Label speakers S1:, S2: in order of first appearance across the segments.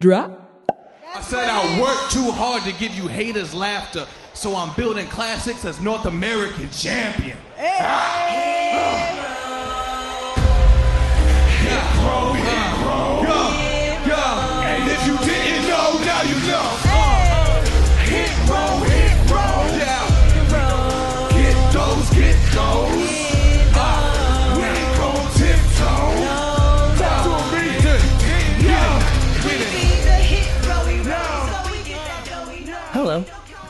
S1: Drop.
S2: I said I worked too hard to give you haters laughter, so I'm building classics as North American champion. Ah. Ah. Yeah, yeah. And if you didn't know, now you know. Hit roll, hit roll, yeah. Get those, get those. Ah, we ain't gon' tiptoe. That's what we do. Yeah, get it.
S3: Hello.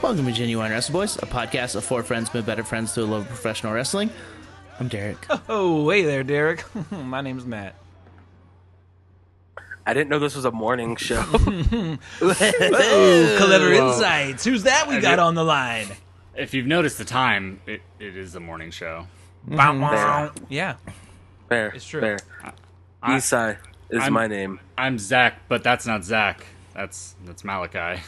S3: Welcome to Genuine Wrestle Boys, a podcast of four friends made better friends through the love of professional wrestling. I'm Derek.
S4: Oh, hey there, Derek. My name's Matt.
S5: I didn't know this was a morning show.
S4: Oh, clever insights. Who's that we got
S6: did-
S4: on the line?
S6: If you've noticed the time, it, it is the morning show.
S4: Bow, wow. Yeah.
S5: Fair,
S4: It's true.
S5: Fair.
S6: I-
S5: Isai is
S6: I'm-
S5: my name.
S6: I'm Zach, but that's not Zach. That's that's Malachi.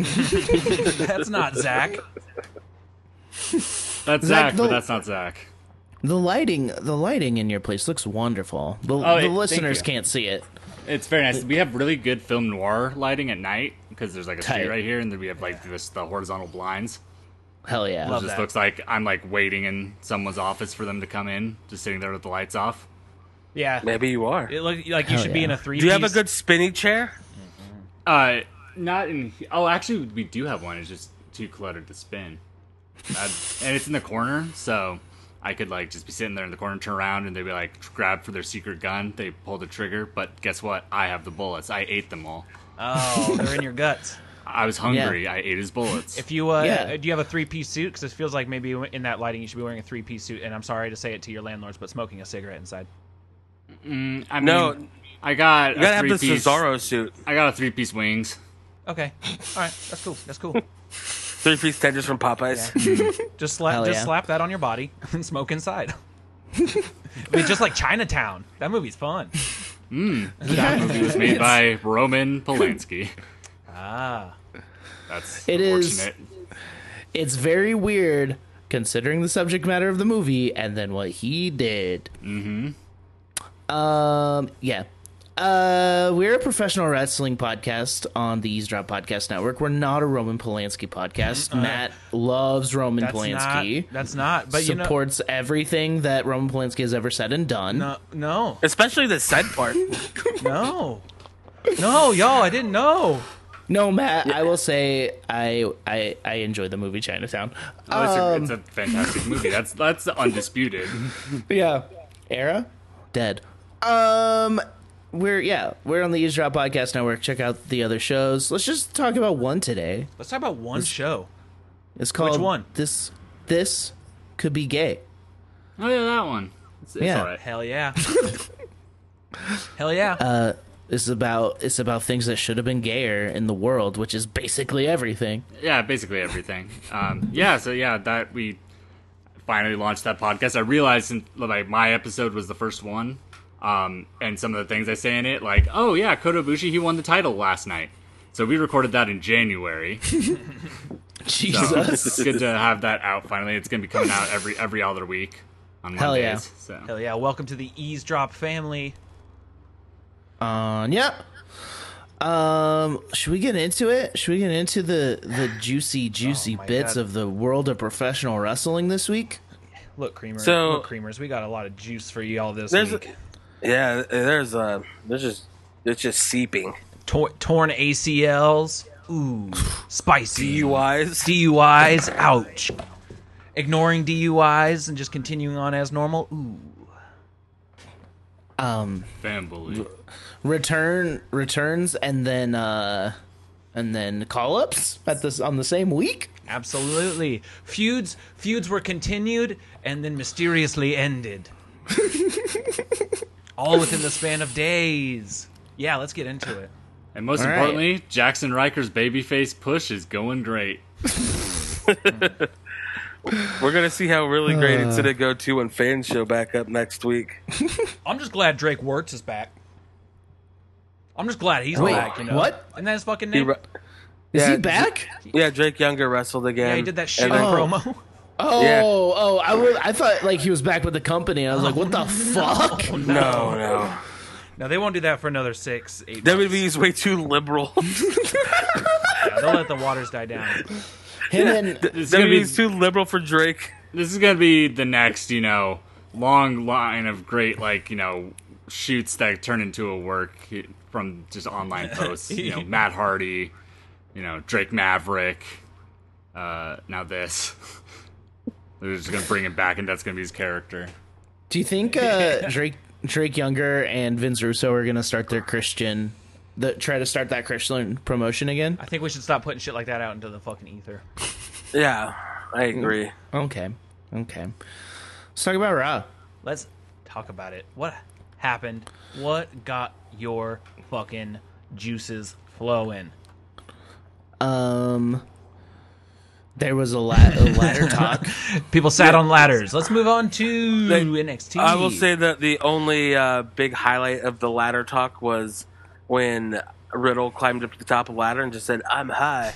S4: That's not Zach.
S6: That's
S3: Zach,
S6: Zach,
S3: no.
S6: but that's not Zach.
S3: The lighting, the lighting in your place looks wonderful. The,
S6: it-
S3: the
S6: thank
S3: listeners
S6: you.
S3: can't see it.
S6: It's very nice. We have really good film noir lighting at night because there's like a
S3: Tight.
S6: street right here, and then we have like this the horizontal blinds.
S3: Hell yeah!
S6: It
S4: Love
S6: just
S4: that.
S6: looks like I'm like waiting in someone's office for them to come in, just sitting there with the lights off.
S4: Yeah.
S5: Maybe you are.
S4: It look like you
S3: Hell
S4: should be
S3: yeah.
S4: in a three.
S5: Do you have a good spinny chair?
S6: Uh, not in. Oh, actually, we do have one. It's just too cluttered to spin, uh, and it's in the corner, so I could like just be sitting there in the corner, turn around, and they'd be like grab for their secret gun. They pull the trigger, but guess what? I have the bullets. I ate them all.
S4: Oh, they're in your guts.
S6: I was hungry. I ate his bullets.
S4: If you uh,
S3: Yeah.
S4: do you have a three piece suit? Because it feels like maybe in that lighting you should be wearing a three piece suit. And I'm sorry to say it to your landlords, but smoking a cigarette inside.
S6: I mean,
S5: No.
S6: I got
S5: You gotta
S6: a
S5: have the
S6: three-piece-
S5: Cesaro suit.
S6: I got a three piece wings.
S4: Okay. All right. That's cool. That's cool.
S5: Three piece tenders from Popeyes.
S4: Just slap,
S3: Hell
S4: just
S3: yeah.
S4: slap that on your body and smoke inside. It's just like Chinatown. That movie's fun.
S6: Hmm. That movie was made by Roman Polanski.
S4: Ah.
S6: That's
S3: It is-
S6: unfortunate.
S3: It's very weird considering the subject matter of the movie and then what he did. Mm-hmm. Um. Yeah. Uh, we're a professional wrestling podcast on the Eavesdrop Podcast Network. We're not a Roman Polanski podcast. Matt loves Roman
S4: That's
S3: Polanski.
S4: not. That's not. But you know.
S3: supports everything that Roman Polanski has ever said and done.
S4: No, uh, no,
S5: Especially the said part.
S4: no, no, y'all! I didn't know.
S3: No, Matt, I will say I I I enjoy the movie Chinatown.
S6: Oh, it's, a,
S3: um,
S6: it's a fantastic movie. That's that's undisputed.
S3: Yeah. Era? Dead. Um we're yeah, we're on the Eavesdrop Podcast Network. Check out the other shows. Let's just talk about one today.
S4: Let's talk about one show.
S3: It's called
S4: one?
S3: This This Could Be Gay.
S6: Oh yeah, that one. It's, it's
S3: Yeah.
S6: all right.
S4: Hell yeah! Hell yeah!
S3: It's about it's about things that should have been gayer in the world, which is basically everything.
S6: Yeah, basically everything. Um, yeah, so yeah, that we finally launched that podcast. I realized since, like my episode was the first one, um, and some of the things I say in it, like oh yeah, Kota Ibushi he won the title last night. So we recorded that in January. So
S3: Jesus.
S6: it's good to have that out finally. It's gonna be coming out every every other week on
S3: Hell yeah.
S6: Mondays. So
S4: Hell yeah! Welcome to the eavesdrop family.
S3: on. Yep. Um, should we get into it? Should we get into the the juicy, juicy
S4: my
S3: bits
S4: God.
S3: of the world of professional wrestling this week?
S4: Look, creamer.
S5: So-
S4: look, creamers. We got a lot of juice for y'all this
S5: There's,
S4: week.
S5: yeah, there's, uh, there's just, it's just seeping.
S4: Tor- torn ACLs. Ooh, spicy.
S5: DUIs.
S4: DUIs. Ouch. Ignoring DUIs and just continuing on as normal. Ooh.
S3: Um,
S6: family.
S3: return returns and then uh and then call ups at this on the same week.
S4: Absolutely. Feuds feuds were continued and then mysteriously ended. All within the span of days. Yeah, let's get into it.
S6: And most
S3: All right.
S6: importantly, Jackson Riker's babyface push is going great.
S5: We're gonna see how really great it's gonna go to when fans show back up next week.
S4: I'm just glad Drake Wirtz is back. I'm just glad he's
S3: Wait,
S4: back, you know.
S3: what?
S4: Isn't that his fucking
S5: He
S4: name?
S5: re-
S3: Is
S5: Yeah,
S3: he back?
S5: yeah, Drake Younger wrestled again.
S4: yeah, he did that shit
S5: and then-
S4: promo.
S3: Oh,
S5: yeah.
S3: oh, I was, I thought like he was back with the company. I was like, what the fuck?
S5: No, no.
S4: Now they won't do that for another six, eight. Months.
S5: WWE is way too liberal.
S4: Yeah, they'll let the waters die down.
S3: Him and
S6: This is gonna
S5: WWE
S6: be
S5: is too liberal for Drake.
S6: this is gonna be the next, you know, long line of great like you know shoots that turn into a work from just online posts. You know, Matt Hardy, you know Drake Maverick. Uh, now this, they're just gonna bring him back, and that's gonna be his character.
S3: do you think uh, Drake Drake Younger and Vince Russo are gonna start their Christian, the, try to start that Christian promotion again?
S4: I think we should stop putting shit like that out into the fucking ether.
S5: Yeah, I agree.
S3: Okay, okay. Let's talk about Raw.
S4: Let's talk about it. What happened? What got your fucking juices flowing?
S3: Um, there was a, la- a ladder talk.
S4: People sat on ladders. Let's move on to
S5: They-
S4: NXT.
S5: I will say that the only uh, big highlight of the ladder talk was when Riddle climbed up to the top of the ladder and just said, "I'm high."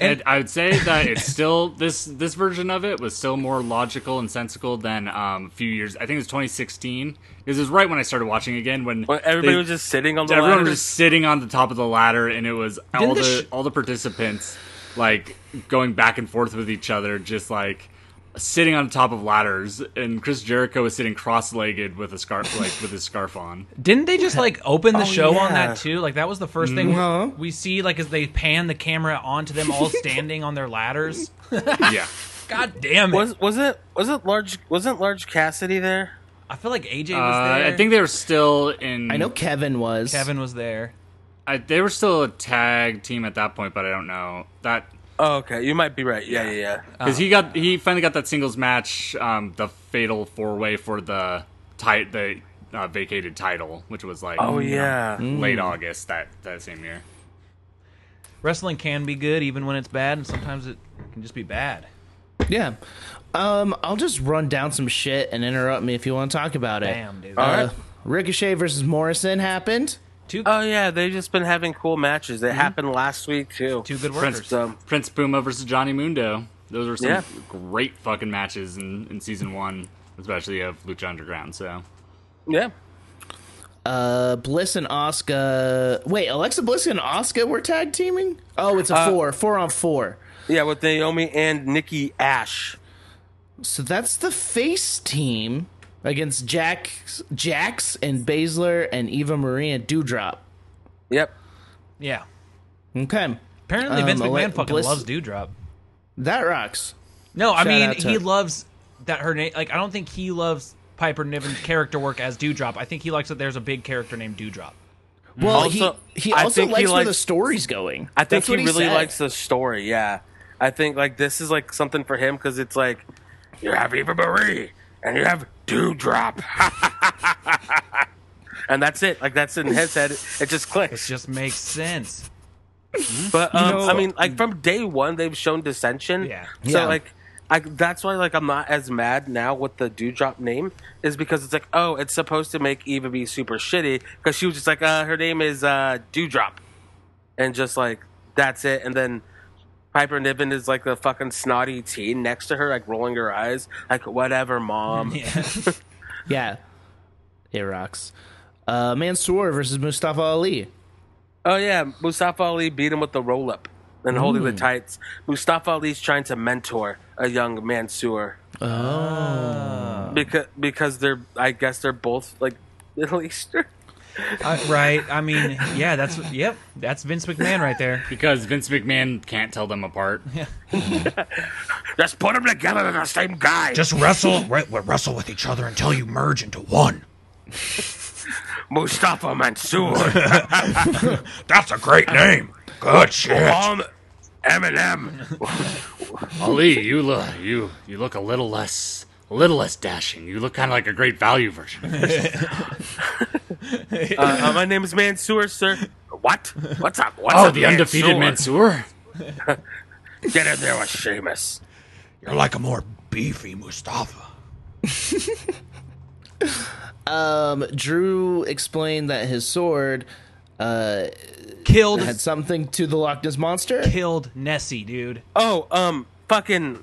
S6: And I would say that it's still this this version of it was still more logical and sensible than um, a few years. I think it was 2016 because it was right when I started watching again when
S5: When everybody
S6: they-
S5: was just sitting on the
S6: everyone
S5: ladder.
S6: was just sitting on the top of the ladder, and it was all the
S4: the sh-
S6: all the participants like going back and forth with each other, just like sitting on top of ladders. And Chris Jericho was sitting cross-legged with a scarf, like with his scarf on.
S4: Didn't they just like open the show on
S5: yeah.
S4: that too? Like that was the first thing
S3: No.
S4: we see. Like as they pan the camera onto them all standing on their ladders.
S6: Yeah,
S4: God damn it!
S5: was was it was it large wasn't large Cassidy there?
S4: I feel like AJ
S6: uh,
S4: was there.
S6: I think they were still in.
S3: I know Kevin was.
S4: Kevin was there.
S6: I, they were still a tag team at that point, but I don't know that
S5: Oh, okay, you might be right. Yeah, yeah, yeah.
S6: because he got he finally got that singles match, um, the fatal four way for the tight the uh, vacated title, which was like
S5: Oh
S6: you know,
S5: yeah.
S6: late August that that same year.
S4: Wrestling can be good even when it's bad, and sometimes it can just be bad.
S3: Yeah. Um, I'll just run down some shit and interrupt me if you want to talk about it.
S4: Damn, dude.
S5: All
S3: Uh,
S5: right.
S3: Ricochet versus Morrison happened.
S4: Two
S5: Oh yeah, they've just been having cool matches. It happened last week too.
S4: two good
S6: Prince-
S4: workers.
S5: So
S6: Prince Puma versus Johnny Mundo. Those were some
S5: Yeah.
S6: great fucking matches in, in season one, especially of Lucha Underground. So
S5: yeah,
S3: Uh, Bliss and Oscar. Wait, Alexa Bliss and Oscar were tag teaming. Oh, it's a four, four on four.
S5: yeah, with Naomi and Nikki Ash.
S3: So that's the face team against Jax, Jax and Baszler and Eva Marie and Dewdrop.
S5: Yep.
S4: Yeah.
S3: Okay,
S4: Apparently
S3: Um,
S4: Vince
S3: Ale-
S4: McMahon fucking
S3: Bliss-
S4: loves Dewdrop.
S3: that rocks.
S4: No, I
S3: Shout
S4: mean
S3: out to-
S4: he loves that her name. Like I don't think he loves Piper Niven's character work as Dewdrop. I think he likes that there's a big character named Dewdrop.
S3: Well,
S5: Also-
S3: he he
S5: I
S3: also
S5: think he
S3: likes where
S5: likes-
S3: the story's going.
S5: I think
S3: That's
S5: he
S3: what
S5: really
S3: said.
S5: likes the story. Yeah, I think like this is like something for him because it's like you have Eva Marie and you have Dewdrop, and that's it. Like that's in his head. It just
S4: It
S5: clicks.
S4: just makes sense.
S5: But um,
S3: know-
S5: I mean, like from day one, they've shown dissension.
S4: Yeah.
S5: So
S3: Yeah.
S5: like, I that's why like I'm not as mad now with the Dewdrop name is because it's like, oh, it's supposed to make Eva be super shitty because she was just like, uh, her name is uh, Dewdrop, and just like that's it. And then Piper Niven is like the fucking snotty teen next to her, like rolling her eyes, like whatever, mom.
S4: Yeah.
S3: Yeah, it rocks. Uh, Mansoor versus Mustafa Ali.
S5: Oh yeah, Mustafa Ali beat him with the roll up and holding
S6: Mm.
S5: the tights. Mustafa Ali's trying to mentor a young Mansoor. Oh. Because because they're I guess they're both like Middle Eastern.
S4: Uh, right. I mean, yeah, that's yep. That's Vince McMahon right there.
S6: because Vince McMahon can't tell them apart.
S5: Just put them together, they're the same guy.
S1: Just wrestle, re- wrestle with each other until you merge into one.
S5: Mustafa Mansoor,
S1: That's a great name. Good shit.
S5: um, Eminem.
S6: Ali, you look you you look a little less a little less dashing. You look kind of like a great value version.
S5: Uh, uh, my name is Mansoor, sir. What? What's up? What's
S6: Oh,
S5: up,
S6: the undefeated Mansoor.
S5: Get in there with Sheamus.
S1: You're like a more beefy Mustafa.
S3: Um, Drew explained that his sword uh,
S4: Killed,
S3: had something to the Loch Ness monster.
S4: killed Nessie, dude.
S5: Oh, um, fucking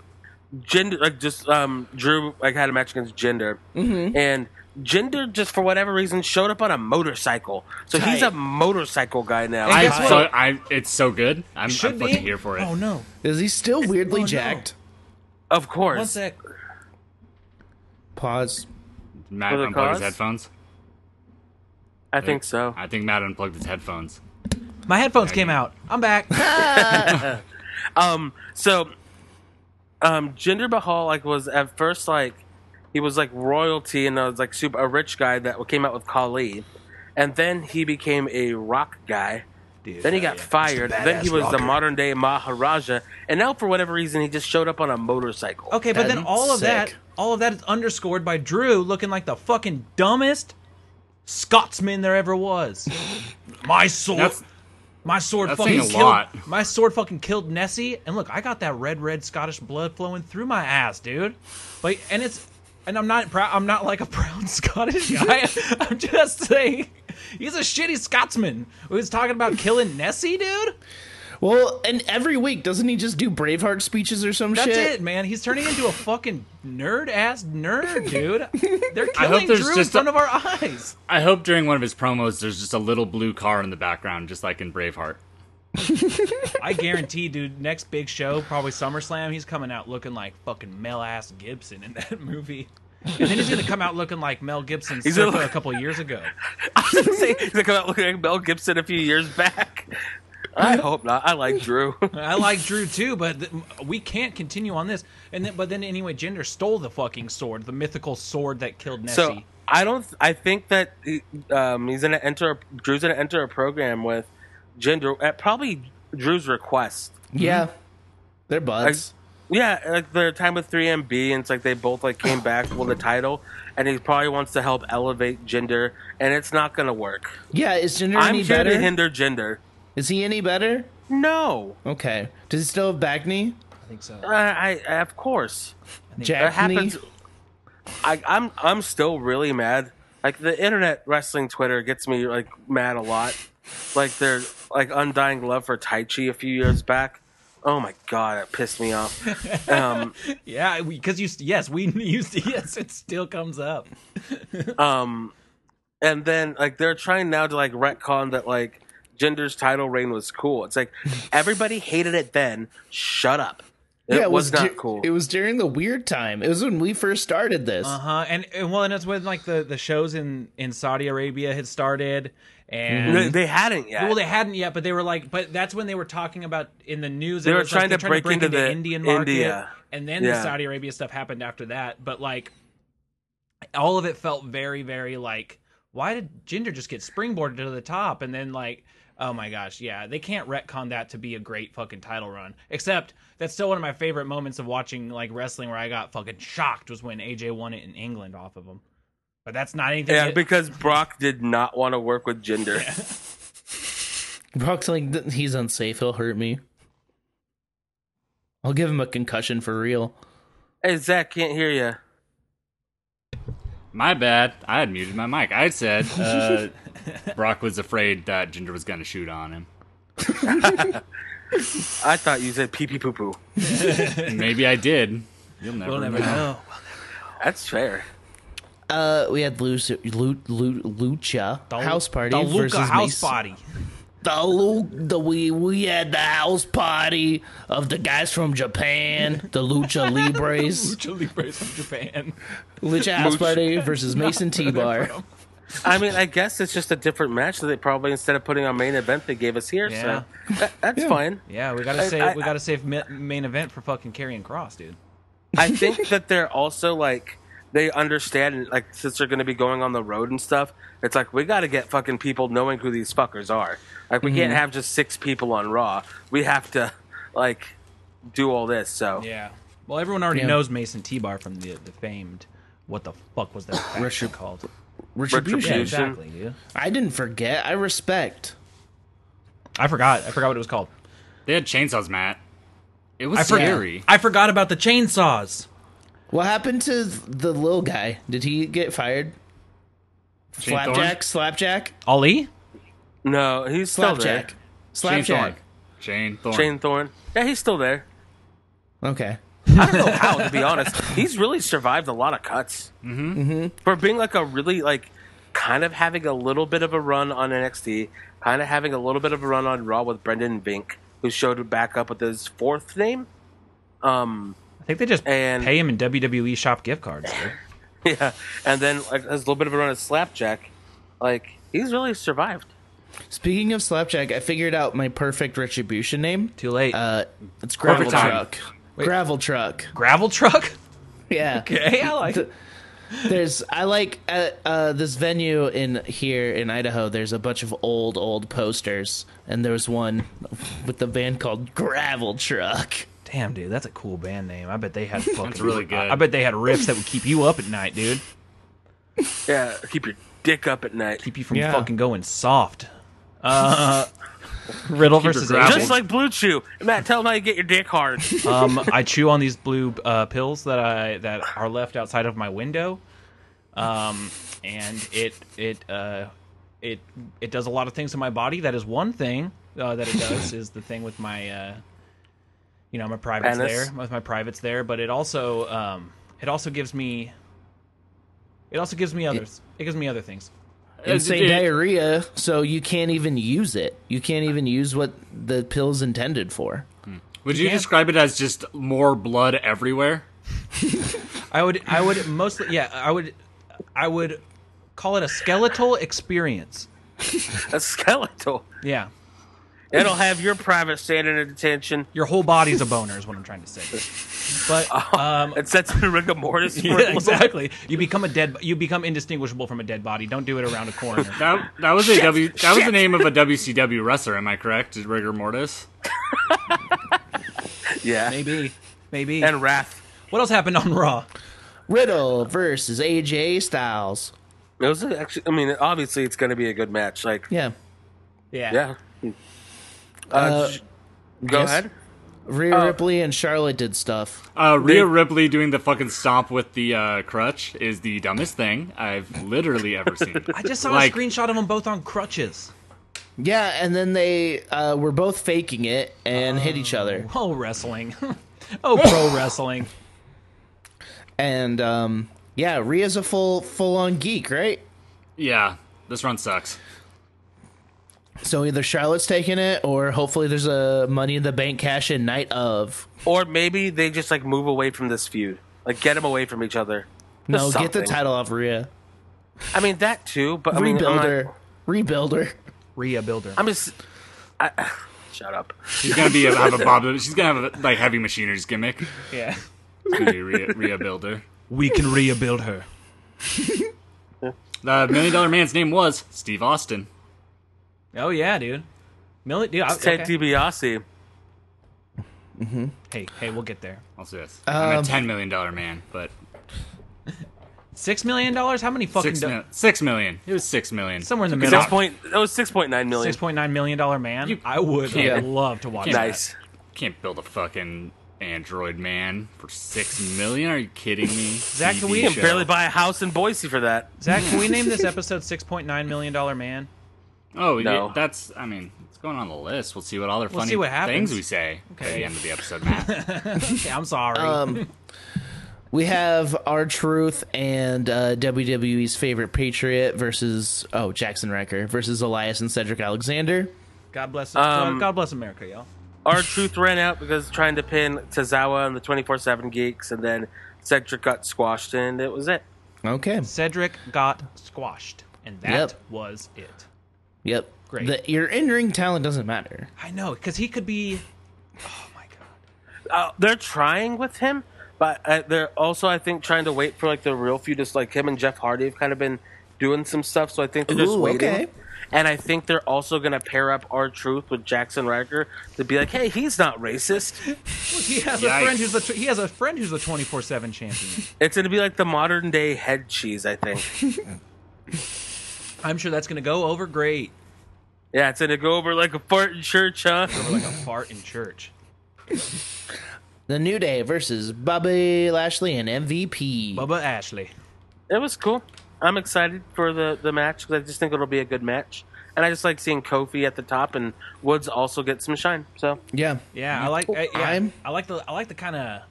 S5: gender like just um drew like had a match against gender
S4: Mm-hmm.
S5: and gender just for whatever reason showed up on a motorcycle so he's a
S3: Tight.
S5: motorcycle guy now
S4: And
S6: I,
S4: guess what?
S6: so, I, it's so good. I'm, I'm
S4: Should
S6: fucking
S4: be.
S6: here for it.
S4: Oh no!
S3: Is he still weirdly
S4: Oh, no.
S3: jacked?
S5: of course
S4: One sec.
S3: Pause.
S6: Matt
S5: For the
S6: unplugged
S5: cause?
S6: his headphones.
S5: i think so
S6: I think Matt unplugged his headphones.
S4: My headphones came out. I'm back.
S5: um so um gender bahal like was at first like he was like royalty and uh, was like super a rich guy that came out with kali and then he became a rock guy then he got fired. Then he
S1: badass
S5: was the
S1: rocker.
S5: modern day Maharaja, and now for whatever reason he just showed up on a motorcycle.
S4: Okay, but then
S3: That's
S4: all of that,
S3: sick.
S4: all of that is underscored by Drew looking like the fucking dumbest Scotsman there ever was. my sword,
S6: That's
S4: my sword
S6: that's
S4: fucking
S6: saying a
S4: killed,
S6: lot.
S4: my sword fucking killed Nessie. And look, I got that red, red Scottish blood flowing through my ass, dude. Like, and it's, and I'm not proud. I'm not like a proud Scottish guy. I'm just saying, he's a shitty Scotsman who's talking about killing Nessie, dude.
S3: Well, and every week doesn't he just do Braveheart speeches or some
S4: That's
S3: shit?
S4: it, man. He's turning into a fucking nerd ass nerd, dude. They're
S6: I hope
S4: killing
S6: there's
S4: Drew in
S6: just a-
S4: front of our eyes.
S6: I hope during one of his promos, there's just a little blue car in the background, just like in Braveheart.
S4: I guarantee, dude, next big show, probably SummerSlam, he's coming out looking like fucking Mel ass Gibson in that movie. And then he's gonna come out looking like Mel Gibson
S5: He's
S4: circa
S5: gonna-
S4: a couple years ago.
S5: say he's gonna come out looking like Mel Gibson a few years back. I hope not. I like Drew.
S4: I like Drew too, but th- we can't continue on this. And then, but then anyway, Gender stole the fucking sword, the mythical sword that killed Nessie.
S5: so I don't. I think that um, he's gonna enter. Drew's gonna enter a program with gender at probably Drew's request.
S3: Yeah.
S5: Mm-hmm.
S3: They're
S5: Like,
S3: buds.
S5: yeah, like their time with 3MB, and it's like they both like came back with the title, and he probably wants to help elevate gender, and it's not gonna work.
S3: yeah, is Ginger
S5: I'm
S3: any
S5: here
S3: better?
S5: to hinder gender.
S3: Is he any better?
S5: No,
S3: Okay. Does he still have back knee?
S4: I think so.
S5: uh, I, I of course. That
S3: Jack knee?
S5: happens. I, I'm I'm still really mad. Like the internet wrestling Twitter gets me like mad a lot. Like their like undying love for Tai Chi a few years back. Oh my god, it pissed me off. Um,
S4: Yeah, because you yes, we used to, yes, it still comes up.
S5: um, and then like they're trying now to like retcon that like gender's title reign was cool. It's like everybody hated it then. Shut up. It,
S3: yeah,
S5: was, not
S3: du-
S5: cool.
S3: It was during the weird time. It was when we first started this.
S4: Uh huh. And, and well, and it's when like the the shows in in Saudi Arabia had started, and
S5: they, they hadn't yet.
S4: Mm-hmm. well, they hadn't yet, but they were like, but that's when they were talking about in the news.
S5: They
S4: it
S5: were
S4: was, like,
S5: trying
S4: they're
S5: to break into the
S4: Indian market,
S5: India.
S4: and then the
S5: Yeah.
S4: Saudi Arabia stuff happened after that. But like, all of it felt very, very like, why did Ginger just get springboarded to the top, and then like. Oh my gosh, yeah, they can't retcon that to be a great fucking title run. Except that's still one of my favorite moments of watching like wrestling where I got fucking shocked was when AJ won it in England off of him. But that's not anything.
S5: yeah,
S4: that-
S5: because Brock did not want to work with gender.
S3: Brock's like, "Th- he's unsafe. He'll hurt me. I'll give him a concussion for real.
S5: Hey, Zach, can't hear you.
S6: My bad. I had muted my mic. I said uh, Brock was afraid that Ginger was going to shoot on him.
S5: I thought you said pee pee poo poo.
S6: Maybe I did. You'll never,
S4: we'll never
S6: know.
S4: know.
S5: That's fair.
S3: Uh, we had Lu- Lu- Lu- Lucha
S4: The-
S3: house party
S4: the Luca
S3: versus
S4: house
S3: Mace-
S4: party.
S3: The, Lu- the we we had the house party of the guys from Japan, the Lucha Libres,
S4: Lucha Libres from Japan.
S3: Lucha house party versus Mason T Bar.
S5: I mean, I guess it's just a different match that they probably instead of putting on main event they gave us here.
S4: Yeah.
S5: So that, that's fine.
S4: Yeah, we gotta
S5: I-
S4: save
S5: I-
S4: we gotta save ma- main event for fucking carrying cross, dude.
S5: I think that they're also like they understand like since they're going to be going on the road and stuff. It's like we got to get fucking people knowing who these fuckers are. Like we
S4: Mm-hmm.
S5: can't have just six people on Raw. We have to like do all this. So
S4: Yeah. Well, everyone already
S3: Yeah.
S4: knows Mason T Bar from the the famed. What the fuck was that faction called? Yeah,
S3: Retribution.
S5: Retribution.
S4: exactly, dude.
S3: I didn't forget. I respect.
S4: I forgot. I forgot what it was called.
S6: They had chainsaws, Matt. It was
S4: I forgot.
S6: scary.
S4: I forgot about the chainsaws.
S3: What happened to the little guy? Did he get fired?
S6: Shane Thorne?
S3: Slapjack, slapjack,
S4: Ali.
S5: no, he's still
S3: slapjack,
S6: Shane Thorne.
S3: slapjack.
S6: Shane Thorne.
S5: there. Shane Thorne. Yeah, he's still there.
S3: Okay.
S5: I don't know how, to be honest. He's really survived a lot of cuts. Mm-hmm. For being like a really, like, kind of having a little bit of a run on NXT, kind of having a little bit of a run on Raw with Brendan Vink, who showed back up with his fourth name. Um,
S4: I think they just
S5: And-
S4: pay him in WWE shop gift cards. dude.
S5: yeah. And then, like, his little bit of a run at Slapjack. Like, he's really survived.
S3: Speaking of slapjack, I figured out my perfect retribution name.
S4: Too late.
S3: Uh, it's gravel
S6: Perfect time.
S3: truck. Gravel truck.
S4: Gravel truck.
S3: Yeah.
S4: Okay, I like it.
S3: There's I like uh, uh, this venue in here in Idaho. There's a bunch of old old posters, and there was one with the band called Gravel Truck.
S4: Damn, dude, that's a cool band name. I bet they had fucking.
S6: really good.
S4: I, I bet they had riffs that would keep you up at night, dude.
S5: Yeah. Keep your dick up at night.
S4: Keep you from
S3: Yeah.
S4: fucking going soft. Uh, Riddle
S6: your
S4: versus
S6: gravel.
S4: Angel.
S5: Just like Blue Chew. Matt, tell him how you get your dick hard.
S4: um, I chew on these blue uh, pills that I that are left outside of my window, um, and it it uh, it it does a lot of things to my body. That is one thing uh, that it does is the thing with my uh, you know my privates
S5: Penis.
S4: there with my privates there, but it also um, it also gives me it also gives me others. It gives me other things.
S3: Insane
S6: it-
S3: diarrhea, so you can't even use it. You can't even use what the pill's intended for.
S6: Would you describe it as just more blood everywhere?
S4: I would I would mostly yeah I would I would call it a skeletal experience.
S5: a skeletal.
S4: Yeah.
S5: It'll have your private standing in attention.
S4: Your whole body's a boner is what I'm trying to say. But um,
S5: It sets in rigor mortis. for a
S4: yeah,
S5: little-
S4: exactly, you become a dead. You become indistinguishable from a dead body. Don't do it around a coroner.
S6: That that was a W. That was the name of a WCW wrestler. Am I correct? Is rigor mortis?
S5: Yeah.
S4: maybe, maybe.
S5: And Wrath.
S4: what else happened on Raw?
S3: Riddle versus AJ Styles.
S5: It was actually. I mean, obviously, it's going to be a good match. Like,
S3: Yeah.
S4: Yeah,
S5: yeah. Uh, sh- go
S3: yes.
S5: ahead.
S3: Rhea
S5: Um,
S3: Ripley and Charlotte did stuff.
S6: Uh, Rhea Ripley doing the fucking stomp with the uh, crutch is the dumbest thing I've literally ever seen.
S4: I just saw
S6: Like-
S4: a screenshot of them both on crutches.
S3: Yeah, and then they uh, were both faking it and hit each other.
S4: Oh, wrestling. oh, pro wrestling.
S3: And um, yeah, Rhea's a full full on geek, right?
S6: Yeah, this run sucks.
S3: So either Charlotte's taking it, or hopefully there's a Money in the Bank cash in night of.
S5: Or maybe they just like move away from this feud. Like, get them away from each other.
S3: No, get the
S5: something.
S3: title off Rhea.
S5: I mean, that too. But I mean, I'm,
S3: Rebuild
S5: not-
S3: her. Rebuild her.
S4: Rhea Builder.
S5: I'm just. I, shut up.
S6: She's gonna be a, have a Bob. She's gonna have a, like heavy machinery's gimmick. It's
S4: yeah,
S6: gonna be Rhea, Rhea Builder.
S4: we can Rhea build her.
S6: The million dollar man's name was Steve Austin.
S4: Oh yeah, dude. Millet, dude. I,
S5: Ted
S4: okay.
S5: DiBiase.
S4: Hey, hey, we'll get there.
S6: I'll say this.
S4: Um,
S6: I'm a ten million dollar man, but
S4: Six million dollars. How many fucking?
S6: six,
S4: do-
S6: mil- six million. It was six million.
S4: Somewhere in the middle.
S5: Six point. That was six point nine million.
S4: Six point nine million dollar man.
S6: You-
S4: I would
S6: Yeah.
S4: love to watch.
S6: Can't-
S4: That.
S5: nice.
S6: Can't build a fucking android man for six million. Are you kidding me?
S4: Zach, can we
S5: You
S6: TV
S5: can
S6: show.
S5: barely buy a house in Boise for that.
S4: Zach, can we name this episode six point nine million dollar man?
S6: Oh,
S5: No.
S6: yeah, that's. I mean, it's going on the list. We'll see what other funny
S4: see what happens.
S6: things we say at
S4: Okay.
S6: the end of the episode, Matt.
S4: Yeah, I'm sorry.
S3: We have our truth and uh, WWE's favorite Patriot versus oh Jackson Riker versus Elias and Cedric Alexander.
S4: God bless.
S5: Um,
S4: God bless America, y'all.
S5: Our truth ran out because trying to pin Tazawa and the twenty four seven geeks, and then Cedric got squashed, and it was it.
S3: Okay.
S4: Cedric got squashed, and that
S3: Yep.
S4: was it.
S3: Yep.
S4: Great.
S3: The, your in-ring talent doesn't matter.
S4: I know, because he could be. Oh my god.
S5: Uh, they're trying with him, but uh, they're also, I think, trying to wait for like the real feud. Just like him and Jeff Hardy have kind of been doing some stuff, so I think they're just
S3: Ooh,
S5: waiting.
S3: okay.
S5: And I think they're also going to pair up our truth with Jackson Riker to be like, "Hey, he's not racist."
S4: He has a
S6: Yikes.
S4: friend who's a he has a friend who's a twenty four seven champion.
S5: It's going to be like the modern day head cheese, I think.
S4: I'm sure that's gonna go over great.
S5: yeah, it's going to go over like a fart in church, huh?
S4: Over like a fart in church.
S3: The New Day versus Bobby Lashley and MVP.
S4: Bubba Ashley.
S5: It was cool. I'm excited for the the match because I just think it'll be a good match, and I just like seeing Kofi at the top and Woods also get some shine. So
S3: Yeah.
S4: Yeah, I like. I, yeah,
S3: I'm-
S4: I like the. I like the kind of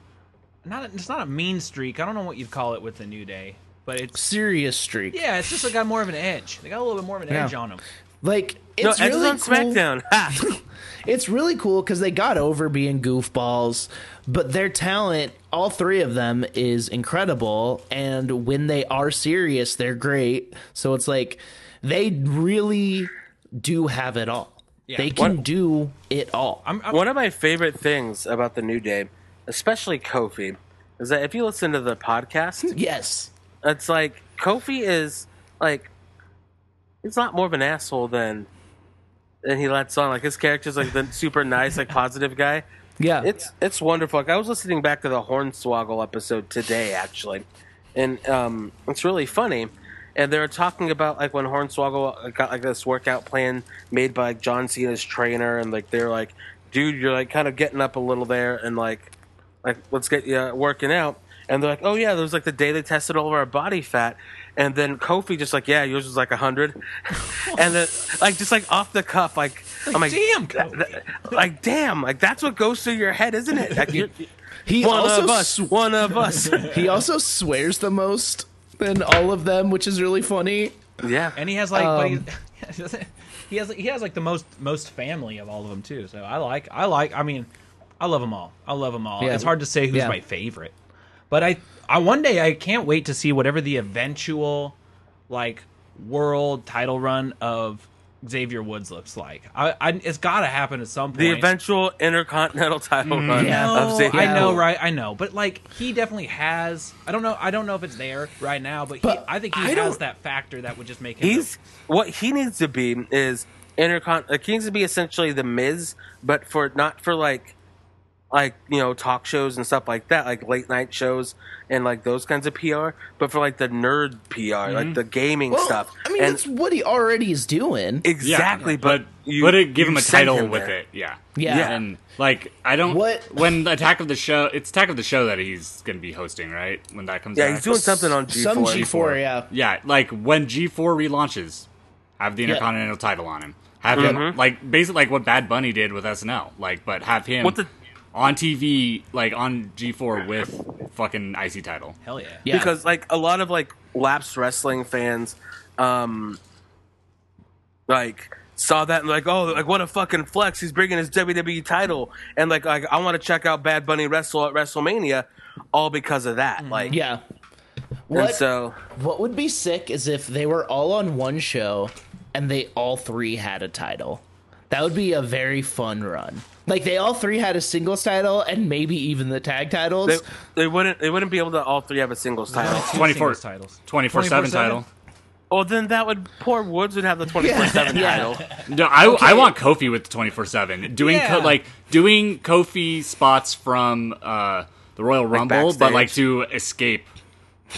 S4: not a, it's not a mean streak. I don't know what you'd call it with the New Day, but it's
S3: serious streak.
S4: yeah, it's just they got more of an edge. They got a little bit more of an edge on them.
S3: Like
S5: No,
S3: it's
S5: Edge
S3: really
S5: on
S3: cool.
S5: SmackDown. Ah. Ha!
S3: It's really cool because they got over being goofballs, but their talent, all three of them, is incredible. And when they are serious, they're great. So it's like they really do have it all. They can
S5: What-
S3: do it all.
S4: I'm, I'm,
S5: One of my favorite things about the New Day, especially Kofi, is that if you listen to the podcast,
S3: yes.
S5: It's like Kofi is like he's not more of an asshole than than he lets on. Like his character's like the super nice, like positive guy.
S3: Yeah.
S5: It's it's wonderful. Like I was listening back to the Hornswoggle episode today actually. And um it's really funny. And they were talking about like when Hornswoggle got like this workout plan made by like, John Cena's trainer and like they're like, dude, you're like kind of getting up a little there and like like let's get you uh, working out and they're like oh yeah there was like the day they tested all of our body fat and then kofi just like yeah yours was like 100 and then like just like off the cuff like, i'm like
S4: damn,
S5: th-
S4: Kofi.
S5: th- like damn like that's what goes through your head isn't it like, you're-
S3: He
S5: one
S3: also
S5: of us
S3: sw-
S5: one of us
S3: he also swears the most than all of them, which is really funny.
S5: yeah
S4: and he has like but
S3: Um,
S4: he, he has he has like the most most family of all of them too. So I like I like I mean I love them all. I love them all.
S3: Yeah.
S4: It's hard to say who's
S3: Yeah.
S4: my favorite, but I I one day I can't wait to see whatever the eventual like world title run of Xavier Woods looks like. I, I it's got to happen at some point.
S5: the eventual intercontinental title run
S4: No,
S5: of Xavier
S4: I know,
S5: Woods.
S4: right? I know, but like he definitely has. I don't know. I don't know if it's there right now, but,
S3: But
S4: he, I think he
S3: I
S4: has
S3: don't-
S4: that factor that would just make him.
S5: he's what he needs to be is intercon. Like he needs to be essentially the Miz, but for not for like like you know talk shows and stuff like that, like late night shows and like those kinds of PR, but for like the nerd PR,
S6: Mm-hmm.
S5: like the gaming
S3: Well,
S5: stuff.
S3: I mean,
S5: And
S3: that's what he already is doing.
S6: Yeah,
S5: exactly.
S6: but
S5: but you,
S6: but it, give him
S5: you
S6: a
S5: sent
S6: title
S5: him
S6: with
S5: there.
S6: it. Yeah.
S3: Yeah. Yeah.
S6: And like I don't
S3: What-
S6: when Attack of the Show it's Attack of the Show that he's gonna be hosting, right? When that comes
S5: Yeah,
S6: back.
S5: he's doing something on G4.
S3: Some G4, yeah.
S6: Yeah, like when G four relaunches, have the Intercontinental title on him. Have him
S5: Mm-hmm.
S6: like basically like what Bad Bunny did with SNL, like but have him
S5: What the-
S6: on TV, like on G four with fucking IC title.
S4: hell yeah.
S3: Yeah.
S5: because like a lot of like lapsed wrestling fans um like saw that and like oh like what a fucking flex he's bringing his WWE title and like like I want to check out Bad Bunny wrestle at WrestleMania all because of that
S4: Mm-hmm.
S5: like
S3: yeah.
S5: and
S3: What,
S5: so
S3: what would be sick is if they were all on one show and they all three had a title. That would be a very fun run. Like they all three had a singles title and maybe even the tag titles.
S5: they, they wouldn't they wouldn't be able to all three have a singles title
S4: Two
S6: 24
S4: singles titles.
S6: 24/7 title.
S5: well then that would poor Woods would have the 24/7 title
S6: No, I, I want Kofi with the 24/7 doing co-
S4: Yeah.
S6: like doing Kofi spots from uh the Royal Rumble but
S5: backstage.
S6: like to escape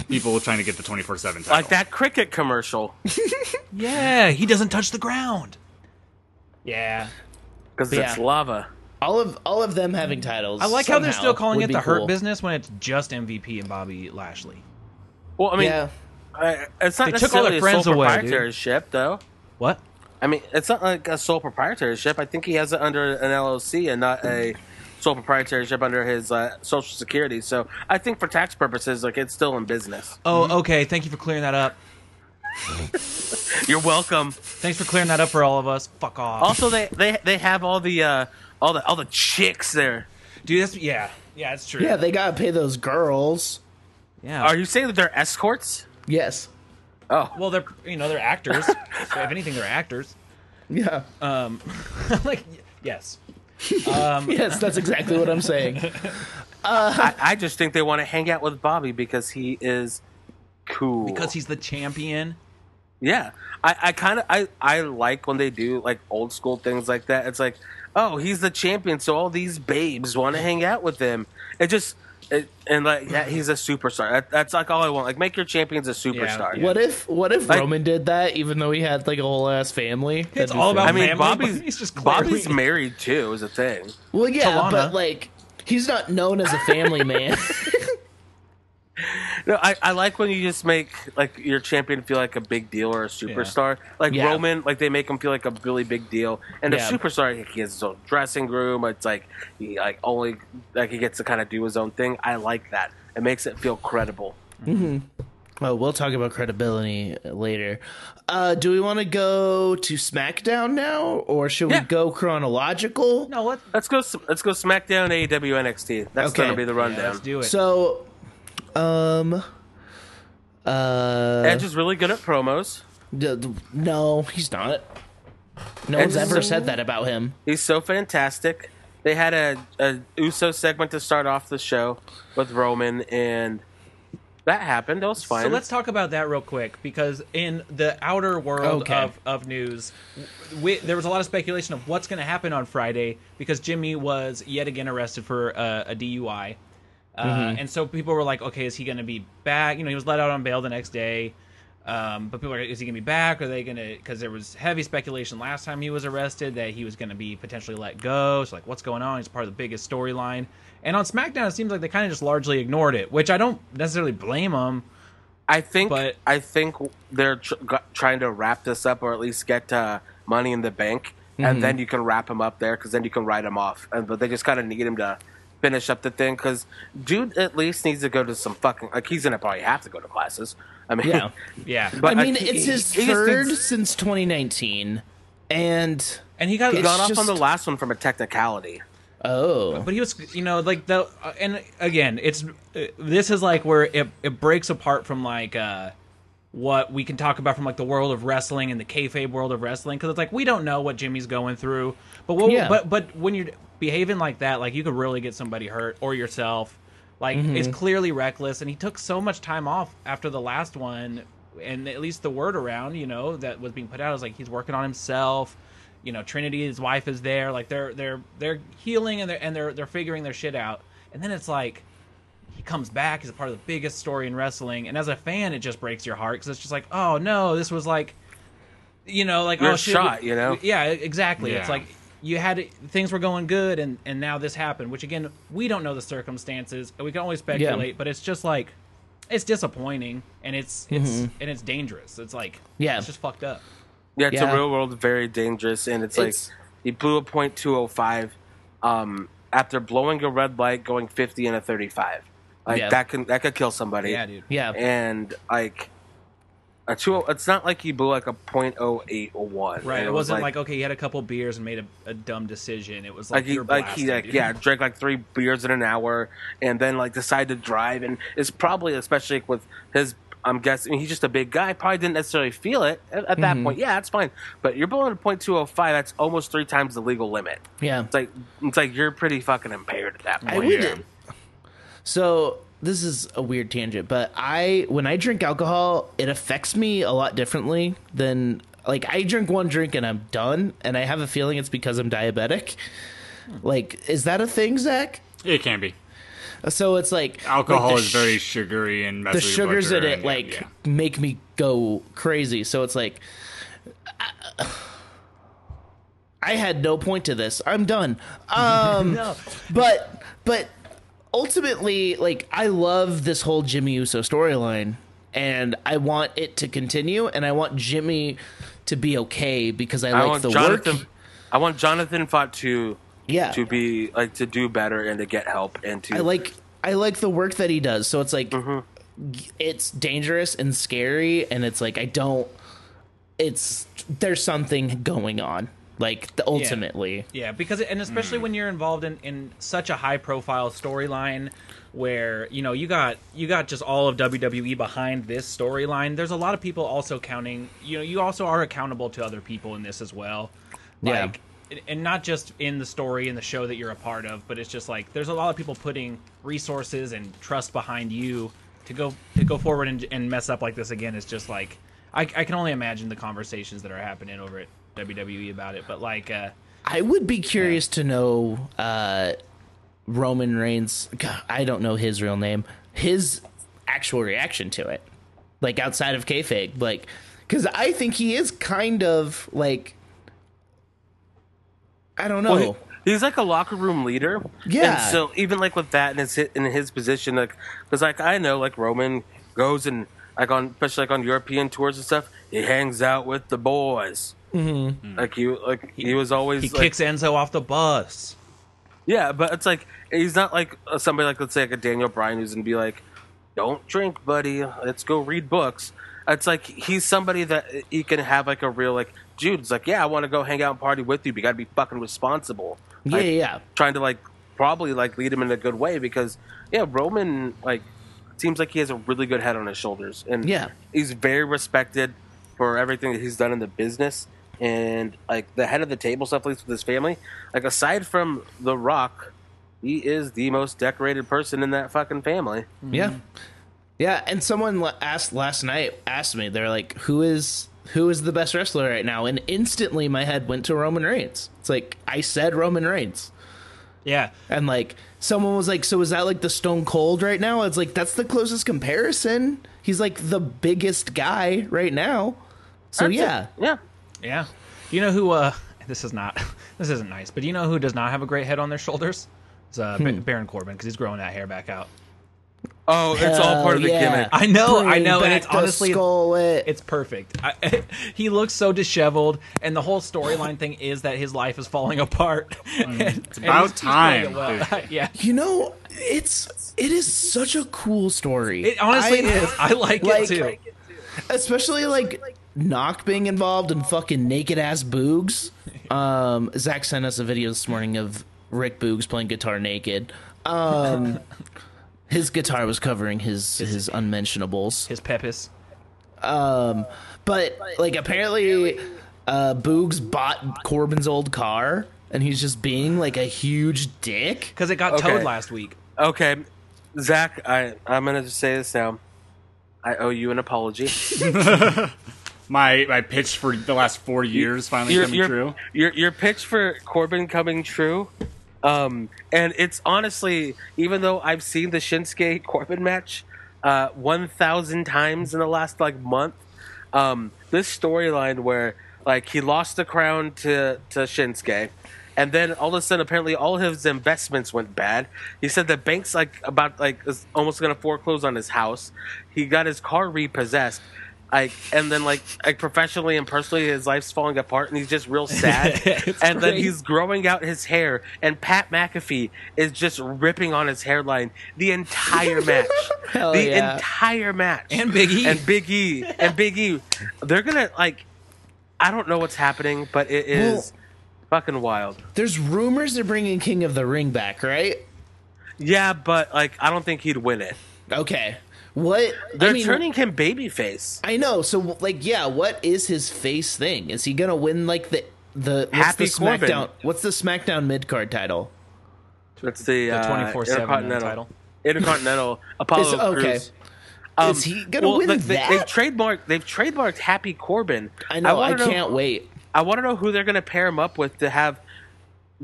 S6: people trying to get the 24/7 title.
S5: like that cricket commercial
S4: Yeah, he doesn't touch the ground. Yeah.
S5: cuz
S3: Yeah.
S5: it's lava
S3: all of all of them having titles.
S4: I like how they're still calling it the hurt
S3: business.
S4: business when it's just MVP and Bobby Lashley.
S5: well I mean
S3: yeah.
S5: uh, it's not
S4: They took all
S5: necessarily
S4: their
S5: a sole
S4: friends away, dude.
S5: proprietorship though
S4: What?
S5: I mean, it's not like a sole proprietorship. I think he has it under an LLC and not a sole proprietorship under his uh, Social Security. So I think for tax purposes, like it's still in business.
S4: Oh, okay. Thank you for clearing that up.
S5: You're welcome.
S4: Thanks for clearing that up for all of us. Fuck off.
S5: Also, they they they have all the uh, all the all the chicks there.
S4: Dude, that's yeah. Yeah, it's true.
S3: Yeah, they gotta pay those girls.
S4: yeah.
S5: Are you saying that they're escorts?
S3: Yes.
S4: well, they're you know, they're actors. so if anything, they're actors.
S3: Yeah.
S4: like y- yes.
S3: yes, that's exactly what I'm saying.
S5: I, I just think they want to hang out with Bobby because he is cool.
S4: Because he's the champion.
S5: Yeah, I, I kind of I, I like when they do like old school things like that. It's like, oh, he's the champion, so all these babes want to hang out with him. It just it, and like yeah, he's a superstar. That, that's like all I want. Like make your champions a superstar.
S4: yeah.
S3: What if what if
S5: Like-
S3: Roman did that even though he had like a whole ass family? That'd
S4: It's
S3: be
S4: all
S3: fair.
S4: about
S5: I mean,
S4: family,
S5: Bobby's
S4: but he's just clearly-
S5: Bobby's married too is a thing.
S3: Well yeah,
S4: Talana.
S3: but like he's not known as a family man.
S5: No, I, I like when you just make like your champion feel like a big deal or a superstar. Like
S3: Yeah.
S5: Roman, like they make him feel like a really big deal. And
S3: Yeah.
S5: a superstar, like, he has his own dressing room. It's like he like only like he gets to kind of do his own thing. I like that. It makes it feel credible.
S3: Well, we'll talk about credibility later. Uh, do we want to go to SmackDown now, or should
S5: Yeah.
S3: we go chronological?
S4: No, let's,
S5: Let's go. s- Let's go SmackDown, E AEW, NXT. That's
S3: Okay.
S5: gonna be the
S4: yeah, let's
S5: rundown.
S4: do it.
S3: So, um, uh,
S5: Edge is really good at promos.
S3: d- d- no, he's not. No one's
S5: Edge is
S3: ever
S5: so-
S3: said that about him.
S5: He's so fantastic. They had a, a Uso segment to start off the show with Roman, and that happened. That was fine.
S4: So let's talk about that real quick because in the outer world
S3: Okay.
S4: of, of news, we, there was a lot of speculation of what's going to happen on Friday because Jimmy was yet again arrested for uh, a DUI. Uh, And so people were like, okay, is he going to be back? You know, he was let out on bail the next day. Um, but people are, is he going to be back? Are they going to, because there was heavy speculation last time he was arrested that he was going to be potentially let go. So, like, what's going on? He's part of the biggest storyline. And on SmackDown, it seems like they kind of just largely ignored it, which I don't necessarily blame them.
S5: I think
S4: But-
S5: I think they're tr- g- trying to wrap this up, or at least get uh, Money in the Bank,
S3: Mm-hmm.
S5: and then you can wrap him up there because then you can write him off. And, but they just kind of need him to finish up the thing because dude at least needs to go to some fucking like he's gonna probably have to go to classes. I mean,
S3: Yeah.
S4: Yeah.
S5: but
S3: I mean,
S5: he-
S3: it's his
S5: he just
S3: third
S5: needs-
S3: since 2019, and
S4: and he got,
S5: He got off
S3: just-
S5: on the last one from a technicality.
S3: oh,
S4: but he was you know like the uh, and again it's uh, this is like where it, it breaks apart from like uh what we can talk about from like the world of wrestling and the kayfabe world of wrestling because it's like we don't know what Jimmy's going through, but what,
S3: Yeah.
S4: but but when you're behaving like that, like you could really get somebody hurt or yourself. Like it's clearly reckless, and he took so much time off after the last one, and at least the word around, you know, that was being put out is like he's working on himself. You know, Trinity, his wife, is there. Like they're they're they're healing and they're and they're they're figuring their shit out. And then it's like he comes back he's a part of the biggest story in wrestling and as a fan it just breaks your heart because it's just like oh no this was like you know like
S5: Your
S4: oh shit,
S5: shot,
S4: we-
S5: you know?
S4: we- yeah exactly it's
S6: Yeah.
S4: like you had things were going good and and now this happened which again we don't know the circumstances and we can only speculate but it's just like it's disappointing and it's it's and it's dangerous it's like
S3: Mm-hmm. Yeah.
S4: it's just fucked up
S5: Yeah, it's
S3: Yeah.
S5: a real world, very dangerous, and it's like
S3: It's-
S5: he blew a point two oh five um, after blowing a red light, going fifty and a thirty five. Like
S3: Yeah.
S5: that can that could kill somebody.
S4: yeah dude
S3: yeah,
S5: And like a two, oh, it's not like he blew like a point oh eight or one.
S4: right
S5: And
S4: it,
S5: was
S4: wasn't like, okay he had a couple beers and made a, a dumb decision it was like,
S5: like he
S4: you're
S5: like he
S4: blasted,
S5: like
S4: dude.
S5: yeah drank like three beers in an hour and then like decided to drive and it's probably especially with his I'm guessing he's just a big guy probably didn't necessarily feel it at, at
S4: Mm-hmm.
S5: that point yeah that's fine but you're blowing a point two oh five that's almost three times the legal limit
S3: yeah.
S5: it's like it's like you're pretty fucking impaired at that point
S3: I would. So this is a weird tangent, but I when I drink alcohol, it affects me a lot differently than like I drink one drink and I'm done, and I have a feeling it's because I'm diabetic. Like, is that a thing, Zach?
S6: It can be.
S3: So it's like
S6: Alcohol
S3: like the
S6: is very
S3: sh-
S6: sugary and
S3: the
S6: messes with your blood
S3: sugars in
S6: sugar
S3: it
S6: and-
S3: like
S6: yeah.
S3: make me go crazy. So it's like I- I had no point to this. I'm done. Um,
S4: no
S3: but but ultimately like i love this whole jimmy uso storyline and i want it to continue and i want jimmy to be okay because i,
S5: I
S3: like
S5: want
S3: the
S5: Jonathan
S3: work
S5: I want Jonathan fought to
S3: yeah
S5: to be like to do better and to get help and to
S3: i like i like the work that he does so it's like it's dangerous and scary and it's like i don't it's there's something going on like the, ultimately
S4: Yeah, because and especially when you're involved in in such a high profile storyline where you know you got you got just all of WWE behind this storyline. There's a lot of people also counting. You know, you also are accountable to other people in this as well.
S3: Yeah.
S4: Like, and- and not just in the story and the show that you're a part of, but it's just like there's a lot of people putting resources and trust behind you to go to go forward and, and mess up like this again. It's just like I, I can only imagine the conversations that are happening over at WWE about it. But like, uh,
S3: I would be curious to know uh, Roman Reigns. God, I don't know his real name. His actual reaction to it, like outside of kayfabe, like because I think he is kind of like I don't know.
S5: Well, he- he's like a locker room leader.
S3: Yeah.
S5: And so even like with that and his in his position, like because like I know like Roman goes and like on especially like on European tours and stuff, he hangs out with the boys. Mm-hmm. Like he like he, was always
S4: He
S5: like,
S4: kicks Enzo off the bus.
S5: yeah, but it's like he's not like uh, somebody like let's say like a Daniel Bryan who's gonna be like, "Don't drink, buddy. Let's go read books." It's like he's somebody that he can have like a real like Jude's like, "Yeah, I want to go hang out and party with you, but you got to be fucking responsible."
S3: Yeah,
S5: Like,
S3: yeah.
S5: Trying to like probably like lead him in a good way because yeah, Roman like seems like he has a really good head on his shoulders and
S3: Yeah.
S5: he's very respected for everything that he's done in the business and like the head of the table stuff, at least with his family. Like aside from The Rock, he is the most decorated person in that fucking family.
S3: Yeah.
S4: Mm.
S3: Yeah, and someone la- asked last night asked me they're like who is who is the best wrestler right now and instantly my head went to Roman Reigns. It's like I said Roman Reigns.
S4: Yeah.
S3: And like someone was like so is that like the Stone Cold right now? It's like that's the closest comparison. He's like the biggest guy right now. So
S5: That's it.
S3: yeah.
S5: yeah.
S4: Yeah. You know who uh this is not this isn't nice, but you know who does not have a great head on their shoulders? It's uh,
S3: Hmm.
S4: Ba- Baron Corbin because he's growing that hair back out.
S5: Oh, it's all part of the
S3: Uh, yeah.
S5: gimmick.
S4: I know, I
S3: Bring
S4: know, and
S3: back
S4: it's
S3: the
S4: honestly
S3: Scarlet.
S4: it's perfect. I, he looks so disheveled, and the whole storyline thing is that his life is falling apart. it's
S6: about time,
S4: yeah,
S3: you know, it's it is such a cool story.
S4: it honestly
S3: I-
S4: is. I like,
S3: like-
S4: it too.
S3: especially like knock being involved and fucking naked ass boogs um zach sent us a video this morning of rick boogs playing guitar naked um his guitar was covering his his unmentionables
S4: His pepis.
S3: um but like apparently uh boogs bought corbin's old car and he's just being like a huge dick
S4: Because it got
S5: Okay.
S4: towed last week.
S5: Okay, Zach, I I'm gonna just say this now. I owe you an apology.
S6: My my pitch for the last four years finally
S5: your,
S6: coming
S5: your-
S6: true.
S5: Your your pitch for Corbin coming true. Um, and it's honestly, even though I've seen the Shinsuke Corbin match uh, one thousand times in the last like month, um, this storyline where like he lost the crown to to Shinsuke, and then all of a sudden, apparently, all his investments went bad. He said the bank's like about like is almost gonna foreclose on his house. He got his car repossessed. Like and then like like professionally and personally, his life's falling apart, and he's just real sad. and then he's growing out his hair, and Pat McAfee is just ripping on his hairline the entire match.
S3: Hell
S5: the
S3: yeah.
S5: entire match.
S4: And Big E.
S5: And Big E. And Big E. They're gonna like I don't know what's happening, but it is fucking wild.
S3: there's rumors they're bringing king of the ring back right
S5: Yeah, but like I don't think he'd win it.
S3: okay what
S5: They're
S3: I mean,
S5: turning him babyface.
S3: I know. So, like, yeah, what is his face thing? Is he gonna win like the the what's
S5: Happy
S3: the SmackDown?
S5: Corbin.
S3: What's the SmackDown mid card title?
S5: That's the,
S4: The
S5: uh,
S4: 24/7
S5: Intercontinental
S4: title.
S5: Intercontinental Apollo
S3: Is- okay.
S5: Crews. Um,
S3: is he gonna
S5: well,
S3: win
S5: look, they,
S3: that?
S5: They've trademarked. They've trademarked Happy Corbin.
S3: I know. I,
S5: wanna
S3: can't wait.
S5: I want to know who they're going to pair him up with to have.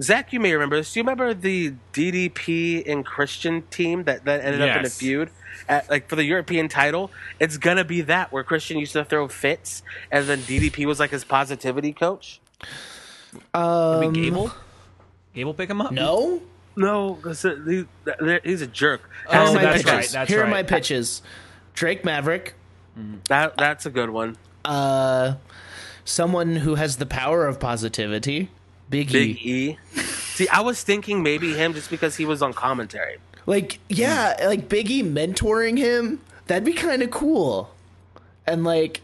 S5: Zach, you may remember this. Do you remember the DDP and Christian team that, that ended up in a
S6: Yes.
S5: feud, at, like for the European title? It's gonna be that where Christian used to throw fits, and then DDP was like his positivity coach.
S3: Um,
S4: Did we Gable? Gable pick him up?
S3: No.
S5: No, that's a- he- that- he's a jerk.
S3: Here
S4: Oh,
S3: are my
S4: that's
S3: pitches.
S4: right, that's
S3: Here are
S4: right.
S3: my pitches. Drake Maverick,
S5: That, that's a good one.
S3: uh, someone who has the power of positivity. Big,
S5: Big
S3: E.
S5: E. See, I was thinking maybe him just because he was on commentary.
S3: Like, yeah, like Big E mentoring him. That'd be kind of cool. And like,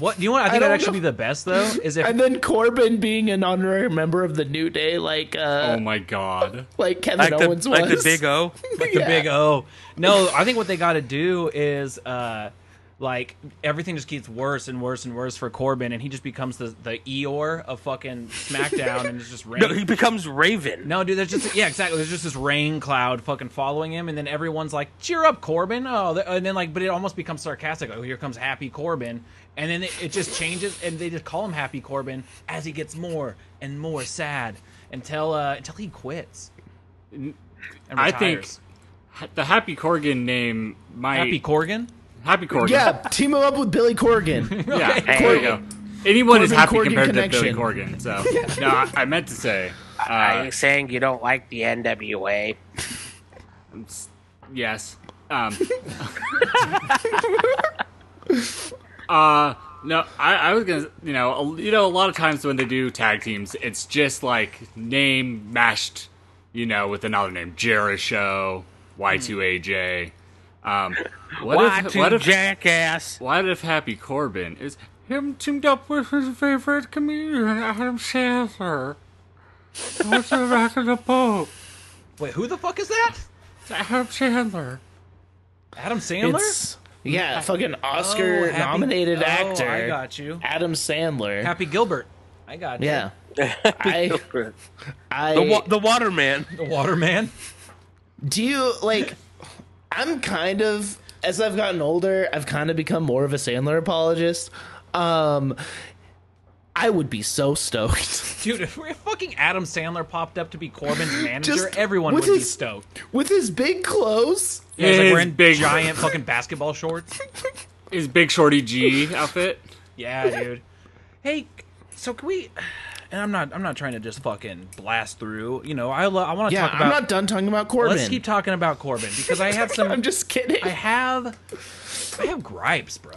S4: What? You know what? I think
S3: don't
S4: that'd actually
S3: know.
S4: be the best though. Is if
S3: and then Corbin being an honorary member of the New Day, like, uh,
S6: Oh my god.
S3: like Kevin
S5: Like, the,
S3: Owens was.
S5: like the Big O.
S4: the big O. No, I think what they got to do is uh like everything just gets worse and worse and worse for Corbin, and he just becomes the the Eeyore of fucking SmackDown, and it's just rain.
S5: No,
S4: No,
S5: he becomes Raven.
S4: dude, there's just yeah, exactly. There's just this rain cloud fucking following him, and then everyone's like, "Cheer up, Corbin!" Oh, th- and then like, but it almost becomes sarcastic. Oh, here comes Happy Corbin, and then it, it just changes, and they just call him Happy Corbin as he gets more and more sad until uh until he quits. And
S6: I think
S4: retires.
S6: ha- the Happy Corgan name might
S4: Happy Corgan.
S6: Happy Corgan.
S3: Yeah, team him up with Billy Corgan.
S6: Yeah, there you go. Anyone is
S3: Corbin
S6: happy
S3: Corgan
S6: compared
S3: connection.
S6: to Billy Corgan. So no, I, I meant to say, uh,
S5: saying you don't like the NWA?
S6: yes. Um, uh, no, I, I was gonna, you know, a, you know, a lot of times when they do tag teams, it's just like name mashed, you know, with another name, Jericho, Y2AJ. Um, what
S5: Why
S6: if,
S5: two
S6: what if,
S5: jackass?
S6: what if Happy Corbin is him teamed up with his favorite comedian, Adam Sandler? What's the back of the boat?
S4: Wait, who the fuck is that?
S6: Adam Sandler.
S4: Adam Sandler?
S3: It's yeah, fucking Oscar
S4: Oh, Happy-
S3: nominated
S4: oh,
S3: actor.
S4: I got you.
S3: Adam Sandler.
S4: Happy Gilbert. I got you.
S3: yeah, I I
S5: The, wa- the Waterman.
S4: The Waterman.
S3: do you like? I'm kind of as I've gotten older, I've kind of become more of a Sandler apologist. Um, I would be so stoked.
S4: Dude, if we- if fucking Adam Sandler popped up to be Corbin's manager,
S3: Just
S4: everyone would
S3: with
S4: be
S3: his-
S4: stoked.
S3: With his big clothes,
S4: Yeah, he's
S6: His
S4: like wearing
S6: big-
S4: giant fucking basketball shorts.
S6: Is Big Shorty G outfit?
S4: Yeah, dude. Hey, so can we? And I'm not. I'm not trying to just fucking blast through. You know, I lo- I want to
S3: yeah,
S4: talk
S3: I'm
S4: about.
S3: not done talking about Corbin.
S4: let's keep talking about Corbin because I have some.
S3: I'm just kidding.
S4: I have. I have gripes, bro.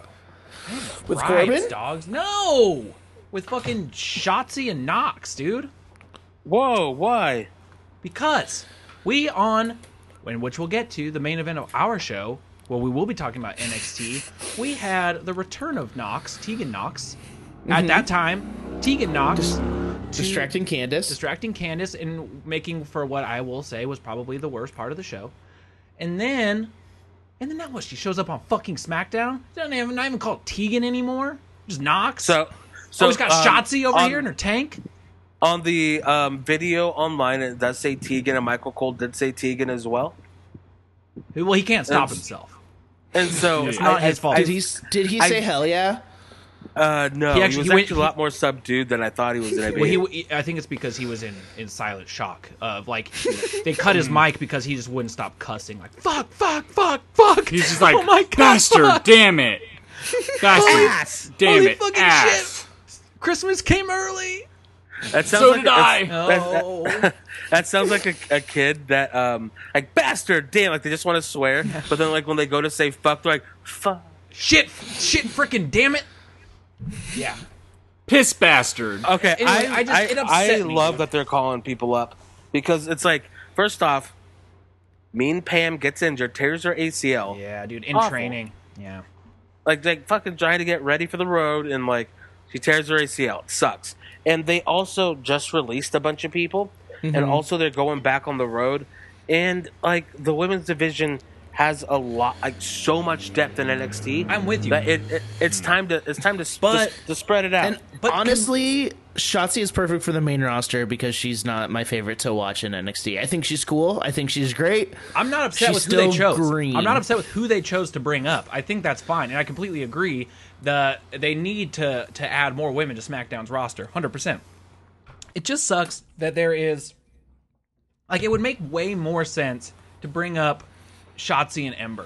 S4: I have
S3: With
S4: gripes,
S3: Corbin?
S4: dogs. No, with fucking Shotzi and Knox, dude.
S5: Whoa, why?
S4: because we on and which we'll get to the main event of our show where we will be talking about NXT. We had the return of Knox, Tegan Knox. At that time, Tegan Knox to-
S3: Distracting Candace.
S4: distracting Candice and making for what I will say was probably the worst part of the show. And then, and then that was she shows up on fucking SmackDown. Doesn't even not even called Tegan anymore. Just Knox.
S5: So, so
S4: so Oh, he's got
S5: um,
S4: Shotzi over
S5: on-
S4: here in her tank.
S5: on the um, video online. It does say Tegan, and Michael Cole did say Tegan as well.
S4: Well, he can't stop
S5: That's-
S4: himself.
S5: And so
S4: It's not
S5: um, I-
S4: his
S5: I-
S4: fault.
S5: I-
S3: did he s- did he
S5: I-
S3: say hell yeah?
S5: uh, no,
S4: He
S5: he,
S4: actually-
S5: was
S4: he went-
S5: actually a lot more subdued than I thought he was going to be.
S4: Well, he, he- I think it's because he was in, in silent shock of like they cut his mic because he just wouldn't stop cussing like fuck, fuck, fuck, fuck.
S6: He's just like,
S4: oh my God,
S6: bastard,
S4: fuck.
S6: damn it, bastard, damn
S4: Holy
S6: it,
S4: fucking
S6: ass.
S4: Christmas came early.
S5: that sounds
S6: So
S5: like
S6: did
S5: a-
S6: I.
S4: Oh,
S5: That sounds like a, a kid that um like bastard, damn, like they just want to swear, but then like when they go to say fuck, they're like fuck.
S4: shit, shit, freaking damn it. Yeah,
S6: piss bastard.
S4: Uh-huh.
S5: Okay,
S4: Anyway,
S5: I
S4: I
S5: I,
S4: just-
S5: I,
S4: it upset me.
S5: love that they're calling people up because it's like first off, mean Pam gets injured, tears her ACL,
S4: yeah, dude. In
S5: Awful.
S4: training. Yeah.
S5: like like fucking trying to get ready for the road, and like she tears her ACL. It sucks. And they also just released a bunch of people, and
S4: Mm-hmm.
S5: also they're going back on the road, and like the women's division has a lot, like so much depth in NXT.
S4: I'm with you.
S5: That it, it it's time to it's time to s-
S4: But-
S5: to, to spread it out.
S3: And
S4: But can-
S3: honestly, Shotzi is perfect for the main roster because she's not my favorite to watch in NXT. I think she's cool. I think she's great.
S4: I'm not upset
S3: She's
S4: with who they
S3: still
S4: chose.
S3: green.
S4: I'm not upset with who they chose to bring up. I think that's fine, and I completely agree. The they need to to add more women to SmackDown's roster, hundred percent. It just sucks that there is, like, it would make way more sense to bring up Shotzi and Ember.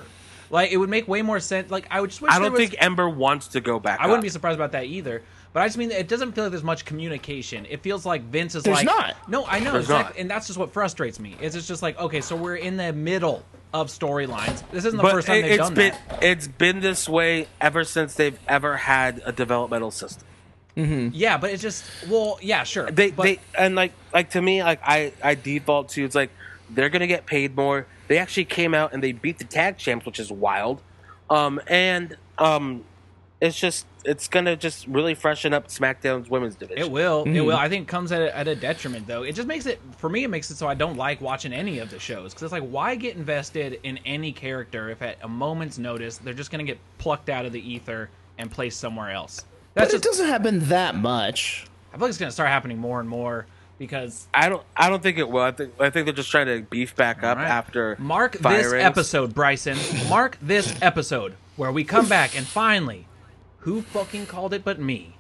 S4: Like, it would make way more sense. Like, I would just wish
S5: I don't
S4: there was-
S5: think Ember wants to go back.
S4: I wouldn't
S5: up.
S4: be surprised about that either. But I just mean that it doesn't feel like there's much communication. It feels like Vince is
S3: There's
S4: like,
S3: not.
S4: no, I know,
S5: There's
S4: exactly,
S5: not.
S4: and that's just what frustrates me. Is it's just like, okay, so we're in the middle of storylines. This isn't the
S5: But
S4: first time
S5: it,
S4: they've
S5: has
S4: done
S5: been
S4: that.
S5: it's been this way ever since they've ever had a developmental system.
S4: Yeah, but it's just, well, yeah, sure.
S5: they
S4: but,
S5: they and like like to me like I I default to it's like they're gonna get paid more. They actually came out and they beat the tag champs, which is wild. Um and um, it's just it's gonna just really freshen up SmackDown's women's division.
S4: it will,
S5: Mm-hmm.
S4: it will. I think it comes at a, at a detriment though. It just makes it for me. It makes it so I don't like watching any of the shows because it's like, why get invested in any character if at a moment's notice they're just gonna get plucked out of the ether and placed somewhere else? That's
S3: but
S4: just
S3: it doesn't happen that much.
S4: I feel like it's gonna start happening more and more because
S5: I don't I don't think it will. I think I think they're just trying to beef back up
S4: All right.
S5: after
S4: mark this
S5: firings.
S4: episode, Bryson. Mark this episode where we come back and finally, who fucking called it but me?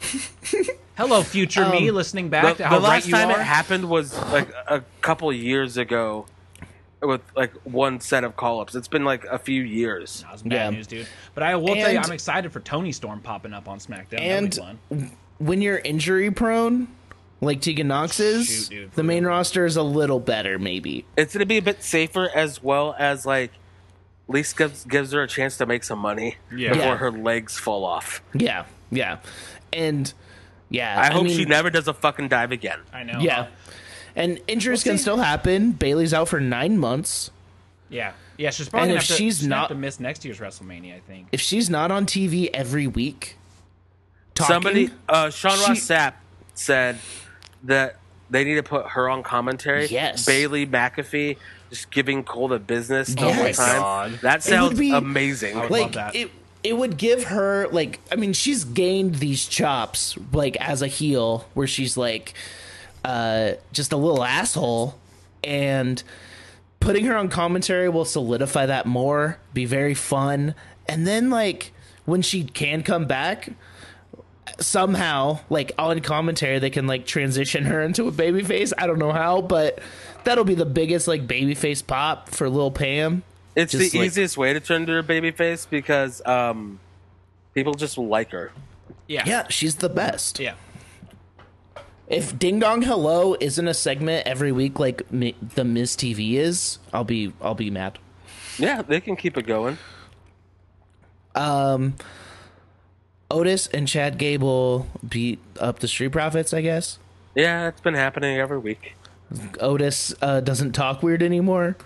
S4: Hello, future
S3: Um,
S4: me, listening back
S5: The,
S4: to how
S5: the last
S4: right you
S5: time
S4: are.
S5: it happened was like a couple years ago, with like one set of call ups. It's been like a few years.
S4: That was bad
S3: Yeah.
S4: news, dude. But I will tell you,
S3: And-
S4: I'm excited for Tony Storm popping up on SmackDown. That'll be fun.
S3: And when you're injury prone, like Tegan Knox is,
S4: Shoot, dude.
S3: the main roster is a little better, maybe.
S5: it's going to be a bit safer as well as like least gives gives her a chance to make some money
S6: Yeah.
S5: before
S3: Yeah.
S5: her legs fall off.
S3: Yeah, yeah, and yeah.
S5: I, hope
S3: mean,
S5: she never does a fucking dive again.
S4: I know.
S3: Yeah, and injuries
S4: We'll
S3: can
S4: see.
S3: still happen. Bailey's out for nine months.
S4: Yeah. Yeah. She's
S3: And
S4: probably gonna
S3: if
S4: have to,
S3: she's
S4: she's gonna have
S3: not-
S4: to miss next year's WrestleMania. I think.
S3: If she's not on TV every week, talking,
S5: Somebody, uh, Sean
S3: She-
S5: Ross Sapp said that they need to put her on commentary.
S3: Yes.
S5: Bailey McAfee just giving Cole the business the
S3: Oh
S5: whole
S3: my
S5: time.
S6: God.
S5: That sounds
S3: be-
S5: amazing.
S4: love
S3: like
S4: that.
S3: it it would give her like i mean she's gained these chops like as a heel where she's like uh just a little asshole and putting her on commentary will solidify that more be very fun and then like when she can come back somehow like on commentary they can like transition her into a baby face i don't know how but that'll be the biggest like baby face pop for lil pam
S5: It's
S3: Just
S5: the
S3: like-
S5: easiest way to turn to a baby face because um, people just like her.
S4: Yeah.
S3: yeah she's the best
S4: Yeah.
S3: If Ding Dong Hello isn't a segment every week like Mi- the Miz TV is, I'll be I'll be mad.
S5: Yeah, they can keep it going.
S3: Otis and Chad Gable beat up the Street Profits, I guess.
S5: Yeah, it's been happening every week.
S3: Otis uh, doesn't talk weird anymore.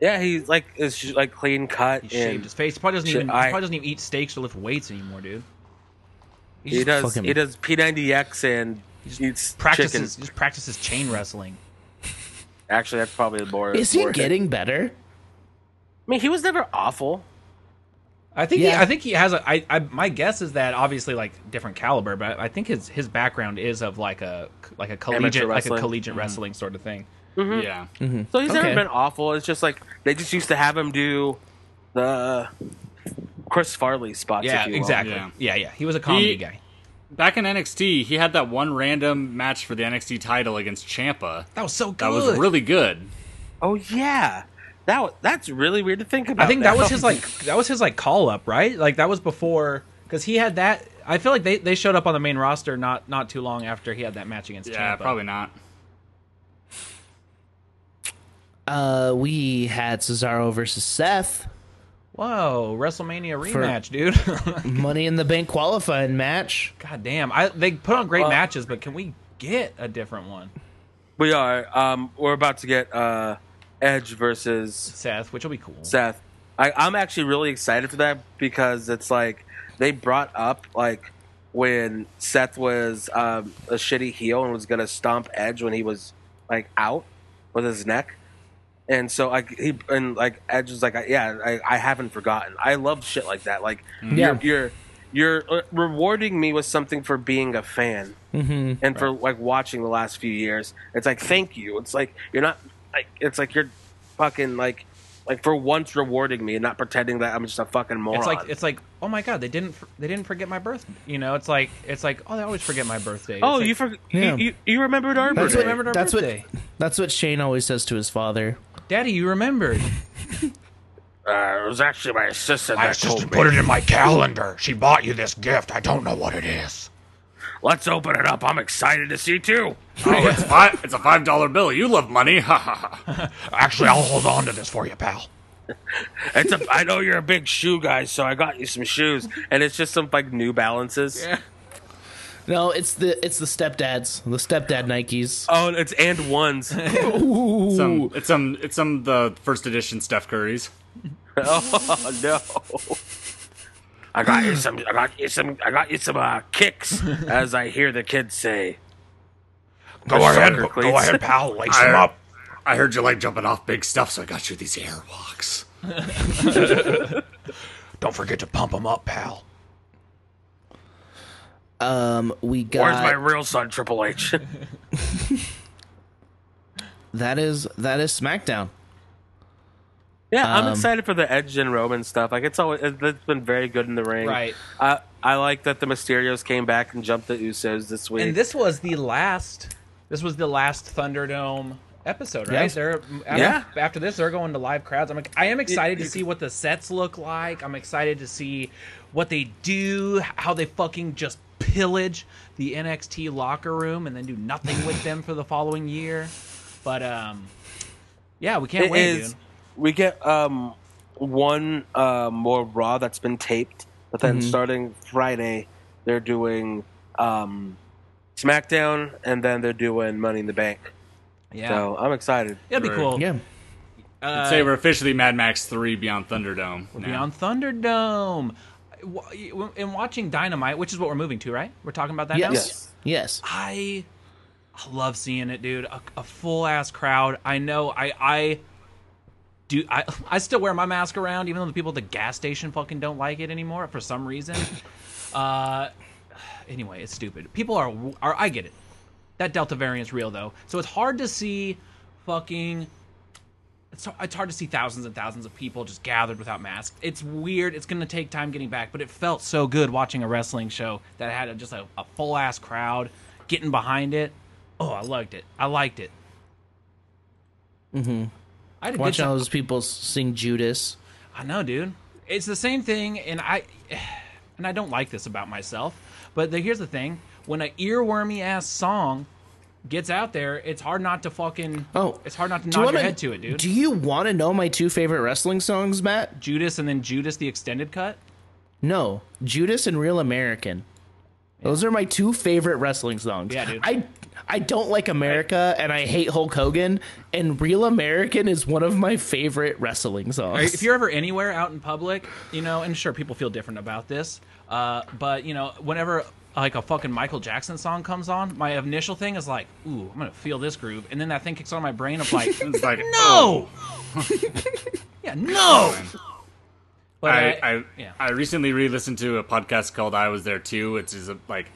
S5: Yeah, he's like is sh- like clean cut
S4: He
S5: and
S4: shaved his face. He probably doesn't
S5: Shit,
S4: even. he
S5: I-
S4: probably doesn't even eat steaks or lift weights anymore, dude.
S5: he does
S3: fucking-
S5: he does P90X and eats chicken.
S4: Practices. Just practices chain wrestling.
S5: Actually, that's probably more.
S3: Is he
S5: more-
S3: getting better?
S5: I mean, he was never awful.
S4: I think
S3: Yeah.
S4: he, I think he has a I, I my guess is that obviously like different caliber, but I think his his background is of like a like a collegiate like a
S5: wrestling.
S4: collegiate
S6: Mm-hmm.
S4: wrestling sort of thing.
S6: Yeah.
S5: So he's
S3: Okay.
S5: never been awful. It's just like they just used to have him do the Chris Farley spots.
S4: Yeah,
S5: if you will.
S4: exactly. Yeah.
S6: yeah.
S4: yeah, He was a comedy
S6: He-
S4: guy.
S6: Back in NXT, he had that one random match for the NXT title against Champa.
S4: That was so good.
S6: That was really good.
S5: Oh yeah, that was, that's really weird to think about.
S4: I think that
S5: now.
S4: was his like that was his like call up, right? Like that was before because he had that. I feel like they, they showed up on the main roster not not too long after he had that match against.
S6: Yeah,
S4: Ciampa.
S6: probably not.
S3: Uh, we had Cesaro versus Seth,
S4: Whoa, WrestleMania rematch, dude.
S3: Money in the Bank qualifying match.
S4: God damn, I they put on great matches, but can we get a different one,
S5: we are. Um, we're about to get uh, Edge versus
S4: Seth? Which will be cool.
S5: Seth. I, I'm actually really excited for that because it's like they brought up like when Seth was um, a shitty heel and was gonna stomp Edge when he was like out with his neck, and so like he and like Edge was like, yeah, I, I haven't forgotten. I love shit like that. Like
S4: Mm-hmm.
S3: Yeah.
S5: you're you're uh, rewarding me with something for being a fan and for like watching the last few years. It's like thank you. It's like you're not like it's like you're fucking like like for once rewarding me and not pretending that I'm just a fucking moron.
S4: It's like it's like oh my god, they didn't f- they didn't forget my birth. You know, it's like it's like oh they always forget my birthday. It's
S5: oh,
S4: like,
S5: you forgot
S3: Yeah.
S5: you, you you remembered our
S3: That's
S5: birthday.
S4: what- remembered our
S3: that's
S4: birthday.
S3: what that's what Shane always says to his father.
S4: daddy, you remembered.
S5: uh, it was actually my assistant
S1: My
S5: that told
S1: assistant
S5: me.
S1: put it in my calendar. She bought you this gift. I don't know what it is.
S5: Let's open it up. I'm excited to see too.
S6: Oh, it's five. It's a five dollar bill. You love money. Ha ha ha.
S1: Actually, I'll hold on to this for you, pal.
S5: It's a, I know you're a big shoe guy, so I got you some shoes, and it's just some like New Balances.
S3: No, it's the it's the stepdads, the stepdad Nikes.
S5: Oh, and it's and ones.
S6: Some, it's some. It's some. of The first edition Steph Curry's.
S5: Oh no. I got you some. I got you some. I got you some uh, kicks, as I hear the kids say.
S1: Go
S5: They're
S1: ahead, bu-
S5: soccer
S1: go
S5: cleats.
S1: ahead, pal. Lace them
S6: I-
S1: up.
S6: I heard you like jumping off big stuff, so I got you these airwalks.
S1: Don't forget to pump them up, pal.
S3: Um, we got
S5: Where's my real son, Triple H?
S3: that is that is SmackDown.
S5: yeah, I'm excited for the Edge and Roman stuff. Like it's always it's been very good in the ring.
S4: Right.
S5: I I like that the Mysterios came back and jumped the Usos this week.
S4: And this was the last. This was the last Thunderdome episode, right?
S3: Yes.
S4: They're um, after,
S5: Yeah.
S4: after this, they're going to live crowds. I'm like, I am excited to see what the sets look like. I'm excited to see what they do, how they fucking just pillage the NXT locker room and then do nothing with them for the following year. But um, yeah, we can't
S5: It
S4: wait,
S5: is-
S4: dude.
S5: we get um one uh, more Raw that's been taped, but then starting Friday, they're doing um SmackDown, and then they're doing Money in the Bank.
S4: Yeah,
S5: So I'm excited.
S4: it'd be
S6: Right.
S4: cool.
S3: Yeah.
S6: I'd say we're officially Mad Max 3 Beyond Thunderdome. now.
S4: Beyond Thunderdome. W- In watching Dynamite, which is what we're moving to, right? We're talking about that now.
S3: Yes.
S5: Yes.
S3: Yes.
S4: I love seeing it, dude. A, a full ass crowd. I know. I I do. I I still wear my mask around, even though the people at the gas station fucking don't like it anymore for some reason. uh, anyway, it's stupid. People are are. I get it. That Delta variant's real though, so it's hard to see fucking. It's, it's hard to see thousands and thousands of people just gathered without masks. It's weird. It's gonna take time getting back, but it felt so good watching a wrestling show that had a, just a, a full ass crowd getting behind it. Oh, I liked it. I liked it. Mm-hmm. I had a good
S3: Mm-hmm. Watching
S4: time.
S3: all those people sing Judas.
S4: I know, dude. It's the same thing, and I and I don't like this about myself. But the, here's the thing: when an earwormy ass song gets out there, it's hard not to fucking.
S3: Oh,
S4: it's hard not to
S3: do you
S4: nod your
S3: wanna-
S4: head to it, dude.
S3: Do you want to know my two favorite wrestling songs, Matt?
S4: Judas and then Judas the extended cut.
S3: No, Judas and Real American. Those are my two favorite wrestling songs.
S4: Yeah, dude.
S3: I I don't like America and I hate Hulk Hogan and Real American is one of my favorite wrestling songs.
S4: If you're ever anywhere out in public, you know, and sure, people feel different about this, uh, but you know, whenever like a fucking Michael Jackson song comes on, my initial thing is like, "Ooh, I'm gonna feel this groove," and then that thing kicks on in my brain of like,
S6: It's like, oh,
S4: "No, yeah, no." But
S6: I, I,
S4: yeah.
S6: I recently re-listened to a podcast called "I Was There Too," which is uh, like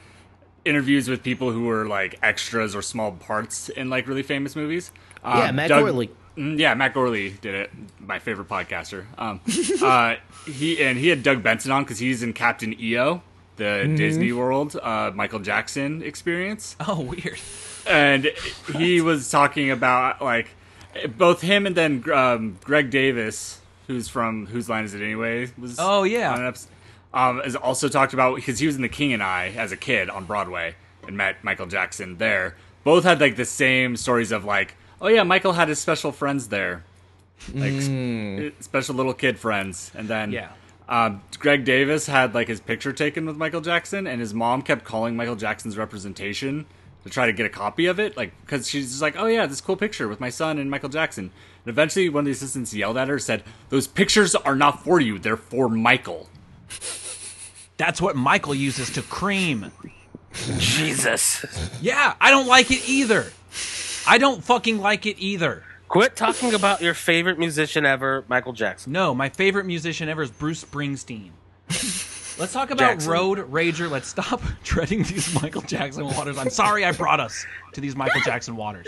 S6: interviews with people who were like extras or small parts in like really famous movies. Um,
S3: Yeah, Matt Gorley.
S6: Mm, Yeah, Matt Gorley did it. My favorite podcaster. Um, uh, he and he had Doug Benson on because he's in Captain EO, the
S4: Mm-hmm.
S6: Disney World uh, Michael Jackson experience
S4: oh, weird.
S6: and he was talking about like both him and then um, Greg Davis, who's from whose line is it anyway? Was
S4: Oh, yeah.
S6: on an episode, um, is also talked about because he was in The King and I as a kid on Broadway and met Michael Jackson there. Both had like the same stories of like, oh yeah, Michael had his special friends there, like s-
S3: Hmm.
S6: eh, special little kid friends, and then
S4: Yeah.
S6: Um, Greg Davis had like his picture taken with Michael Jackson, and his mom kept calling Michael Jackson's representation to try to get a copy of it, like because she's just like, "Oh yeah, this cool picture with my son and Michael Jackson." And eventually, one of the assistants yelled at her, said, "Those pictures are not for you; they're for Michael."
S4: That's what Michael uses to cream.
S5: Jesus.
S4: Yeah, I don't like it either. I don't fucking like it either.
S5: Quit talking about your favorite musician ever, Michael Jackson.
S4: No, my favorite musician ever is Bruce Springsteen. Let's talk about
S5: Jackson.
S4: Road Rager. Let's stop treading these Michael Jackson waters. I'm sorry I brought us to these Michael Jackson waters.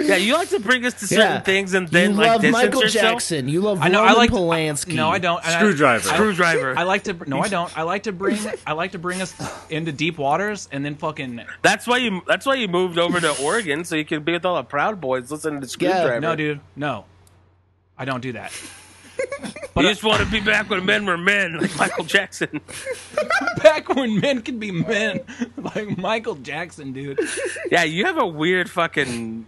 S5: Yeah, you like to bring us to certain
S3: Yeah.
S5: things and then
S3: you
S5: like
S3: love
S5: distance
S3: Michael
S5: yourself.
S3: Jackson. You love
S4: I know. I
S3: Roman
S4: like
S3: Polanski.
S4: no, I don't. And I-
S6: Screwdriver.
S4: I-
S5: Screwdriver.
S4: I like to. No, I don't. I like to bring. I like to bring us into deep waters and then fucking.
S5: That's why you. That's why you moved over to Oregon so you could be with all the Proud Boys listening to Screwdriver.
S4: No, dude. No, I don't do that.
S5: you just want to be back when men were men, like Michael Jackson.
S4: Back when men could be men, like Michael Jackson, dude.
S5: Yeah, you have a weird fucking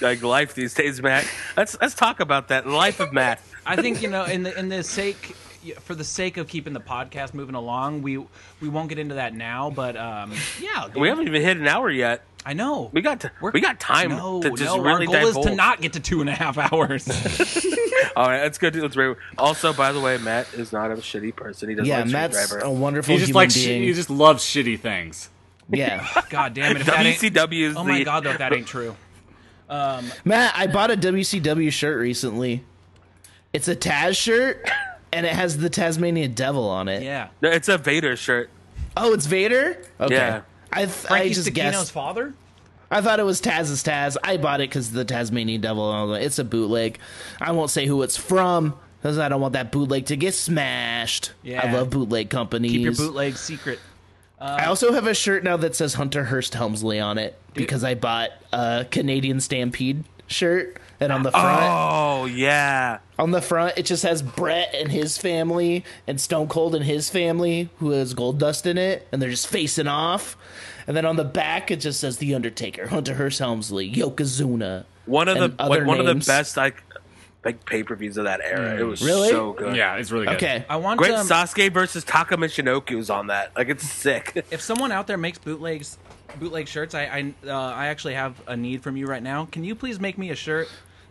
S5: like life these days, Matt. Let's let's talk about that life of Matt.
S4: I think you know, in the in the sake for the sake of keeping the podcast moving along, we we won't get into that now. But um, yeah,
S5: We haven't even hit an hour yet.
S4: I know
S5: We got to,
S4: We're-
S5: we got time
S4: No,
S5: to just
S4: no,
S5: really
S4: our goal is to
S5: divulge.
S4: not get to two and a half hours.
S5: All right, let's go do let's rate. Also, by the way, Matt is not a shitty person. He doesn't
S3: Yeah,
S5: like
S3: Matt's
S5: Screwdriver.
S3: a wonderful
S6: He just
S3: human
S6: likes sh-
S3: being.
S6: he just loves shitty things.
S3: yeah.
S4: God damn it! If that ain't,
S5: WCW is
S4: oh
S5: the
S4: my god, though, if that ain't true.
S3: Matt, I bought a WCW shirt recently. It's a Taz shirt and it has the Tasmanian devil on it.
S4: Yeah,
S5: No, it's a Vader shirt.
S3: Oh, it's Vader? Okay.
S5: Yeah.
S3: I, th- I
S4: Frankie
S3: just
S4: Stakino's
S3: guessed.
S4: father.
S3: I thought it was Taz's Taz. I bought it because the Tasmanian Devil. and all that. It's a bootleg. I won't say who it's from because I don't want that bootleg to get smashed.
S4: Yeah.
S3: I love bootleg companies.
S4: Keep your bootleg secret.
S3: I also have a shirt now that says Hunter Hearst Helmsley on it because I bought a Canadian Stampede shirt, and on the front,
S5: Oh yeah,
S3: on the front, it just has Brett and his family, and Stone Cold and his family, who has gold dust in it, and they're just facing off. And then on the back, it just says The Undertaker, Hunter Hearst Helmsley, Yokozuna.
S5: one of the
S3: And other
S5: one, one of the
S3: names.
S5: best like like pay per views of that era.
S4: Mm.
S5: It was
S3: Really?
S5: so good.
S6: Yeah, it's really good.
S3: Okay.
S4: I want
S5: Great
S4: um,
S5: Sasuke versus Takuma Shinoku was on that. Like it's sick.
S4: if someone out there makes bootlegs bootleg shirts i i, uh, I actually have a need from you right now can you please make me a shirt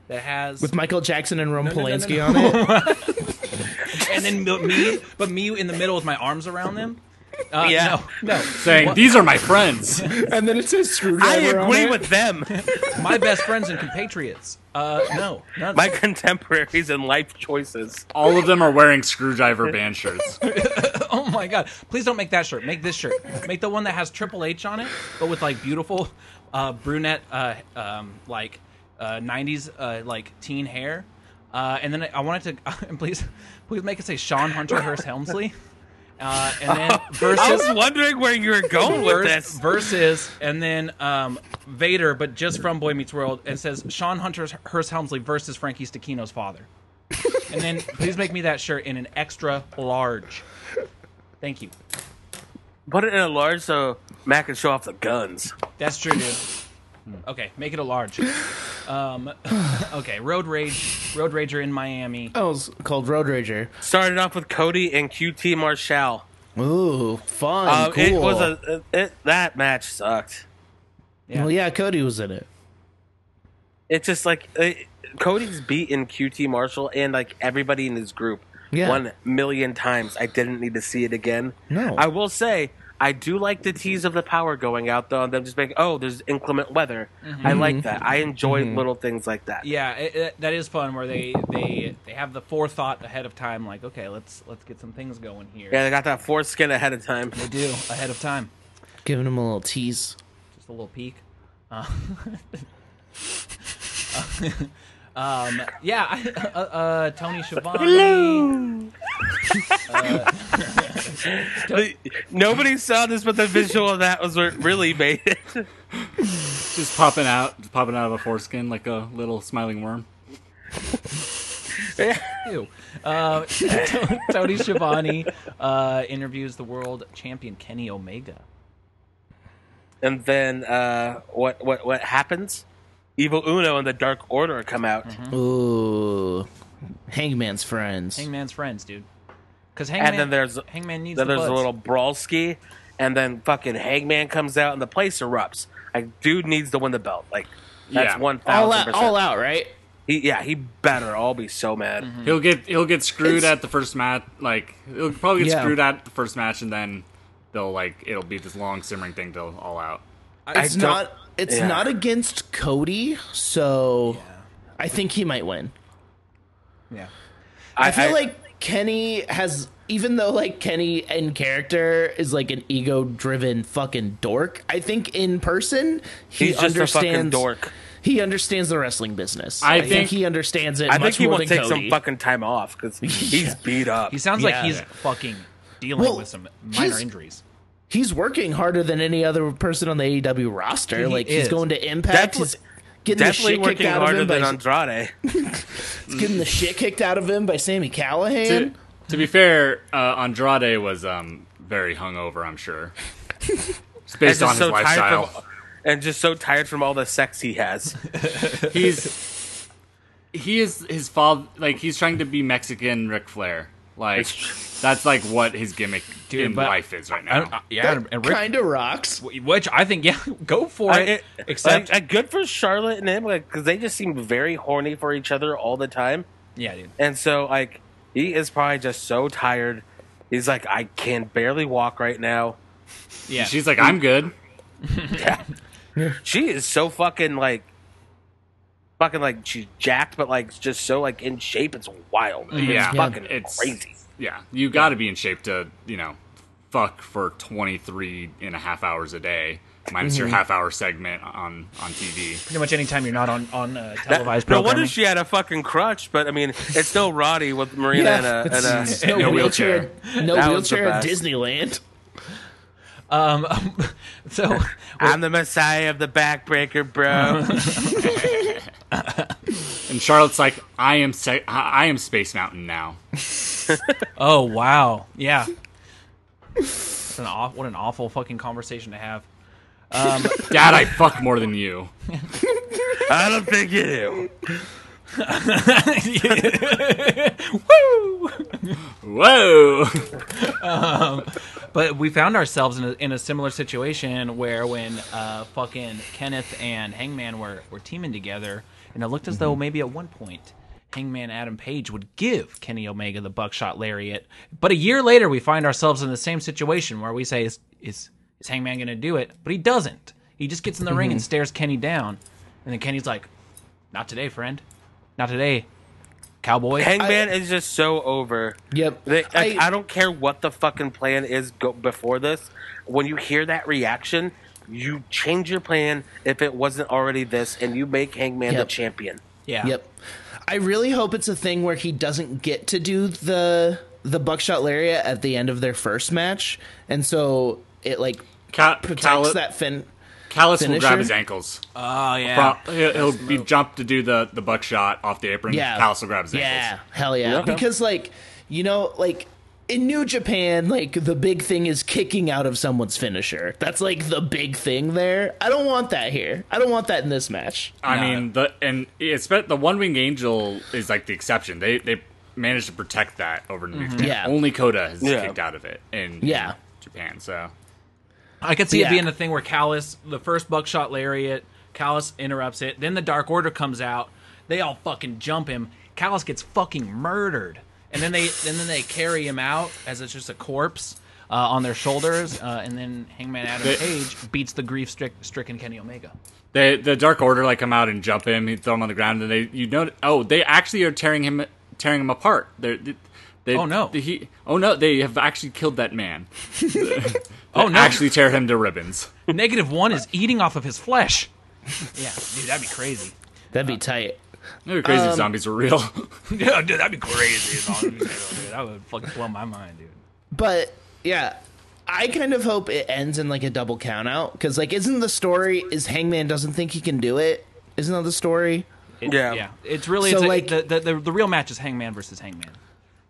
S4: that has
S3: With Michael Jackson and Rome
S4: no, no,
S3: Polanski
S4: no.
S3: on it.
S4: and then me- me but me in the middle with my arms around them uh,
S5: Yeah.
S4: no,
S6: Saying these are my friends.
S3: And then it says
S5: I
S3: screwdriver on
S5: agree
S3: it.
S5: with them.
S4: no my best friends and compatriots uh no not
S5: My contemporaries and life choices.
S6: All of them are wearing screwdriver band shirts.
S4: oh my god please don't make that shirt make this shirt make the one that has triple h on it but with like beautiful uh brunette uh um like uh 90s uh like teen hair uh and then i, I wanted to and please please make it say sean hunter hearst helmsley uh and then
S5: I
S4: versus
S5: was wondering where you were going with
S4: Vers-
S5: this.
S4: versus and then um, Vader, but just from Boy Meets World, and says Sean Hunter's Hearst Helmsley versus Frankie Stakino's father. and then please make me that shirt in an extra large. Thank you.
S5: Put it in a large so Mac can show off the guns.
S4: That's true, dude. Okay, make it a large. Um, okay, Road Rage, Road Rager in Miami.
S3: Oh, it's called Road Rager.
S5: Started off with Cody and QT Marshall.
S3: Ooh, fun,
S5: Uh,
S3: cool.
S5: It was a it, that match sucked.
S4: Yeah.
S3: Well, yeah, Cody was in it.
S5: It's just like it, Cody's beaten QT Marshall and like everybody in his group
S3: Yeah.
S5: one million times. I didn't need to see it again.
S3: No.
S5: I will say I do like the tease of the power going out though, and them just being oh, there's inclement weather. I like that.
S3: Mm-hmm.
S5: I enjoy little things like that.
S4: Yeah, it, it, that is fun where they, they they have the forethought ahead of time. Like, okay, let's let's get some things going here.
S5: Yeah, they got that foreskin ahead of time.
S4: They do ahead of time.
S3: Giving him a little tease.
S4: just a little peek. Uh, um, yeah, I, uh, uh, Tony Schiavone.
S5: Nobody saw this, but the visual of that was what really made it.
S6: Just popping out, just popping out of a foreskin like a little smiling worm.
S4: Ew. Uh, To- Tony Schiavone uh, interviews the world champion Kenny Omega.
S5: and then uh, what what what happens? Evil Uno and the Dark Order come out.
S3: Ooh, Hangman's friends.
S4: Hangman's friends, dude. Because Hangman,
S5: And then there's
S4: Hangman needs
S5: then
S4: the
S5: there's a
S4: butts.
S5: little brawl ski, and then fucking Hangman comes out and the place erupts. Like dude needs to win the belt. Like that's
S6: Yeah.
S5: one
S3: all
S5: thousand
S3: out,
S5: percent.
S3: all out, right?
S5: He, yeah, he better. I'll be so mad.
S6: He'll get he'll get screwed at the first match. Like he'll probably get
S3: Yeah.
S6: screwed at the first match, and then they'll like it'll be this long simmering thing till all out.
S3: It's
S5: don't-
S3: not. It's
S5: yeah.
S3: not against Cody, so I think he might win.
S4: yeah.
S3: I, feel like Kenny has, even though like Kenny in character is like an ego-driven fucking dork. I think in person he
S5: he's just a
S3: understands.
S5: fucking dork.
S3: He understands the wrestling business.
S6: I
S3: I, think,
S6: think-
S3: he understands it.
S5: I
S3: much
S5: think he
S3: more
S5: wants
S3: than
S5: to take
S3: Cody.
S5: some fucking time off because he's beat up.
S4: He sounds
S3: Yeah.
S4: like he's
S6: Yeah.
S4: fucking dealing
S3: Well,
S4: with some minor
S3: he's-
S4: injuries.
S3: he's working harder than any other person on the AEW roster.
S4: He
S3: like
S4: is.
S3: he's going to Impact.
S5: Definitely-
S3: he's getting the shit
S5: Definitely
S3: kicked
S5: working
S3: out of
S5: harder
S3: him by
S5: than Andrade.
S3: he's getting the shit kicked out of him by Sammy
S6: To,
S3: Callahan.
S6: to be fair, uh, Andrade was um, very hungover. I'm sure. Just
S5: And
S6: based on his
S5: just so tired
S6: lifestyle,
S5: from, and just so tired from all the sex he has.
S6: he's he is his father. Like he's trying to be Mexican Ric Flair. Like that's like what his gimmick
S4: Dude,
S6: in
S4: but
S6: life is right
S4: I
S6: now.
S4: don't, uh, yeah, and Rick,
S3: Kind of rocks.
S4: which I think, yeah, go for
S5: I-
S4: it.
S5: it-
S4: except,
S5: like, uh, good for Charlotte and him, like because they just seem very horny for each other all the time,
S4: yeah, dude.
S5: and so like he is probably just so tired. He's like, I can barely walk right now.
S4: Yeah,
S6: She's like, I'm good.
S5: She is so fucking like, fucking like she's jacked, but like just so like in shape. It's wild.
S6: Yeah,
S5: it's fucking
S6: it's-
S5: crazy.
S6: Yeah, you got to be in shape to, you know, fuck for 23 and a half hours a day, minus
S3: Mm-hmm.
S6: your half hour segment on, on TV.
S4: pretty much anytime you're not on on uh,
S5: That,
S4: televised
S5: no
S4: programming.
S5: wonder she had a fucking crutch, but I mean, it's still Roddy with Marina
S3: Yeah,
S5: and a, and a
S3: it's-
S6: and a
S3: No
S5: That was the
S3: wheelchair at
S5: best.
S3: Disneyland.
S4: Um, um, so
S5: I'm the messiah of the backbreaker, bro.
S6: And Charlotte's like, I am se- I I am Space Mountain now.
S4: oh wow, yeah. It's an aw- what an awful fucking conversation to have.
S6: Dad, I fuck more than you.
S5: I don't think you do.
S4: Woo!
S6: Whoa!
S4: But we found ourselves in a, in a similar situation where when uh, fucking Kenneth and Hangman were, were teaming together, and it looked as though maybe at one point Hangman Adam Page would give Kenny Omega the buckshot lariat. But a year later, we find ourselves in the same situation where we say, is, is, is Hangman going to do it? But he doesn't. He just gets in the ring and stares Kenny down. And then Kenny's like, not today, friend. Not today, cowboy.
S5: Hangman is just so over.
S3: Yep.
S5: They, like, I,
S3: I-
S5: don't care what the fucking plan is go, before this. When you hear that reaction, you change your plan if it wasn't already this, and you make Hangman the
S3: Yep.
S5: champion.
S4: yeah.
S3: Yep. I really hope it's a thing where he doesn't get to do the the buckshot lariat at the end of their first match, and so it like
S6: Cal-
S3: protects
S6: Cal-
S3: that fin.
S6: Callus will
S3: Finisher? Uh,
S6: grab his ankles.
S4: Oh, yeah.
S6: Pro- he'll he'll be jumped to do the, the buckshot off the apron.
S3: Yeah,
S6: Callus will grab his
S3: Yeah,
S6: ankles.
S3: hell yeah.
S5: Okay.
S3: Because like you know, like in New Japan, like the big thing is kicking out of someone's finisher. That's like the big thing there. I don't want that here. I don't want that in this match.
S6: I mean, the and it's been- the one wing angel is like the exception. They they managed to protect that over New Japan.
S3: Yeah.
S6: Only Kota has
S5: Yeah.
S6: kicked out of it in
S3: Yeah.
S6: Japan. So
S4: I could see it
S3: Yeah.
S4: being the thing where Callus, the first buckshot lariat, Callus interrupts it. Then the Dark Order comes out. They all fucking jump him. Callus gets fucking murdered, and then they and then they carry him out as it's just a corpse uh, on their shoulders. Uh, and then Hangman Adam
S6: They-
S4: Page beats the grief strick, stricken Kenny Omega.
S6: They, the Dark Order like come out and jump him, he throw him on the ground, and they you know oh they actually are tearing him tearing him apart. They're, they, they-
S4: Oh, no.
S6: he oh no they have actually killed that man.
S4: Oh no!
S6: actually tear him to ribbons.
S4: Negative one is eating off of his flesh. Yeah, dude, that'd be crazy.
S3: That'd be tight.
S6: They were crazy if zombies were real.
S4: Yeah, dude, that'd be crazy. dude, that would fucking blow my mind, dude.
S3: But yeah, I kind of hope it ends in like a double count out because like isn't the story is Hangman doesn't think he can do it? Isn't that the story?
S5: yeah.
S4: Yeah, it's really
S3: So,
S4: it's a-
S3: like-
S4: the, the, the the real match is Hangman versus Hangman.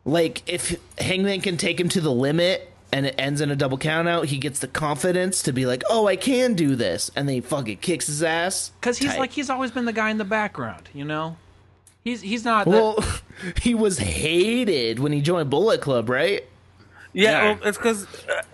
S3: Like if Hangman can take him to the limit and it ends in a double count out, he gets the confidence to be like, "Oh, I can do this," and then he fucking kicks his ass
S4: Because he's
S3: Tight.
S4: like he's always been the guy in the background, you know. He's he's not.
S3: Well, he was hated when he joined Bullet Club, right?
S5: Yeah,
S6: Yeah.
S5: well, it's because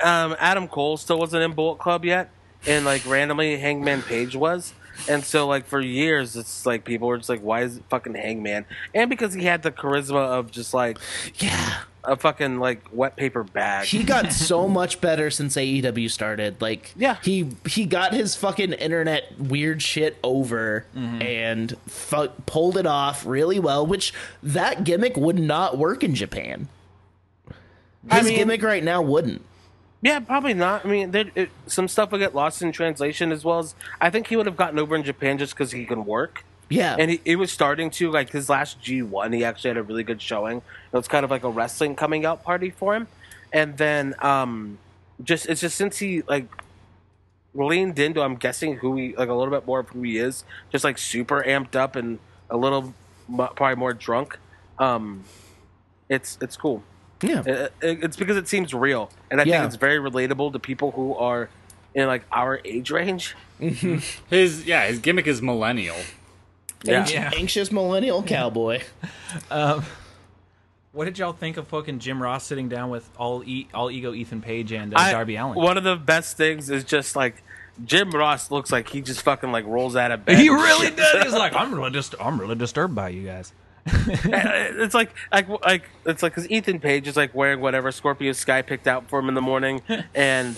S5: um, Adam Cole still wasn't in Bullet Club yet, and like randomly Hangman Page was, and so like for years it's like people were just like, why is it fucking Hangman? And because he had the charisma of just like
S3: Yeah.
S5: a fucking like wet paper bag.
S3: He got so much better since AEW started. Like,
S5: Yeah.
S3: he he got his fucking internet weird shit over
S5: Mm-hmm.
S3: and fu- pulled it off really well. Which that gimmick would not work in Japan. His
S5: mean-
S3: gimmick right now wouldn't.
S5: Yeah, probably not. I mean, there, it, some stuff will get lost in translation as well as I think he would have gotten over in Japan just because he can work.
S3: Yeah,
S5: And he, he was starting to like his last G one. He actually had a really good showing. It was kind of like a wrestling coming out party for him. And then um, just it's just since he like leaned into, I'm guessing who he like a little bit more of who he is, just like super amped up and a little mu- probably more drunk. Um, it's it's cool.
S3: yeah.
S5: It- Uh, it- it's because it seems real, and I
S3: Yeah.
S5: think it's very relatable to people who are in like our age range.
S6: his yeah his gimmick is millennial.
S5: Yeah,
S4: Yeah.
S3: Anxious millennial cowboy.
S4: what did y'all think of fucking Jim Ross sitting down with all e- all ego Ethan Page and uh,
S5: I-
S4: Darby Allen?
S5: One of the best things is just like Jim Ross looks like he just fucking like rolls out of bed.
S4: He really did. He's like, I'm really just I'm really disturbed by you guys.
S5: it's like like like it's like because Ethan Page is like wearing whatever Scorpio Sky picked out for him in the morning, and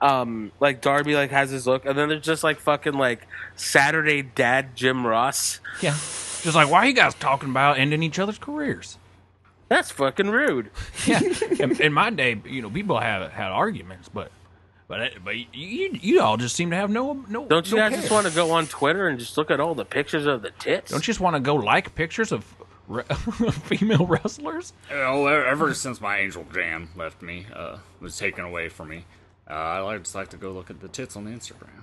S5: um like Darby like has his look, and then there's just like fucking like Saturday Dad Jim Ross.
S4: Yeah, just like why are you guys talking about ending each other's careers?
S5: That's fucking rude.
S4: Yeah, in, in my day, you know, people had had arguments, but but I- but you, you you all just seem to have no no.
S5: Don't you
S4: no
S5: guys just
S4: care.
S5: want to go on Twitter and just look at all the pictures of the tits?
S4: Don't you just want to go like pictures of re- female wrestlers?
S6: Oh, e- ever since my angel Jan left me, uh, was taken away from me, uh, I just like to go look at the tits on Instagram.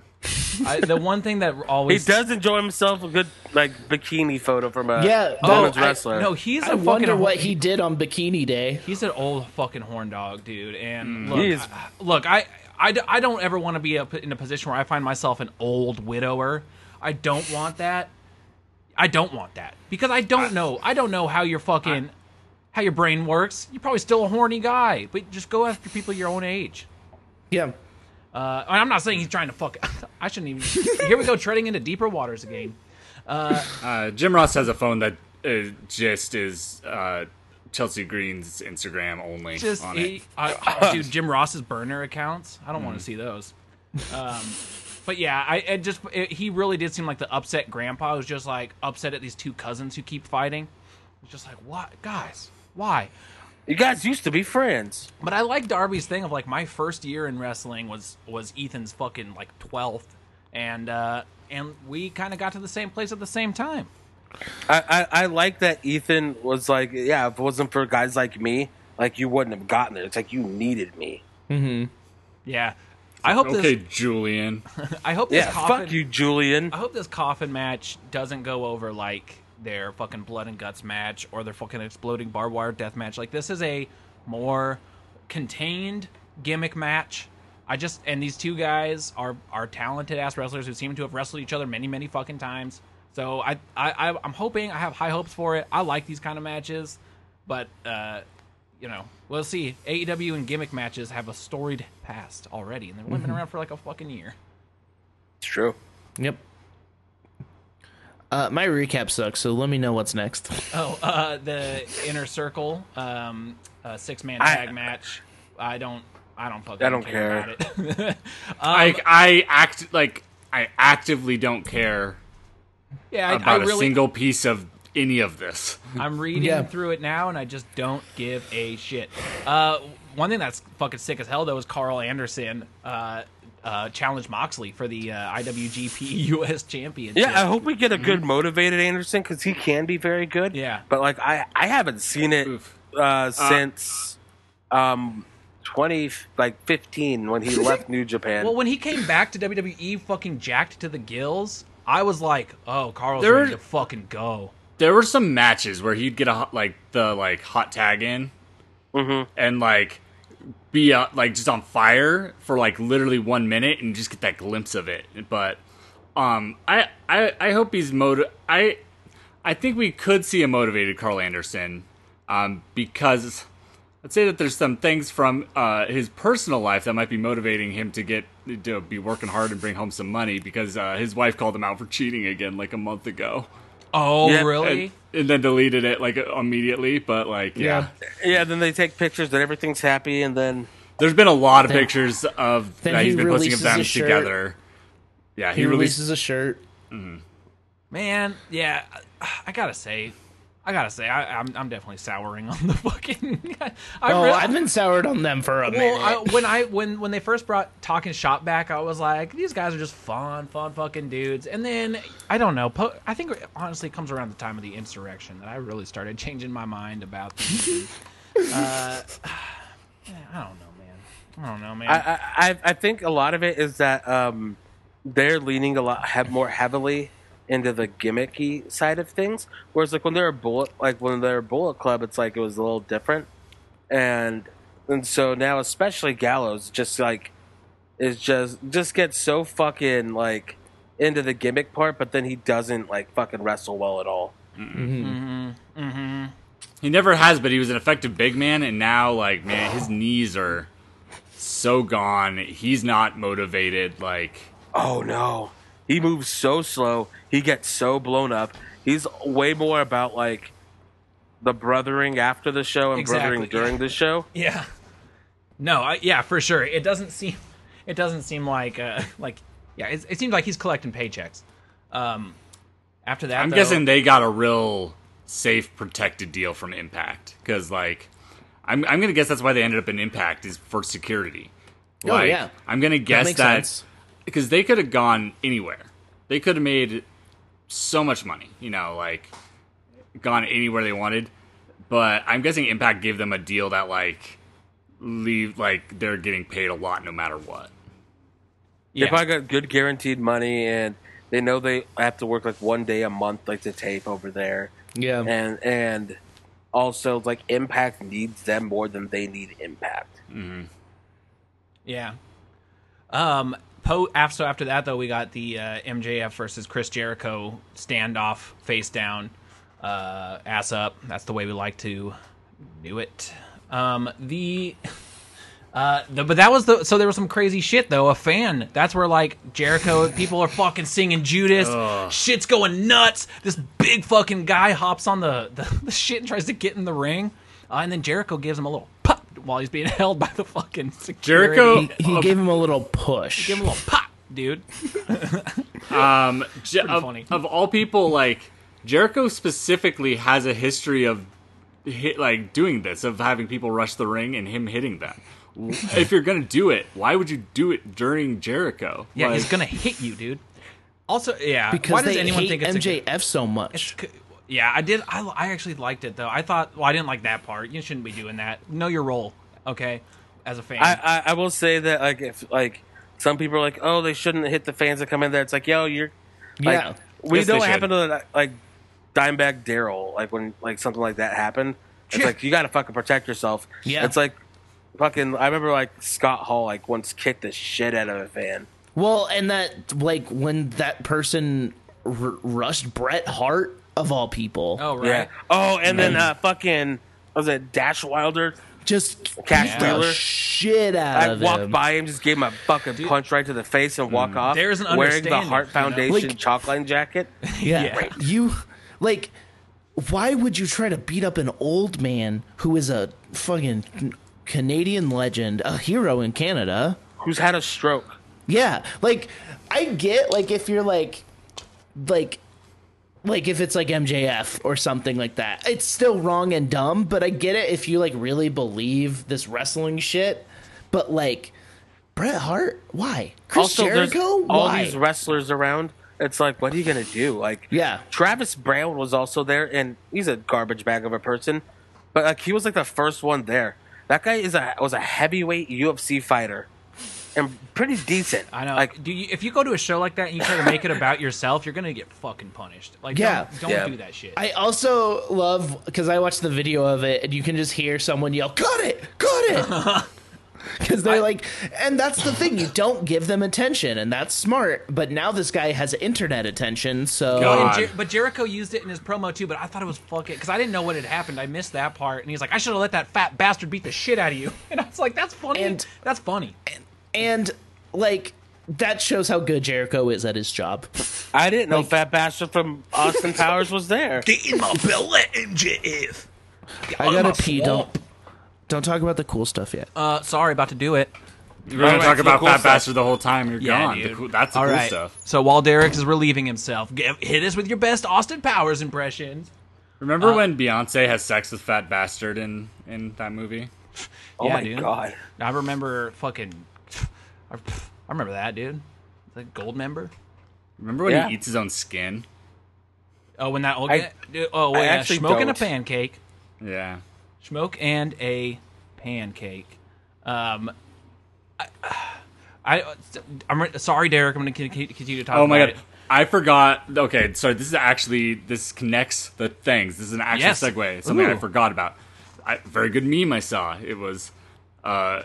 S4: I, the one thing that
S5: He
S4: always
S5: does enjoy himself a good like bikini photo from a
S3: Yeah,
S5: women's
S3: oh, I-
S5: wrestler.
S4: No, he's a
S3: I wonder
S4: fucking
S3: what he did on Bikini Day.
S4: he's an old fucking horn dog, dude.
S3: Hmm.
S4: And look,
S5: He is-
S4: I, look, I, I, d- I don't ever want to be up in a position where I find myself an old widower. I don't want that. I don't want that because I don't know. I don't know how your fucking how your brain works. You're probably still a horny guy, but just go after people your own age.
S3: Yeah.
S4: Uh, I'm not saying he's trying to fuck. I shouldn't even. Here we go, treading into deeper waters again.
S6: Uh, Jim Ross has a phone that uh, just is uh, Chelsea Green's Instagram only
S4: Just
S6: on
S4: he,
S6: it.
S4: I, I- dude, Jim Ross's burner accounts. I don't want to see those. Um, but yeah, I it just it, he really did seem like the upset grandpa who's just like upset at these two cousins who keep fighting. It's just like what guys, why?
S5: You guys used to be friends.
S4: But I like Darby's thing of like my first year in wrestling was was Ethan's fucking like twelfth, and uh, and we kind of got to the same place at the same time.
S5: I, I, I like that Ethan was like, yeah, if it wasn't for guys like me, like you wouldn't have gotten there. It's like you needed me.
S4: Yeah, I hope
S6: Okay,
S4: this.
S6: Julian.
S4: I hope this
S5: Yeah,
S4: coffin.
S5: fuck you, Julian.
S4: I hope this coffin match doesn't go over like their fucking blood and guts match or their fucking exploding barbed wire death match. Like this is a more contained gimmick match. I just and these two guys are are talented ass wrestlers who seem to have wrestled each other many many fucking times. So I I, I I'm hoping I have high hopes for it. I like these kind of matches, but uh, you know we'll see. AEW and gimmick matches have a storied past already, and they've only been around for like a fucking year.
S5: It's true.
S3: Yep. Uh, my recap sucks, so let me know what's next.
S4: Oh, uh, the inner circle, um, uh, six man
S5: I-
S4: tag match. I don't, I don't fucking.
S5: I don't
S4: care. About it.
S6: I
S4: Um,
S6: I act like I actively don't care
S4: yeah, I, I
S6: about a
S4: really,
S6: single piece of any of this.
S4: I'm reading
S3: Yeah.
S4: through it now, and I just don't give a shit. Uh, one thing that's fucking sick as hell though is Carl Anderson uh, uh, challenged Moxley for the uh, IWGP US Championship.
S5: Yeah, I hope we get a good motivated Anderson because he can be very good.
S4: Yeah.
S5: but like I, I haven't seen it
S6: Oof.
S5: uh, since um twenty like fifteen when he left New Japan.
S4: Well, when he came back to WWE, fucking jacked to the gills, I was like, oh, Carl's
S6: There-
S4: ready to fucking go.
S6: There were some matches where he'd get a hot- like the like hot tag in, and like be uh, like just on fire for like literally one minute and just get that glimpse of it. But um, I I I hope he's motiv. I I think we could see a motivated Carl Anderson, um, because I'd say that there's some things from uh, his personal life that might be motivating him to get to be working hard and bring home some money because uh, his wife called him out for cheating again like a month ago.
S4: Oh,
S5: Yeah,
S4: really?
S6: And, and then deleted it like immediately, but like yeah.
S5: yeah, then they take pictures that everything's happy, and then
S6: There's been a lot of pictures of
S3: then
S6: that he's
S3: he
S6: been posting of
S3: releases
S6: them
S3: his shirt.
S6: together. Yeah, he,
S3: He
S6: released
S3: releases a shirt.
S4: Man, yeah, I, I gotta say, I gotta say, I, I'm I'm definitely souring on the fucking. I
S3: Oh,
S4: really-
S3: I've been soured on them for a minute.
S4: well, I, when I when when they first brought Talking Shop back, I was like, these guys are just fun, fun fucking dudes. And then I don't know. Po- I think it honestly comes around the time of the insurrection that I really started changing my mind about. Them. uh, I don't know, man. I don't know, man.
S5: I, I, I- I think a lot of it is that um they're leaning a lot have more heavily into the gimmicky side of things, whereas like when they're a bullet like when they're a Bullet Club, it's like it was a little different, and and so now especially Gallows just like is just just gets so fucking like into the gimmick part, but then he doesn't like fucking wrestle well at all.
S6: He never has, but he was an effective big man, and now like man, his knees are so gone. He's not motivated. Like
S5: oh no he moves so slow he gets so blown up he's way more about like the brothering after the show and
S4: Exactly.
S5: brothering during the show
S4: Yeah. No, I, yeah, for sure. It doesn't seem, it doesn't seem like, uh, like, yeah, it, it seems like he's collecting paychecks. Um, after that,
S6: I'm
S4: though-
S6: guessing they got a real safe, protected deal from Impact because like I'm I'm gonna guess that's why they ended up in Impact is for security.
S3: Oh,
S6: Like,
S3: yeah.
S6: I'm gonna guess
S3: makes
S6: that
S3: sense.
S6: because they could have gone anywhere. They could have made so much money, you know, like gone anywhere they wanted. But I'm guessing Impact gave them a deal that like leave like they're getting paid a lot no matter what.
S5: they
S4: yeah.
S5: probably got good guaranteed money and they know they have to work like one day a month like to tape over there
S3: yeah.
S5: and and also like impact needs them
S4: Mm.
S5: more than they need impact
S4: yeah. Um, Po- after, so after that, though, we got the uh, MJF versus Chris Jericho standoff, face down, uh, ass up. That's the way we like to do it. Um, the uh, the, but that was the so there was some crazy shit though. A fan. That's where like Jericho people are fucking singing Judas. Shit's going nuts. This big fucking guy hops on the, the, the shit and tries to get in the ring, uh, and then Jericho gives him a little pop while he's being held by the fucking security.
S6: Jericho-
S3: He, he
S6: Oh.
S3: gave him a little push.
S4: give him a little pop, dude.
S6: Um, Je- of,
S4: funny.
S6: of all people, like Jericho specifically has a history of hit, like doing this, of having people rush the ring and him hitting them. W- if you're gonna do it, why would you do it during Jericho?
S4: Yeah,
S6: like,
S4: he's gonna hit you, dude. Also, yeah.
S3: because
S4: why does
S3: they
S4: anyone
S3: hate
S4: think it's a
S3: MJF so much.
S4: C- Yeah, I did. I, I actually liked it though. I thought, well, I didn't like that part. You shouldn't be doing that. Know your role, okay? As a fan,
S5: I, I, I will say that like if like some people are like, oh, they shouldn't hit the fans that come in there. It's like, yo, you're like,
S3: yeah.
S5: we
S6: Yes,
S5: know
S6: they
S5: what
S6: should.
S5: happened to the, like Dimebag Daryl, like when like something like that happened. It's
S4: Yeah.
S5: like you got to fucking protect yourself.
S3: Yeah.
S5: it's like fucking. I remember like Scott Hall like once kicked the shit out of a fan.
S3: Well, and that like when that person r- rushed Bret Hart of all people,
S4: oh right.
S5: Yeah. Oh, and then uh, fucking what was it Dash Wilder?
S3: just
S5: Cash
S3: beat the
S5: Wheeler.
S3: shit out
S5: I
S3: of
S5: walked
S3: him.
S5: by him, just gave him a fucking punch right to the face, and walk off.
S4: There's an
S5: wearing the
S4: understanding,
S5: Heart
S4: you know?
S5: Foundation
S3: Like-
S5: chalkline jacket.
S3: Yeah.
S4: Yeah.
S3: You like why would you try to beat up an old man who is a fucking Canadian legend, a hero in Canada?
S5: Who's had a stroke?
S3: Yeah. Like I get like if you're like like like if it's like MJF or something like that. It's still wrong and dumb, but I get it if you like really believe this wrestling shit. But like Bret Hart, why? Chris
S5: there's
S3: Jericho?
S5: all
S3: Why?
S5: these wrestlers around. It's like, what are you gonna do? Like,
S3: Yeah.
S5: Travis Brown was also there, and he's a garbage bag of a person, but like he was like the first one there. That guy is a was a heavyweight UFC fighter, and pretty decent.
S4: I know.
S5: Like,
S4: Like, do you, if you go to a show like that and you try to make it about yourself, you're gonna get fucking punished. Like,
S3: Yeah.
S4: don't, don't
S5: Yeah.
S4: do that shit.
S3: I also love because I watched the video of it, and you can just hear someone yell, "Cut it! Cut it!" Because they're like, and that's the thing—you don't give them attention, and that's smart. But now this guy has internet attention, so
S6: God.
S4: And Jer- but Jericho used it in his promo too. But I thought it was fucking because I didn't know what had happened. I missed that part, and he's like, "I should have let that fat bastard beat the shit out of you." And I was like, "That's funny.
S3: And-
S4: That's funny."
S3: and like that shows how good Jericho is at his job.
S5: I didn't know Fat Bastard from Austin Powers was there.
S1: Get in my belly, MJF.
S3: I gotta pee. Don't don't talk about the cool stuff yet.
S4: Uh, sorry, about to do it.
S6: we're gonna
S5: Alright,
S6: talk
S5: so
S6: about
S5: cool
S6: Fat
S5: stuff.
S6: Bastard Oh, the whole time. You're
S4: Yeah,
S6: gone. The
S4: dude.
S6: cool- that's the
S4: All
S6: cool
S4: right.
S6: stuff.
S4: So while Derek's is relieving himself, g hit us with your best Austin Powers impressions. Uh,
S6: Remember when Beyonce has sex with Fat Bastard in in that movie?
S5: Oh
S4: yeah,
S5: my
S4: dude.
S5: god!
S4: I remember fucking. I I remember that dude, the gold member.
S6: Remember when
S5: Yeah.
S6: he eats his own skin?
S4: Oh, when that old
S5: I-
S4: guy. Oh,
S5: I
S4: yeah,
S5: actually
S4: smoking a
S5: don't.
S4: pancake.
S6: Yeah.
S4: Smoke and a pancake. Um, I, I I'm re- sorry, Derek. I'm going to continue to talk.
S6: Oh my
S4: about
S6: god.
S4: it.
S6: I forgot. Okay, so this is actually this connects the things. This is an actual
S4: Yes.
S6: segue. It's Something I
S4: Ooh.
S6: forgot about. I, very good meme I saw. It was, uh,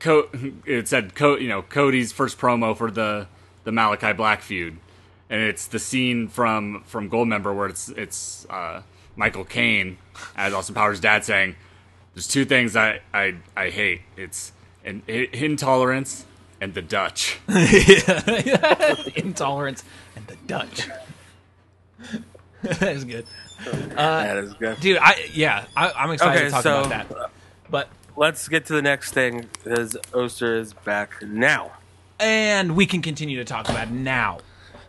S6: Co- it said Co- you know Cody's first promo for the the Malachi Black feud, and it's the scene from from Goldmember where it's it's uh, Michael Caine as Austin Powers' dad saying, "There's two things I I, I hate. It's an, intolerance and the Dutch."
S4: Uh, Intolerance and the Dutch. that is good,
S5: that is good.
S4: dude. I yeah, I, I'm excited
S5: Okay,
S4: to talk
S5: so-
S4: about that. But
S5: Let's get to the next thing. Because Oster is back now.
S4: and we can continue to talk about it now.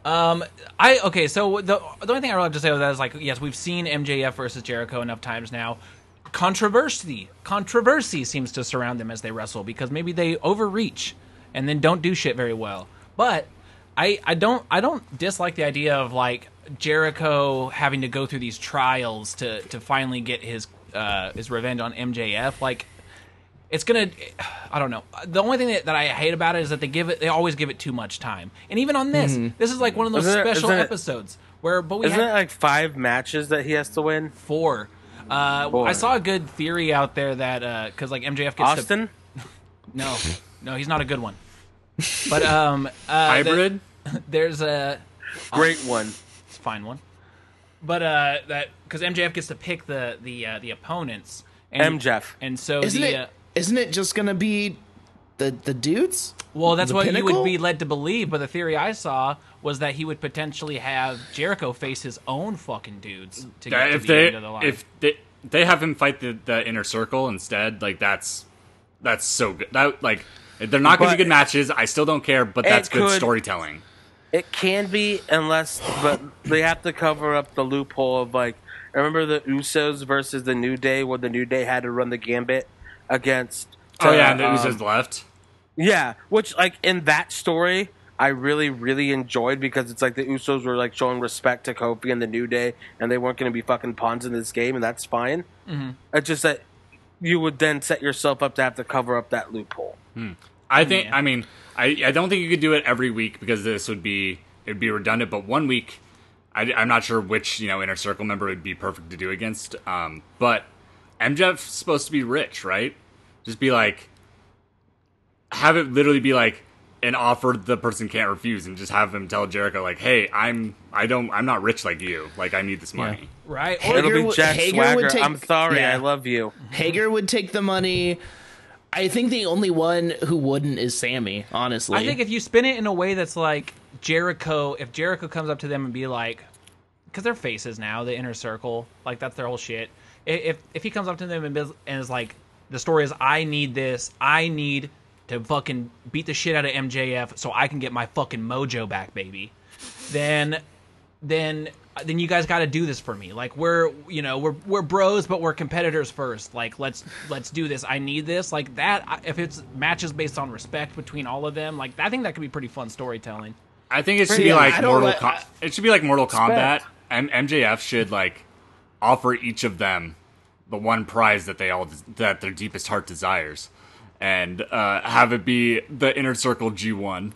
S4: Um, I okay. So the the only thing I really have to say about that is like, yes, we've seen MJF versus Jericho enough times now. Controversy, controversy seems to surround them as they wrestle because maybe they overreach and then don't do shit very well. But I, I don't, I don't dislike the idea of like Jericho having to go through these trials to to finally get his uh his revenge on MJF. Like it's gonna i don't know the only thing that, that i hate about it is that they give it they always give it too much time and even on this this is like one of those
S5: Mm-hmm. Isn't it-
S4: special
S5: isn't it-
S4: episodes where but we
S5: Isn't
S4: had
S5: it like five matches that he has to win?
S4: four uh,
S5: Four.
S4: I saw a good uh, theory out there that because like MJF gets to-
S5: Austin.
S4: no, no, he's not a good one. But um, uh, the-
S6: Hybrid.
S4: there's a
S5: Great one.
S4: it's a fine one. But uh, that because MJF gets to pick the the uh, the opponents. And,
S5: MJF.
S4: and so
S3: Isn't
S4: the
S3: it?
S4: uh,
S3: Isn't it just gonna be the the dudes?
S4: well, that's
S3: the
S4: what you
S3: pinnacle?
S4: would be led to believe. But the theory I saw was that he would potentially have Jericho face his own fucking dudes to get
S6: That-
S4: to
S6: if
S4: the
S6: they
S4: end of the line.
S6: if they they have him fight the, the inner circle instead, like that's that's so good. That like they're not going to
S5: But-
S6: be good matches. I still don't care, but that's good
S5: could-
S6: storytelling.
S5: It can be, unless, but they have to cover up the loophole of like, remember the Usos versus the New Day, where the New Day had to run the gambit against.
S4: uh,
S6: oh yeah, and it
S5: um,
S6: was just left.
S5: yeah. Which, like, in that story, I really, really enjoyed because it's like the Usos were like showing respect to Kofi and the New Day, and they weren't going to be fucking pawns in this game, and that's fine.
S6: Mm-hmm.
S5: It's just that you would then set yourself up to have to cover up that loophole.
S6: I think. I mean, I, I don't think you could do it every week because this would be it would be redundant. But one week, I, am not sure which you know inner circle member would be perfect to do against. Um, but MJF's supposed to be rich, right? Just be like, have it literally be like an offer the person can't refuse, and just have him tell Jericho like, "Hey, I'm I don't I'm not rich like you. Like I need this money."
S4: right?
S3: Hager
S5: It'll be
S3: would-
S5: Jack
S3: Hager would
S5: Swagger.
S3: take-
S5: I'm sorry,
S3: yeah.
S5: I love you.
S3: Hager would take the money. I think the only one who wouldn't is Sammy. Honestly,
S4: I think if you spin it in a way that's like Jericho, if Jericho comes up to them and be like, because they're faces now, the inner circle, like that's their whole shit. I- If if he comes up to them and, bus- and is like, the story is I need this, I need to fucking beat the shit out of MJF so I can get my fucking mojo back, baby. Then, then. Then you guys got to do this for me. Like we're, you know, we're we're bros, but we're competitors first. Like let's let's do this. I need this. Like that. I- If it's matches based on respect between all of them, like I think that could be pretty fun storytelling.
S6: I think it should
S3: Yeah,
S6: be
S3: I
S6: like
S3: don't
S6: Mortal.
S3: like-
S6: Com-
S3: I-
S6: it should be like Mortal Kombat. M- MJF should like offer each of them the one prize that they all that their deepest heart desires, and uh, have it be the inner circle G one.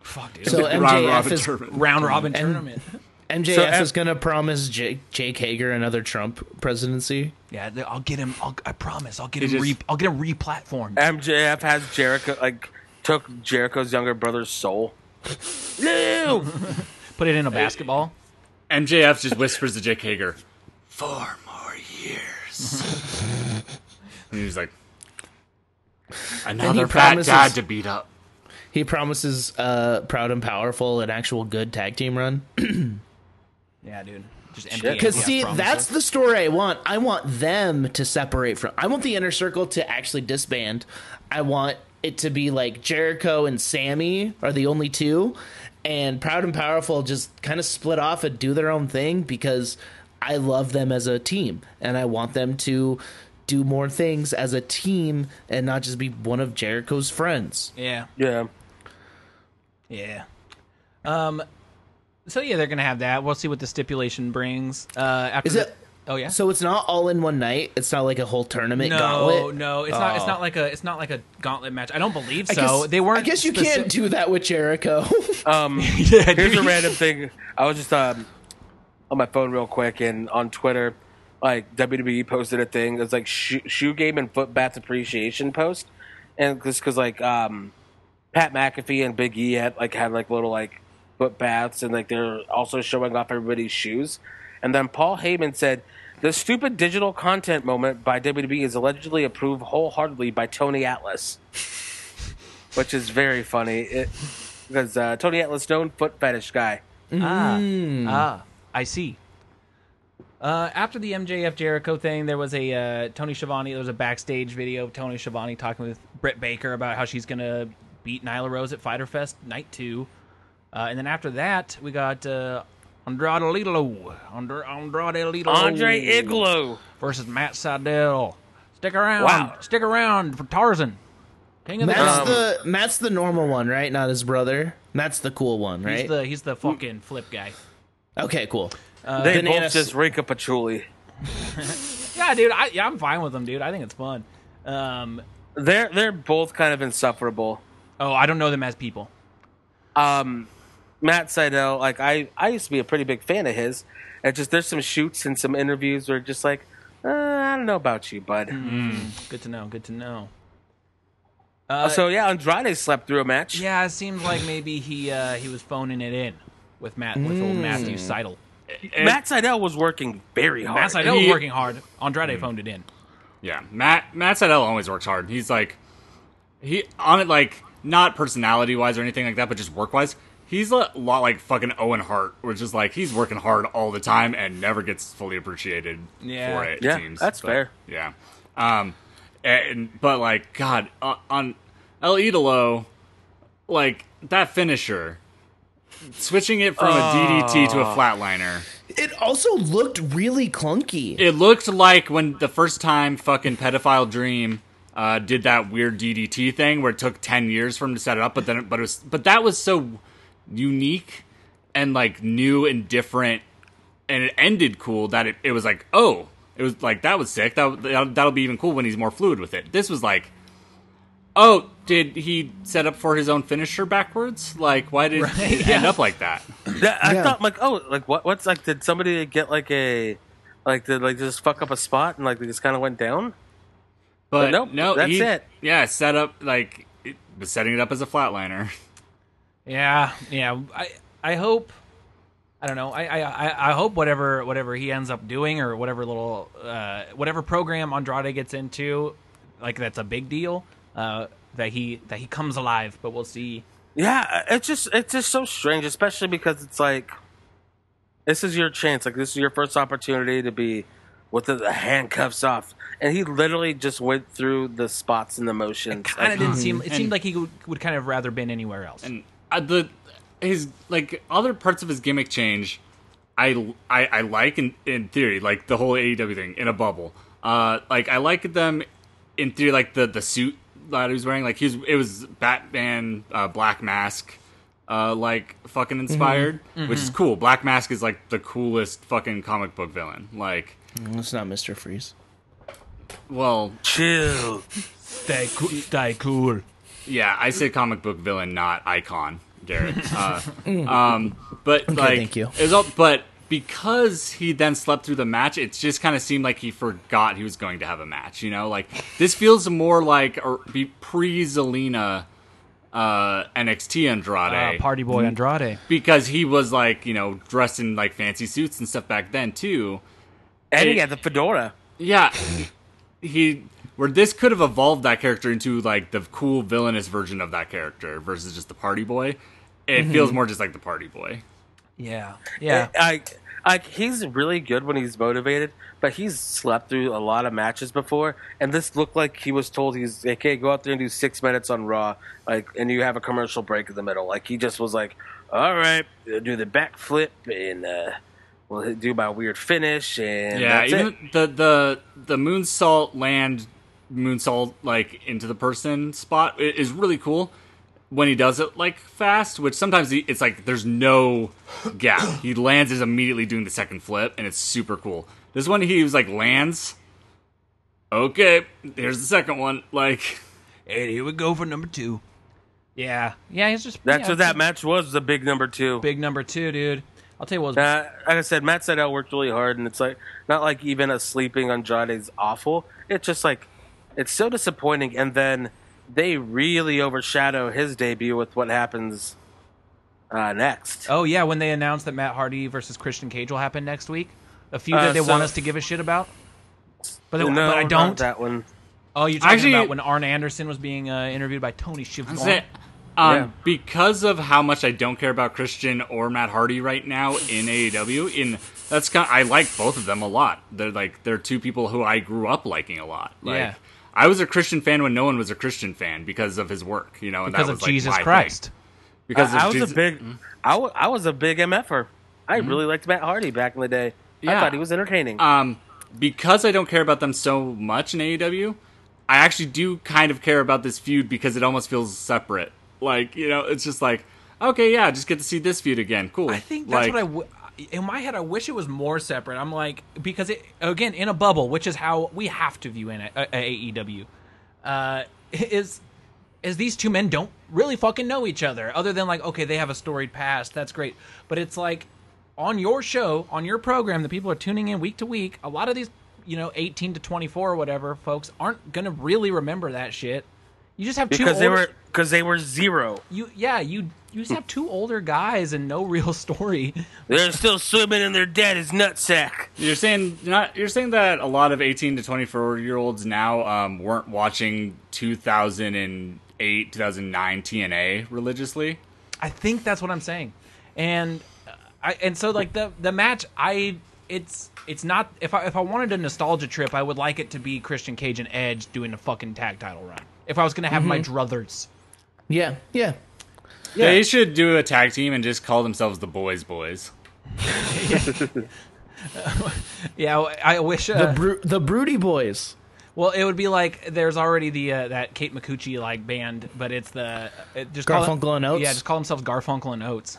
S4: Fuck, dude.
S3: so.
S6: Ron
S3: MJF
S6: Robin
S3: is,
S6: Turman.
S4: round robin tournament.
S3: MJF
S5: So M-
S3: is gonna promise Jake, Jake Hager another Trump presidency.
S4: Yeah, th- I'll get him. I'll, I promise. I'll get him.
S6: It
S4: re,
S6: just- Uh,
S4: I'll get him re-platformed.
S5: MJF has Jericho like took Jericho's younger brother's soul. No,
S4: Put it in
S6: uh,
S4: a basketball.
S6: MJF just whispers to Jake Hager, four more years. and he's like, another fat
S3: promises-
S6: dad to beat up.
S3: He promises uh, proud and powerful an actual good tag team run.
S4: Yeah, dude. Just empty.
S3: Because see, that's the story I want. I want them to separate from. I want the inner circle to actually disband. I want it to be like Jericho and Sammy are the only two, and Proud and Powerful just kind of split off and do their own thing because I love them as a team, and I want them to do more things as a team and not just be one of Jericho's friends.
S4: yeah,
S5: yeah,
S4: yeah. Um, so yeah, they're gonna have that. We'll see what the stipulation brings. Uh, after
S3: Is
S4: the-
S3: it-
S4: Oh yeah.
S3: So it's not all in one night. It's not like a whole tournament
S4: no,
S3: gauntlet.
S4: no, it's not. It's
S3: Oh.
S4: not like a. It's not like a gauntlet match. I don't believe
S3: I
S4: so.
S3: guess-
S4: they weren't.
S3: I guess you
S4: speci-
S3: can't do that with Jericho.
S4: yeah,
S5: Here's a
S4: dude.
S5: random thing. I was just um, on my phone real quick and on Twitter, like WWE posted a thing. It was like shoe, shoe game and foot bats appreciation post, and just because like um, Pat McAfee and Big E had like had like little like foot baths and like they're also showing off everybody's shoes. And then Paul Heyman said, "The stupid digital content moment by WWE is allegedly approved wholeheartedly by Tony Atlas." which is very funny it, because uh, Tony Atlas known foot fetish guy.
S3: Hmm.
S4: Ah, I see. Uh, after the MJF Jericho thing, there was a uh, Tony Schiavone. There was a backstage video of Tony Schiavone talking with Britt Baker about how she's gonna beat Nyla Rose at Fighter Fest Night Two, uh, and then after that we got uh, Andrade Lilo, Andra- Andrade Lilo,
S5: Andre Igloo.
S4: versus Matt Seidel. Stick around,
S5: Wow.
S4: stick around for Tarzan, King of the
S3: Matt's
S5: Um,
S4: Jungle.
S3: the Matt's the normal one, right? Not his brother. Matt's the cool one,
S4: He's
S3: right?
S4: the he's the fucking flip guy.
S3: okay, cool.
S5: they
S3: bananas.
S5: both just Rika Patchouli.
S4: Yeah, dude, I, yeah, I'm fine with him, dude. I think it's fun. Um,
S5: They're they're both kind of insufferable.
S4: Oh, I don't know them as people.
S5: Um, Matt Seidel, like I, I used to be a pretty big fan of his. And just there's some shoots and some interviews where just like, uh, I don't know about you, bud.
S4: Good to know. Good to know.
S5: so yeah, Andrade slept through a match.
S4: Uh, Yeah, it seemed like maybe he uh, he was phoning it in with Matt with old Matthew Seidel.
S5: Matt Seidel was working very hard.
S4: Matt Seidel was
S6: He-
S4: working hard. Andrade phoned it in.
S6: Yeah, Matt Matt Seidel always works hard. He's like he on it like not personality wise or anything like that, but just work wise. He's a lot like fucking Owen Hart, which is like he's working hard all the time and never gets fully appreciated
S4: Yeah.
S6: for it. it
S5: Yeah,
S6: seems.
S5: that's
S6: But,
S5: fair.
S6: Yeah, um, and but like God uh, on El Idolo, like that finisher, switching it from a DDT to a flatliner.
S3: It also looked really clunky.
S6: It looked like when the first time fucking pedophile dream uh, did that weird DDT thing where it took ten years for him to set it up, but then but it was but that was so unique and like new and different, and it ended cool that it, it was like oh it was like that was sick that that'll, that'll be even cool when he's more fluid with it. This was like oh did he set up for his own finisher backwards? Like why did it end up like that?
S5: Yeah, I
S3: Yeah.
S5: thought like, oh, like what? What's like? Did somebody get like a, like did like just fuck up a spot and like they just kind of went down?
S6: But,
S5: nope,
S6: no,
S5: that's
S6: he-
S5: it.
S6: Yeah, set up like it, was setting it up as a flatliner.
S4: Yeah, yeah. I I hope. I don't know. I I, I I hope whatever whatever he ends up doing or whatever little uh, whatever program Andrade gets into, like that's a big deal. Uh, that he that he comes alive, but we'll see.
S5: Yeah, it's just it's just so strange, especially because it's like, this is your chance. Like this is your first opportunity to be with the, the handcuffs off, and he literally just went through the spots and the motions.
S4: Kind
S5: Like,
S4: of didn't seem. It
S6: and-
S4: seemed like he would, would kind of rather been anywhere else.
S6: And uh, the his like other parts of his gimmick change, I I, I like in, in theory like the whole AEW thing in a bubble. Uh, like I like them in theory like the the suit that he was wearing like he was it was Batman uh, Black Mask. Uh, like fucking inspired, which is cool. Black Mask is like the coolest fucking comic book villain. Like,
S3: It's not Mister Freeze.
S6: well,
S5: chill.
S4: Stay cool. Stay cool.
S6: Yeah, I say comic book villain, not icon, Garrett. Uh, um, but like,
S3: Mm. thank you.
S6: It was all, but because he then slept through the match, it just kind of seemed like he forgot he was going to have a match. You know, like this feels more like a pre Zelina uh, NXT
S4: Uh,
S6: Andrade
S4: party boy Andrade.
S6: because he was like you know dressed in like fancy suits and stuff back then too.
S5: And
S6: It-
S5: he had the fedora.
S6: Yeah, he where this could have evolved that character into like the cool villainous version of that character versus just the party boy. It
S5: Mm-hmm.
S6: feels more just like the party boy.
S4: Yeah. Yeah.
S5: I, I, he's really good when he's motivated, but he's slept through a lot of matches before, and this looked like he was told he's okay. Go out there and do six minutes on Raw, like, and you have a commercial break in the middle. Like he just was like, "All right, I'll do the backflip and uh, we'll do my weird finish." And
S6: yeah,
S5: that's it.
S6: even the the the moonsault land moonsault like into the person spot i- is really cool when he does it like fast. Which sometimes he, it's like there's no gap. He lands is immediately doing the second flip, and it's super cool. This one he was like lands. Okay, here's the second one. Like.
S4: And here we go for number two. Yeah. Yeah. He's just.
S5: That's
S4: yeah,
S5: what that match was. The big number two.
S4: Big number two, dude. I'll tell you what.
S5: Uh, like I said, Matt Seidel worked really hard, and it's like not like even a sleeping on Andrade's awful. It's just like it's so disappointing. And then they really overshadow his debut with what happens uh, next.
S4: Oh yeah, when they announced that Matt Hardy versus Christian Cage will happen next week, a few
S5: Uh,
S4: that they want
S5: so-
S4: us to give a shit about. But, they,
S5: no,
S4: but I
S5: not
S4: don't.
S5: that one.
S4: Oh, you're talking
S6: Actually-
S4: about when Arn Anderson was being uh, interviewed by Tony Schiavone.
S6: That's it. Um,
S5: Yeah.
S6: Because of how much I don't care about Christian or Matt Hardy right now in AEW, in that's kind I like both of them a lot. They're like they're two people who I grew up liking a lot. Like
S4: Yeah.
S6: I was a Christian fan when no one was a Christian fan because of his work, you know, and
S4: because
S6: that
S4: of
S6: was like,
S4: Jesus
S6: my thing.
S4: Christ.
S6: Because
S5: I, I
S6: of
S5: was
S6: Jesus,
S5: a big, I, w- I was a big mf'er. I really liked Matt Hardy back in the day. I
S6: Yeah.
S5: thought he was entertaining.
S6: um, because I don't care about them so much in AEW, I actually do kind of care about this feud because it almost feels separate. Like you know, it's just like okay, yeah, just get to see this feud again. Cool.
S4: I think that's
S6: Like-
S4: what I. W- in my head, I wish it was more separate. I'm like because it again in a bubble, which is how we have to view in a, a, AEW. Uh, is is these two men don't really fucking know each other, other than like okay, they have a storied past. That's great, but it's like on your show, on your program, the people are tuning in week to week. A lot of these, you know, 18 to 24 or whatever folks aren't gonna really remember that shit. You just have two
S5: because they
S4: older-
S5: were Hmm. because they were zero.
S4: you yeah you you just have two older guys and no real story.
S5: They're still swimming in their dad's nutsack.
S6: You're saying you're not you're saying that a lot of 18 to 24 year olds now um, weren't watching 2008 2009 TNA religiously.
S4: I think that's what I'm saying. And uh, I and so like the the match I it's it's not if I if I wanted a nostalgia trip I would like it to be Christian Cage and Edge doing a fucking tag title run. If I was gonna have my
S3: Mm-hmm.
S4: druthers.
S3: Yeah, yeah.
S6: They should do a tag team and just call themselves the Boys Boys.
S4: Yeah, I I wish. Uh,
S3: The bru- the Broody Boys.
S4: well, it would be like there's already the uh, that Kate McCucci like band, but it's the it just call it-
S3: Garfunkel and Oates?
S4: Yeah, just call themselves Garfunkel and Oates.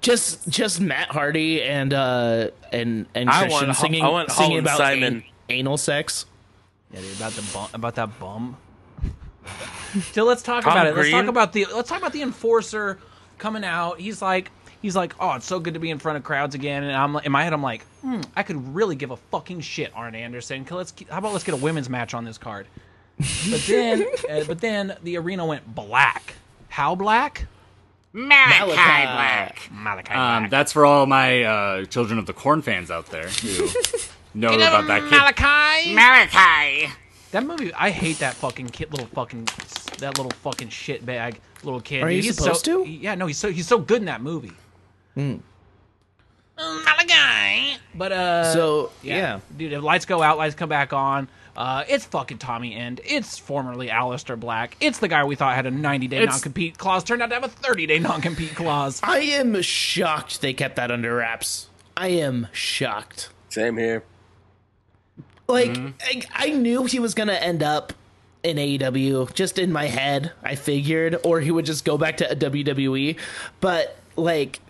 S3: Just just Matt Hardy and uh and and
S5: I
S3: Christian
S5: want Ho-
S3: singing
S5: I want
S3: singing
S5: Holland
S3: about
S5: Simon.
S3: an- anal sex.
S4: Yeah, dude, about the bum, about that bum. so let's talk
S5: Tom
S4: about it. Let's
S5: Green?
S4: talk about the let's talk about the enforcer coming out. He's like he's like, oh, it's so good to be in front of crowds again. And I'm like- in my head, I'm like, hmm, I could really give a fucking shit, Arn Anderson. 'Cause Let's how about let's get a women's match on this card. But then, uh, but then the arena went black. How black?
S6: Malachi Black.
S4: Malachi.
S6: Um,
S4: black.
S6: that's for all my uh, children of the corn fans out there who know about that kid.
S4: Malachi.
S6: Malachi.
S4: That movie, I hate that fucking kid, little fucking, that little fucking shit bag, little kid.
S3: Are you
S4: He's
S3: supposed
S4: so,
S3: to? Hmm.
S4: Yeah, no, he's so he's so good in that movie. Mm, Not a guy. But uh,
S3: So, yeah.
S4: dude, if lights go out, lights come back on. Uh, it's fucking Tommy End. It's formerly Alistair Black. It's the guy we thought had a 90 day
S6: It's-
S4: non compete clause. Turned out to have a 30 day non compete clause.
S3: I am shocked they kept that under wraps. I am shocked.
S5: Same here. Mm-hmm.
S3: Like I, I knew he was gonna end up in AEW, just in my head, I figured, or he would just go back to WWE. E. But like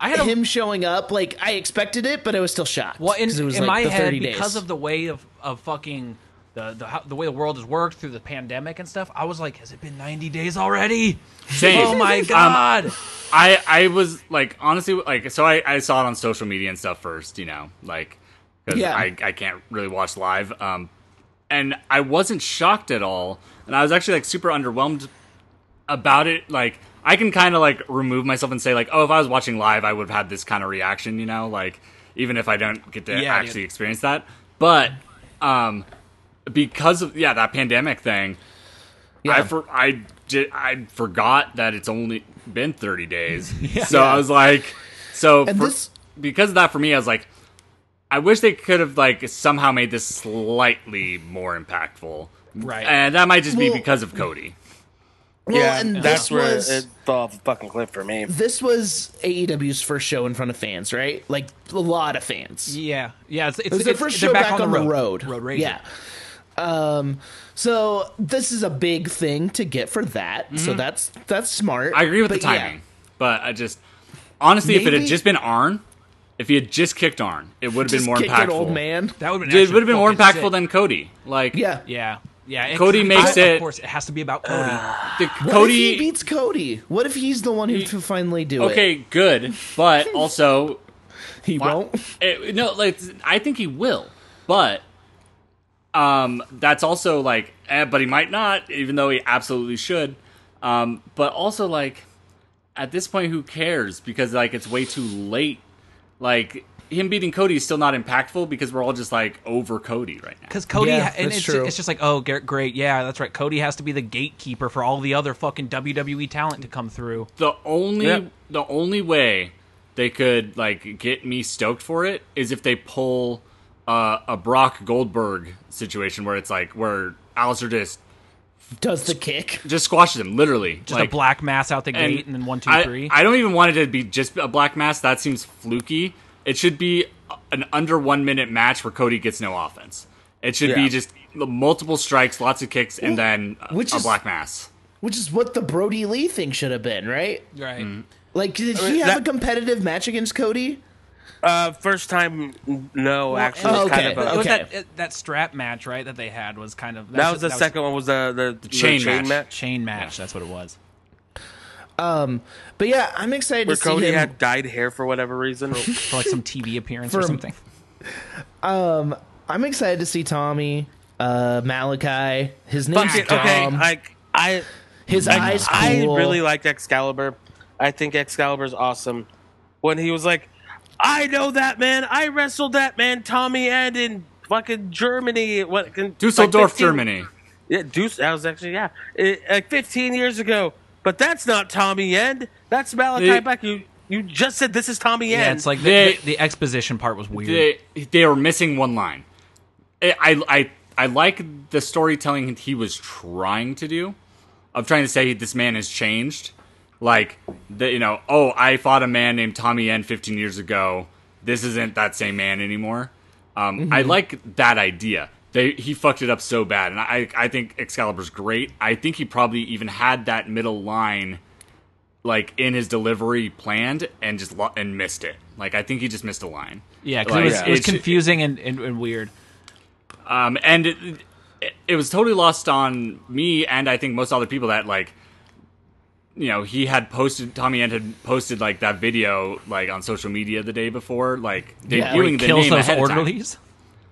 S4: I had a,
S3: him showing up, like I expected it, but I was still shocked.
S4: Well, in,
S3: 'cause it was
S4: in
S3: like
S4: my
S3: the
S4: head,
S3: 30 days.
S4: because of the way of, of fucking the, the how- the way the world has worked through the pandemic and stuff, I was like, has it been 90 days already?
S6: Same.
S4: Oh my
S6: Um,
S4: god!
S6: I I was like honestly like so I I saw it on social media and stuff first, you know, like because
S3: Yeah.
S6: I I can't really watch live, um, and I wasn't shocked at all, and I was actually like super underwhelmed about it. Like I can kind of like remove myself and say like, oh, if I was watching live, I would have had this kind of reaction, you know, like even if I don't get to
S4: Yeah, dude.
S6: actually experience that, but um, because of yeah that pandemic thing. I for, I did I forgot that it's only been 30 days. So I was like, so
S3: And
S6: for-
S3: this-
S6: because of that for me, I was like, I wish they could have like somehow made this slightly more impactful.
S4: Right.
S6: And that might just be
S3: Well-
S6: because of Cody.
S3: well,
S5: yeah,
S3: and
S5: that's
S3: this
S5: where
S3: was,
S5: it fell off the fucking cliff for me.
S3: this was AEW's first show in front of fans, right? Like a lot of fans.
S4: yeah, yeah. It's, it's,
S3: It was their
S4: it's-
S3: first
S4: they're
S3: show back, on, the road.
S4: road. rage.
S3: yeah. Um. So this is a big thing to get for that. So that's that's smart.
S6: I agree with
S3: But
S6: the
S3: yeah.
S6: timing, but I just honestly, if it
S3: Maybe-
S6: had just been Arn, if he had just kicked Arn, it would have been
S3: Just
S6: more
S3: kicked
S6: impactful.
S3: an old man.
S4: That would have been
S6: It would have been more
S4: actually
S6: impactful
S4: fucking sick.
S6: than Cody. Like
S3: Yeah.
S4: yeah, yeah. and
S6: Cody makes
S4: Of
S6: it-
S4: course, it has to be about Cody.
S3: Ah.
S6: the
S3: What if
S6: Cody
S3: he beats Cody? What if he's the one who to finally do it?
S6: Okay, good, but also
S3: He won't.
S6: Eh, no, like I think he will, but um, that's also like, eh, but he might not, even though he absolutely should. Um, but also like, at this point, who cares? Because like, it's way too late. Like him beating Cody is still not impactful because we're all just like over Cody right now.
S4: Because Cody,
S3: Yeah,
S4: ha- and
S3: that's
S4: it's,
S3: true.
S4: it's just like, oh, Garrett, great, yeah, that's right. Cody has to be the gatekeeper for all the other fucking WWE talent to come through.
S6: The only
S5: Yeah.
S6: the only way they could like get me stoked for it is if they pull uh, a Brock Goldberg situation where it's like where Alistair just
S3: Does the kick?
S6: just squashes him literally
S4: Just a black mass out the gate, and then one, two, three.
S6: I, I don't even want it to be just a black mass that seems fluky it should be an under one minute match where cody gets no offense it should
S5: Yeah.
S6: be just multiple strikes lots of kicks and then a,
S3: which
S6: a
S3: is-
S6: black mass
S3: Which is what the Brody Lee thing should have been, right?
S4: right.
S3: Like, did he
S5: mean,
S3: have
S5: that-
S3: a competitive match against Cody?
S5: Uh, first time, n- no, actually,
S3: oh,
S5: it's kind
S3: okay.
S5: of a,
S4: It was
S3: Okay.
S4: that it- that strap match, right? That they had was kind of
S5: that was the second one. Was the the, the
S6: chain match.
S4: chain match. That's what it was.
S3: But yeah, I'm excited
S5: Where
S3: to
S5: Cody
S3: see him.
S5: had dyed hair for whatever reason.
S4: For like some TV appearance or
S3: For-
S4: something.
S3: I'm excited to see Tommy. uh, Malachi. His name's
S5: Fuck it.
S3: Dom.
S5: Okay, like I,
S3: His
S5: like,
S3: eyes
S5: I
S3: cool.
S5: really liked Excalibur. I think Excalibur's awesome. When he was like, I know that man. I wrestled that man, Tommy, and in fucking Germany. What in-
S6: Dusseldorf,
S5: like 15
S6: Germany.
S5: Yeah, Deuce. That was actually yeah, it, like 15 years ago. But that's not Tommy End. That's Malachi
S3: Eh.
S6: They-
S5: Black. You you just said this is Tommy End.
S4: Yeah, it's like the,
S6: They-
S4: the, the exposition part was weird.
S6: They they were missing one line. I I I, I like the storytelling he was trying to do, of trying to say this man has changed. Like the, you know, oh, I fought a man named Tommy N 15 years ago. This isn't that same man anymore. Um, I like that idea. They he fucked it up so bad, and I I think Excalibur's great. I think he probably even had that middle line like in his delivery planned and just lo- and missed it. Like I think he just missed a line.
S4: yeah, because
S6: Like,
S4: it was, it was
S6: it's-
S4: confusing and, and, and weird.
S6: Um, and it, it, it was totally lost on me, and I think most other people that like, you know, he had posted Tommy and had posted like that video like on social media the day before, like
S3: Yeah,
S4: Where
S6: debuting
S4: he
S6: the
S4: kills
S6: name
S4: those
S6: ahead of time.
S4: orderlies.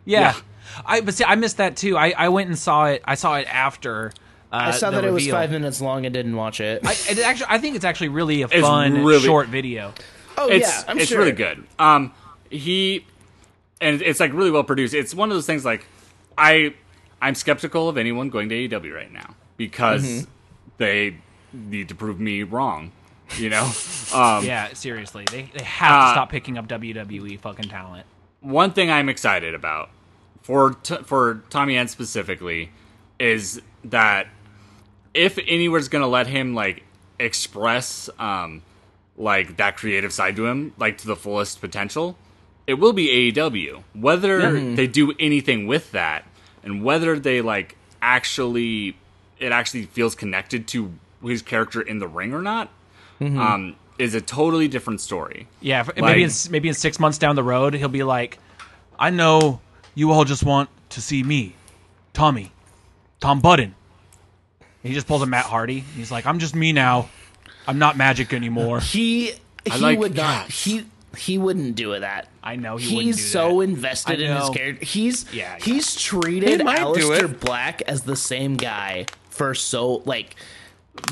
S4: Yeah.
S6: Yeah.
S4: I but see, I missed that too. I, I went and saw it. I saw it after. Uh,
S3: I saw
S4: the
S3: that it was
S4: reveal.
S3: five minutes long and didn't watch it.
S4: I, it actually, I think it's actually really a fun
S6: really-
S4: short video.
S3: oh
S6: it's
S3: yeah, I'm
S6: it's
S3: sure.
S6: really good. Um, he and it's like really well produced. It's one of those things like I I'm skeptical of anyone going to AEW right now because
S4: Mm-hmm.
S6: they need to prove me wrong. You know, um,
S4: Yeah, seriously, they they have to
S6: Uh,
S4: stop picking up WWE fucking talent.
S6: one thing I'm excited about for t- for Tommy End specifically is that if anywhere's gonna let him like express um like that creative side to him like to the fullest potential, it will be AEW. Whether they do anything with that and whether they like actually it actually feels connected to his character in the ring or not um is a totally different story.
S4: Yeah, if-
S6: Like-
S4: maybe in, s- maybe in six months down the road, he'll be like, I know you all just want to see me, Tommy, Tom Budden. And he just pulls a Matt Hardy. He's like, I'm just me now. I'm not magic anymore.
S3: He he
S6: like
S3: would not
S6: cats.
S3: he he wouldn't do it that.
S4: I know he
S3: he's
S4: wouldn't do
S3: so
S4: that.
S3: invested
S4: I
S3: in his
S4: know.
S3: character. He's
S4: Yeah, yeah.
S3: he's treated
S5: He might do
S3: Aleister
S5: it.
S3: Black as the same guy for so like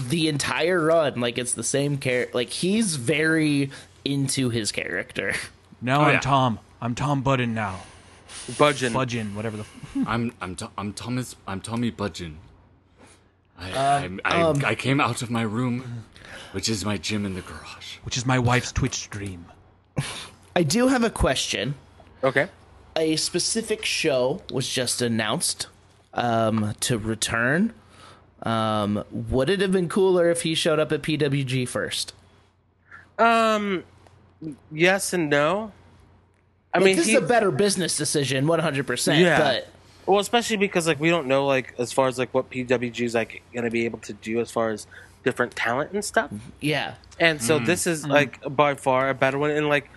S3: the entire run. Like it's the same character. Like he's very into his character.
S4: Now I'm
S6: Oh, yeah.
S4: Tom. I'm Tom Budden now.
S5: budging.
S4: Budgen, whatever the. F-
S6: I'm I'm T- I'm Thomas I'm Tommy Budgeon. I,
S5: Uh,
S6: I'm- I,
S5: um,
S6: I came out of my room, which is my gym in the garage.
S4: which is my wife's Twitch stream.
S3: I do have a question.
S5: Okay.
S3: a specific show was just announced um, to return. Um, would it have been cooler if he showed up at PWG first?
S5: Um, yes and no. I
S3: Like,
S5: mean,
S3: this
S5: he,
S3: is a better business decision, one hundred percent.
S5: Yeah.
S3: But
S5: well, especially because like we don't know like as far as like what PWG is like gonna be able to do as far as different talent and stuff.
S3: yeah,
S5: And
S3: Mm-hmm.
S5: so this is like by far a better one. And like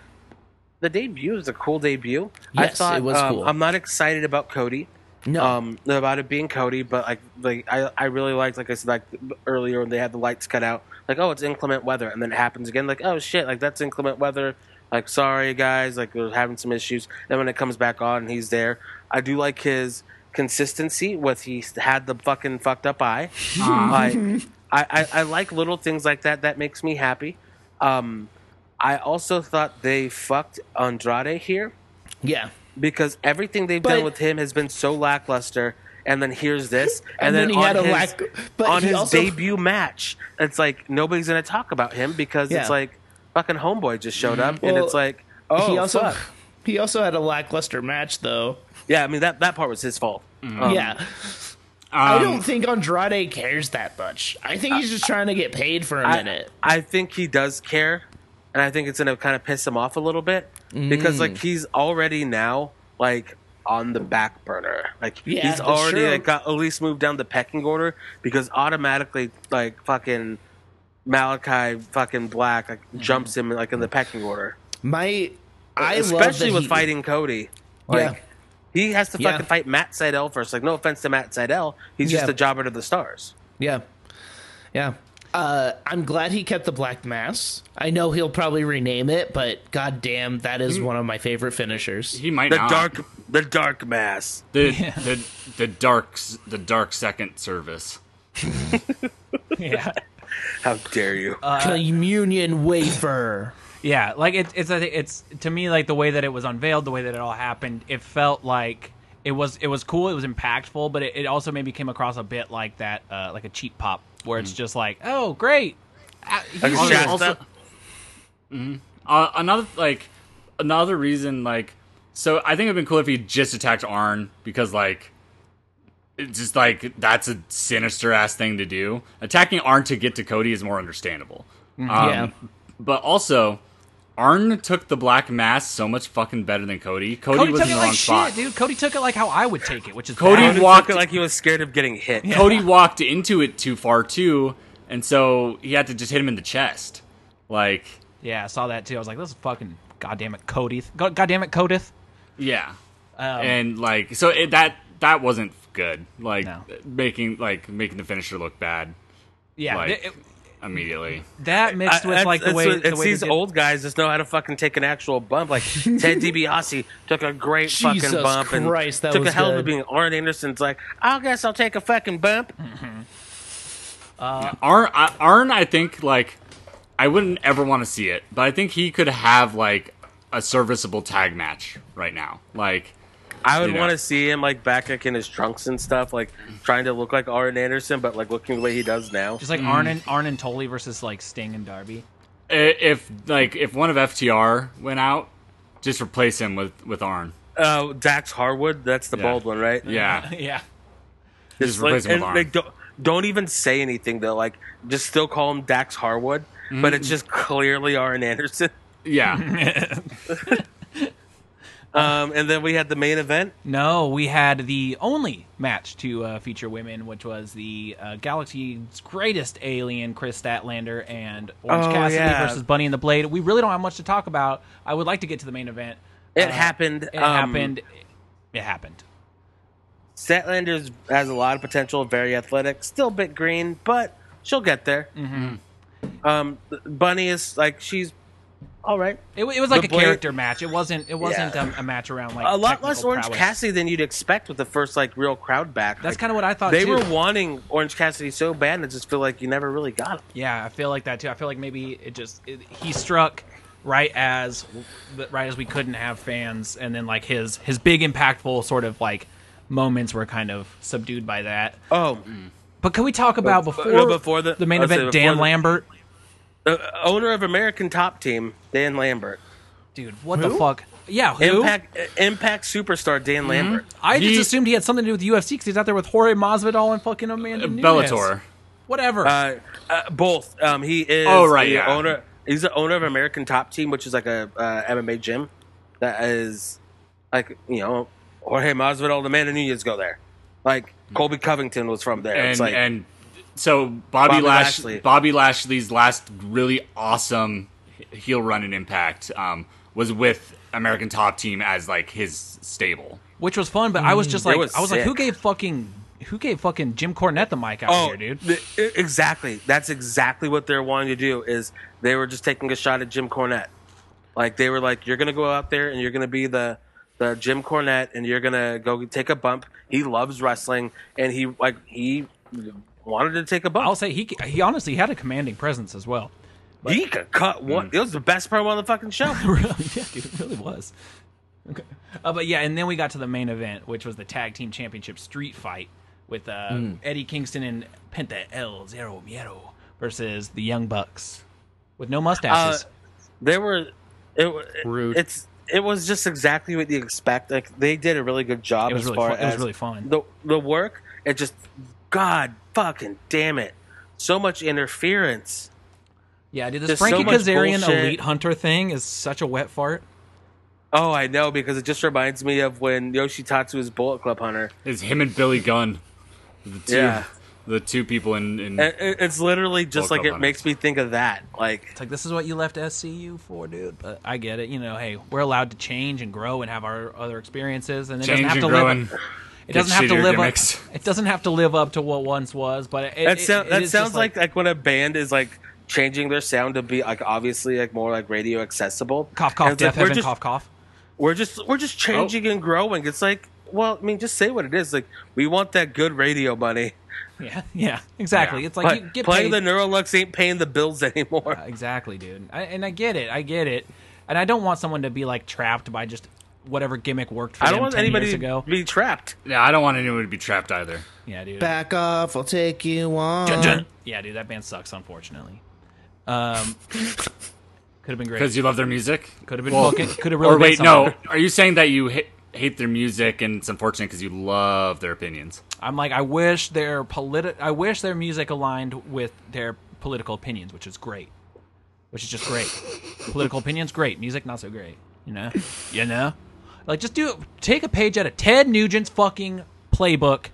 S5: the debut is a cool debut. I
S3: Yes,
S5: thought
S3: it was
S5: um,
S3: cool.
S5: I'm not excited about Cody.
S3: No.
S5: um, about it being Cody, but like like I I really liked like I said like earlier when they had the lights cut out. Like oh it's inclement weather, and then it happens again. Like oh shit, like that's inclement weather. Like sorry guys, like we're having some issues. And when it comes back on, he's there. I do like his consistency with he had the fucking fucked up eye. Like, I, I, I like little things like that. That makes me happy. Um, I also thought they fucked Andrade here
S3: yeah.
S5: because everything they've
S3: But-
S5: done with him has been so lackluster. And then here's this,
S3: And
S5: and,
S3: then he
S5: on
S3: had a
S5: his,
S3: lack- but
S5: on
S3: he
S5: his
S3: also-
S5: debut match, it's like nobody's gonna talk about him because
S3: Yeah.
S5: it's like fucking homeboy just showed up, and
S3: Well,
S5: it's like oh
S3: he also
S5: fuck.
S3: he also had a lackluster match though.
S5: yeah. I mean that that part was his fault. Um,
S3: yeah, I don't think Andrade cares that much. I think he's just trying to get paid for a
S5: I,
S3: minute.
S5: I think he does care, and I think it's gonna kind of piss him off a little bit because
S3: Mm.
S5: like he's already now like on the back burner. Like
S3: Yeah,
S5: he's
S3: that's
S5: already
S3: true.
S5: like got at least moved down the pecking order because automatically like fucking Malachi fucking Black like jumps him like in the pecking order,
S3: My, Mm-hmm. I love
S5: especially
S3: that
S5: with
S3: he-
S5: fighting Cody.
S3: Yeah.
S5: Like he has to
S3: Yeah.
S5: fucking fight Matt Seidel first. Like no offense to Matt Seidel, he's just
S3: Yeah.
S5: a jobber to the stars.
S3: Yeah. Yeah. Uh, I'm glad he kept the Black Mass. I know he'll probably rename it, but goddamn, that is one of my favorite finishers.
S6: He might
S5: The
S6: not.
S5: dark The dark mass.
S6: The the the dark s- the dark second service.
S4: yeah.
S5: How dare you?
S3: Uh, Communion wafer.
S4: Yeah, like it, it's I think it's to me like the way that it was unveiled, the way that it all happened, it felt like it was it was cool, it was impactful, but it, it also maybe came across a bit like that uh, like a cheap pop where it's just like, oh great, Ah,
S5: Like
S4: he's-
S5: Shasta?
S6: Uh, another like another reason like so I think it'd been cool if he just attacked Arn because like it's just like that's a sinister ass thing to do. Attacking Arn to get to Cody is more understandable. Um,
S3: yeah.
S6: But also, Arn took the black mass so much fucking better than Cody. Cody,
S4: Cody
S6: was
S4: took
S6: in
S4: it
S6: the
S4: like
S6: wrong spot.
S4: shit, dude. Cody took it like how I would take it, which is
S6: Cody
S4: bad.
S5: He
S6: walked-
S5: walked like he was scared of getting hit.
S6: Cody walked into it too far too, and so he had to just hit him in the chest. Like,
S4: Yeah, I saw that too. I was like, this is fucking goddamn it, Cody. God, goddamn it, Codith.
S6: yeah,
S4: Um,
S6: and like so it, that that wasn't good. Like
S4: No.
S6: making like making the finisher look bad
S4: yeah,
S6: like-
S4: th- it-
S6: immedially.
S4: that mixed
S5: I-
S4: with
S5: that's-
S4: like the
S5: that's
S4: way,
S5: what-
S4: the
S5: it's
S4: way they
S5: these
S4: did-
S5: old guys just know how to fucking take an actual bump. Like Ted DiBiase took a great
S3: Jesus
S5: fucking bump
S3: Christ, that
S5: and took
S3: was
S5: a hell of a
S3: good.
S5: being. Arn Anderson's like, I guess I'll take a fucking bump.
S6: Arn, I- Arn, I think like I wouldn't ever want to see it, but I think he could have like a serviceable tag match right now. Like,
S5: I would
S6: Yeah.
S5: want to see him like back like in his trunks and stuff, like trying to look like Arn Anderson, but like looking the way he does now.
S4: just like Arn and Arn and Tully versus like Sting and Darby.
S6: i- if like if one of FTR went out, just replace him with with Arn.
S5: Uh, Dax Harwood, that's the
S6: Yeah.
S5: bald one, right?
S6: Yeah,
S4: yeah.
S6: just
S5: Like,
S6: replace him
S5: and,
S6: with Arn.
S5: like, don't, don't even say anything though. Like, just still call him Dax Harwood, but it's just clearly Arn Anderson.
S6: yeah,
S5: Um, and then we had the main event.
S4: No, we had the only match to uh, feature women, which was the uh, Galaxy's greatest alien, Chris Statlander, and Orange
S5: Oh,
S4: Cassidy
S5: yeah.
S4: versus Bunny and the Blade. We really don't have much to talk about. I would like to get to the main event.
S5: It
S4: Uh,
S5: happened.
S4: It
S5: um,
S4: happened. It happened.
S5: Statlanders has a lot of potential, very athletic, still a bit green, but she'll get there. Um, Bunny is like she's all right.
S4: It, wa- it was like
S5: The
S4: a
S5: Blade-
S4: character match. It wasn't. It wasn't
S5: Yeah.
S4: um, a match around like
S5: A lot
S4: technical
S5: less Orange
S4: prowess.
S5: Cassidy than you'd expect with the first like real crowd back.
S4: That's
S5: Like,
S4: kind of what I thought.
S5: They
S4: too.
S5: were wanting Orange Cassidy so bad, and I just feel like you never really got him.
S4: Yeah, I feel like that too. I feel like maybe it just it, he struck right as right as we couldn't have fans, and then like his his big impactful sort of like moments were kind of subdued by that.
S5: Oh,
S4: But can we talk about before
S5: no, before the-
S4: the main
S5: I'll say
S4: event,
S5: before
S4: Dan
S5: the-
S4: Lambert?
S5: the Uh, owner of American Top Team, Dan Lambert,
S4: Dude, what the fuck? Yeah, who?
S5: Impact uh, Impact superstar Dan
S6: Mm-hmm.
S5: Lambert.
S4: I just
S6: He-
S4: assumed he had something to do with UFC because he's out there with Jorge Masvidal and fucking Amanda Nunes.
S6: Bellator.
S4: whatever.
S5: Uh, uh, both. Um, he is.
S6: Oh, right,
S5: the
S6: yeah.
S5: Owner. He's the owner of American Top Team, which is like a uh, MMA gym that is like you know Jorge Masvidal, the man in Unions go there. Like Colby Covington was from there.
S6: and
S5: it's like
S6: and so Bobby,
S5: Bobby
S6: Lash
S5: Lashley.
S6: Bobby Lashley's last really awesome heel run in Impact um, was with American Top Team as like his stable.
S4: Which was fun, but I was just like,
S5: was
S4: I was like, who
S5: sick.
S4: gave fucking who gave fucking Jim Cornette the mic out here, dude?
S5: th- e- exactly. That's exactly what they're wanting to do. Is they were just taking a shot at Jim Cornette. Like they were like, you're gonna go out there and you're gonna be the the Jim Cornette and you're gonna go take a bump. He loves wrestling and he like he wanted to take a bump.
S4: I'll say he he honestly had a commanding presence as well.
S5: he could cut one. Mm. It was the best promo on the fucking show.
S4: really, yeah, dude, it really was. Okay. Uh, but yeah, and then we got to the main event, which was the tag team championship street fight with uh, Eddie Kingston and Penta El Zero Miedo versus the Young Bucks with no
S5: Uh,
S4: mustaches.
S5: there were it, wa-
S3: Rude.
S5: it's it was just exactly what you expect like they did a really good job
S4: It was
S5: as
S4: really
S5: far
S4: fun- it
S5: as
S4: was really fun.
S5: the the work it just god fucking damn it so much interference
S4: yeah, dude, this
S5: there's so
S4: Frankie
S5: much
S4: Kazarian
S5: bullshit.
S4: elite hunter thing is such a wet fart.
S5: oh i know because it just reminds me of when yoshitatsu was bullet club hunter
S6: It's him and Billy Gunn, the two
S5: Yeah.
S6: the two people in, in
S5: It- it- it's literally
S6: Bullet
S5: just like
S6: Club
S5: it
S6: Hunter.
S5: makes me think of that like
S4: It's like this is what you left SCU for, dude. But I get it. You know, hey, we're allowed to change and grow and have our other experiences, and it
S6: Change
S4: doesn't have
S6: and
S4: to
S6: Grow
S4: live.
S6: and
S4: it doesn't have to
S6: shittier
S4: live
S6: gimmicks.
S4: up. It doesn't have to live up to what once was, but it,
S5: that,
S4: it-
S5: sound,
S4: it
S5: that
S4: is just
S5: sounds like, like when a band is like changing their sound to be like obviously like more like radio accessible
S4: cough
S5: And
S4: cough
S5: it's like,
S4: death
S5: we're
S4: heaven
S5: just-
S4: cough cough.
S5: We're just we're just changing and growing. It's like, well, I mean, just say what it is. Like, we want that good radio money.
S4: Yeah, yeah, exactly.
S6: Yeah.
S4: It's like
S5: But
S4: you get
S5: playing
S4: paid.
S5: the Neurolux ain't paying the bills anymore.
S4: Yeah, exactly, dude. I, and I get it. I get it. And I don't want someone to be like trapped by just whatever gimmick worked for
S5: I
S4: them
S5: don't want
S4: 10
S5: anybody to
S4: years ago.
S5: be trapped.
S6: Yeah, I don't want anyone to be trapped either.
S4: Yeah, dude.
S3: Back off, I'll take you on.
S4: Yeah, dude. That band sucks, unfortunately. Um, could have been great.
S6: Because you love their music?
S4: Could have been
S6: Well,
S4: fucking. Could have really
S6: Or
S4: been
S6: wait,
S4: something.
S6: no. Are you saying that you ha- hate their music and it's unfortunate because you love their opinions?
S4: I'm like, I wish their politi- I wish their music aligned with their political opinions, which is great. Which is just great. political opinions, great. Music, not so great. You know, you know, like just do take a page out of Ted Nugent's fucking playbook.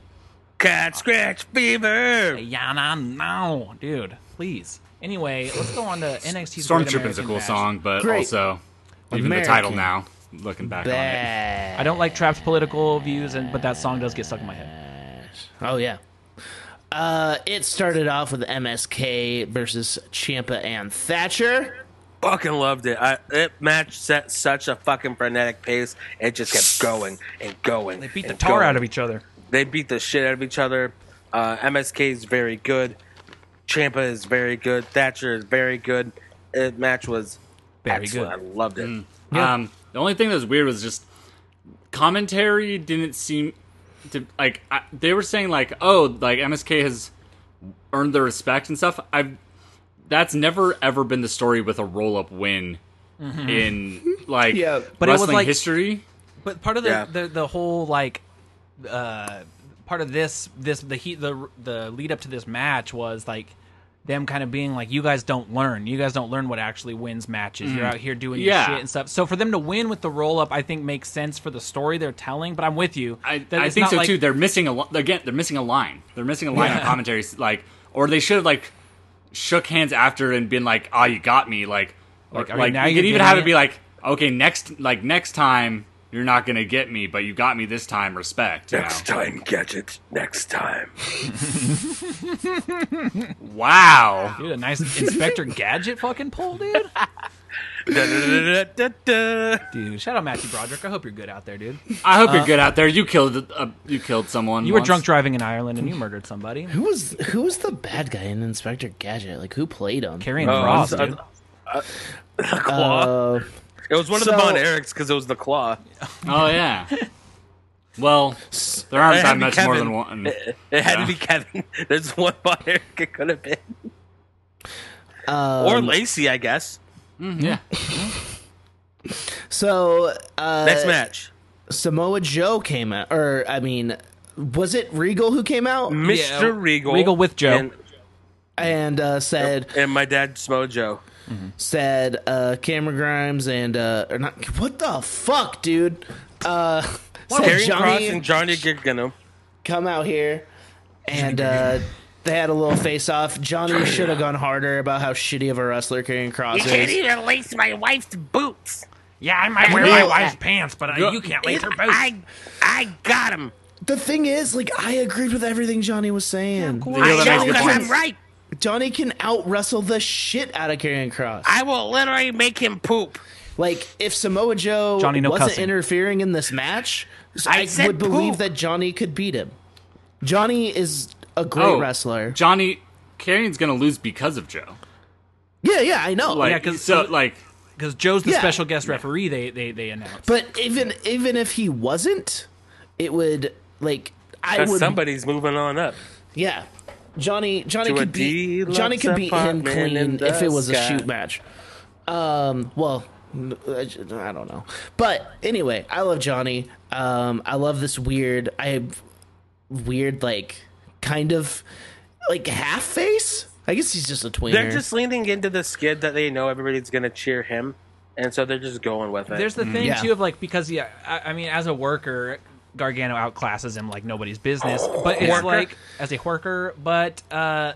S5: Cat scratch fever.
S4: Yeah, no, no, dude, please. Anyway, let's go on to NXT's Great
S6: Stormtrooping's a
S4: American
S6: cool
S4: Bash.
S6: song, but
S3: Great.
S6: also even the
S3: American.
S6: title now. Looking back on it,
S4: I don't like trapped political views, and but that song does get stuck in my head.
S3: Oh yeah. Uh, it started off with MSK versus Champa and Thatcher.
S5: Fucking loved it. I, it match set such a fucking frenetic pace. It just kept going and going.
S4: They beat the
S5: and
S4: tar
S5: going.
S4: out of each other.
S5: They beat the shit out of each other. Uh, MSK is very good. Champa is very good. Thatcher is very good. The match was
S4: Very
S5: excellent.
S4: good. Mm.
S5: I loved it.
S6: um, the only thing that was weird was just commentary didn't seem to like. I, they were saying like, "Oh, like MSK has earned their respect and stuff." I've that's never ever been the story with a roll up win in like
S3: Yeah.
S4: But it was
S6: wrestling
S4: like-
S6: history.
S4: But part of the
S5: Yeah.
S4: the, the whole like uh part of this this the heat the the lead up to this match was like them kind of being like you guys don't learn you guys don't learn what actually wins matches you're out here doing
S6: Yeah.
S4: your shit and stuff so for them to win with the roll up i think makes sense for the story they're telling but i'm with you
S6: I,
S4: That
S6: I
S4: it's
S6: think
S4: not
S6: so
S4: like-
S6: too. They're missing a li- again. They're missing a line. They're missing a line on commentary. Like, or they should have like shook hands after and been like, "Oh, you got me." Like, or-
S4: Like,
S6: like,
S4: are you- now
S6: you
S4: you're
S6: could even
S4: getting
S6: have
S4: it?
S6: it be like, "Okay, next like next time you're not gonna get me, but you got me this time. Respect." You
S5: Next
S6: know?
S5: time, gadget. Next time.
S6: Wow.
S4: dude a nice inspector gadget fucking pull dude
S5: Da-da-da-da-da-da.
S4: dude shout out matthew broderick i hope you're good out there dude
S6: I hope you're good out there. You killed uh, you killed someone.
S4: Uh, you were
S6: once.
S4: drunk driving in ireland and you murdered somebody
S3: Who was who was the bad guy in Inspector Gadget? Like who played him?
S4: carrying
S5: Oh,
S4: cross
S5: it's-
S4: dude.
S5: The claw.
S3: Uh,
S5: it was one of
S3: so-
S5: the Von Erichs because it was the claw.
S6: Oh yeah. Well, there aren't
S5: It had
S6: that
S5: to be
S6: much more
S5: Kevin.
S6: than one.
S5: It, it had to be Kevin. There's one Von Erich it could have been. or Lacey, I guess.
S6: Yeah.
S3: So uh,
S5: Next match.
S3: Samoa Joe came out, or I mean, was it Regal who came out
S5: Mr. Regal.
S4: Regal with Joe.
S5: And,
S3: and uh, said
S5: and my dad, Smojo.
S3: said uh, Cameron Grimes and uh, or not? What the fuck, dude? Uh, said
S5: Karrion Cross
S3: Johnny
S5: and Johnny Gargano.
S3: come out here, and uh, they had a little face off. Johnny should have gone harder about how shitty of a wrestler Karrion Cross is.
S5: even lace my wife's boots.
S4: yeah i might wear
S3: my Real-
S4: wife's pants but uh, you can't lace her boots
S5: I got him.
S3: The thing is, like, I agreed with everything Johnny was saying.
S6: Yeah, that makes good points.
S5: right.
S3: Johnny can out wrestle the shit out of Karrion Cross.
S5: I will literally make him poop.
S3: Like if Samoa Joe
S4: Johnny, no
S3: wasn't
S4: cussing.
S3: interfering in this match,
S5: I
S3: I,
S5: said
S3: would believe
S5: poop.
S3: that Johnny could beat him. Johnny is a great
S6: Oh,
S3: wrestler.
S6: Johnny Carrion's gonna lose because of Joe.
S3: yeah, yeah, I know.
S6: Like,
S4: 'cause-
S6: so like.
S4: because Joe's the
S3: Yeah.
S4: special guest referee. They they they announced.
S3: but even even if he wasn't, it would like I would
S5: Somebody's moving on up.
S3: yeah. Johnny Johnny
S5: To a
S3: could beat
S5: deluxe
S3: Johnny could beat him
S5: apartment in
S3: clean
S5: the
S3: if it was
S5: sky.
S3: a shoot match. Um, well, n- I don't know. But anyway, I love Johnny. Um, I love this weird I weird like kind of like half face. I guess he's just a tweener.
S5: They're just leaning into the skid that they know everybody's going to cheer him. And so they're just going with it.
S4: There's the thing
S3: Yeah.
S4: too of like because yeah, I, I mean as a worker, Gargano outclasses him like nobody's business. But it's
S5: Worker.
S4: like as a worker, but uh,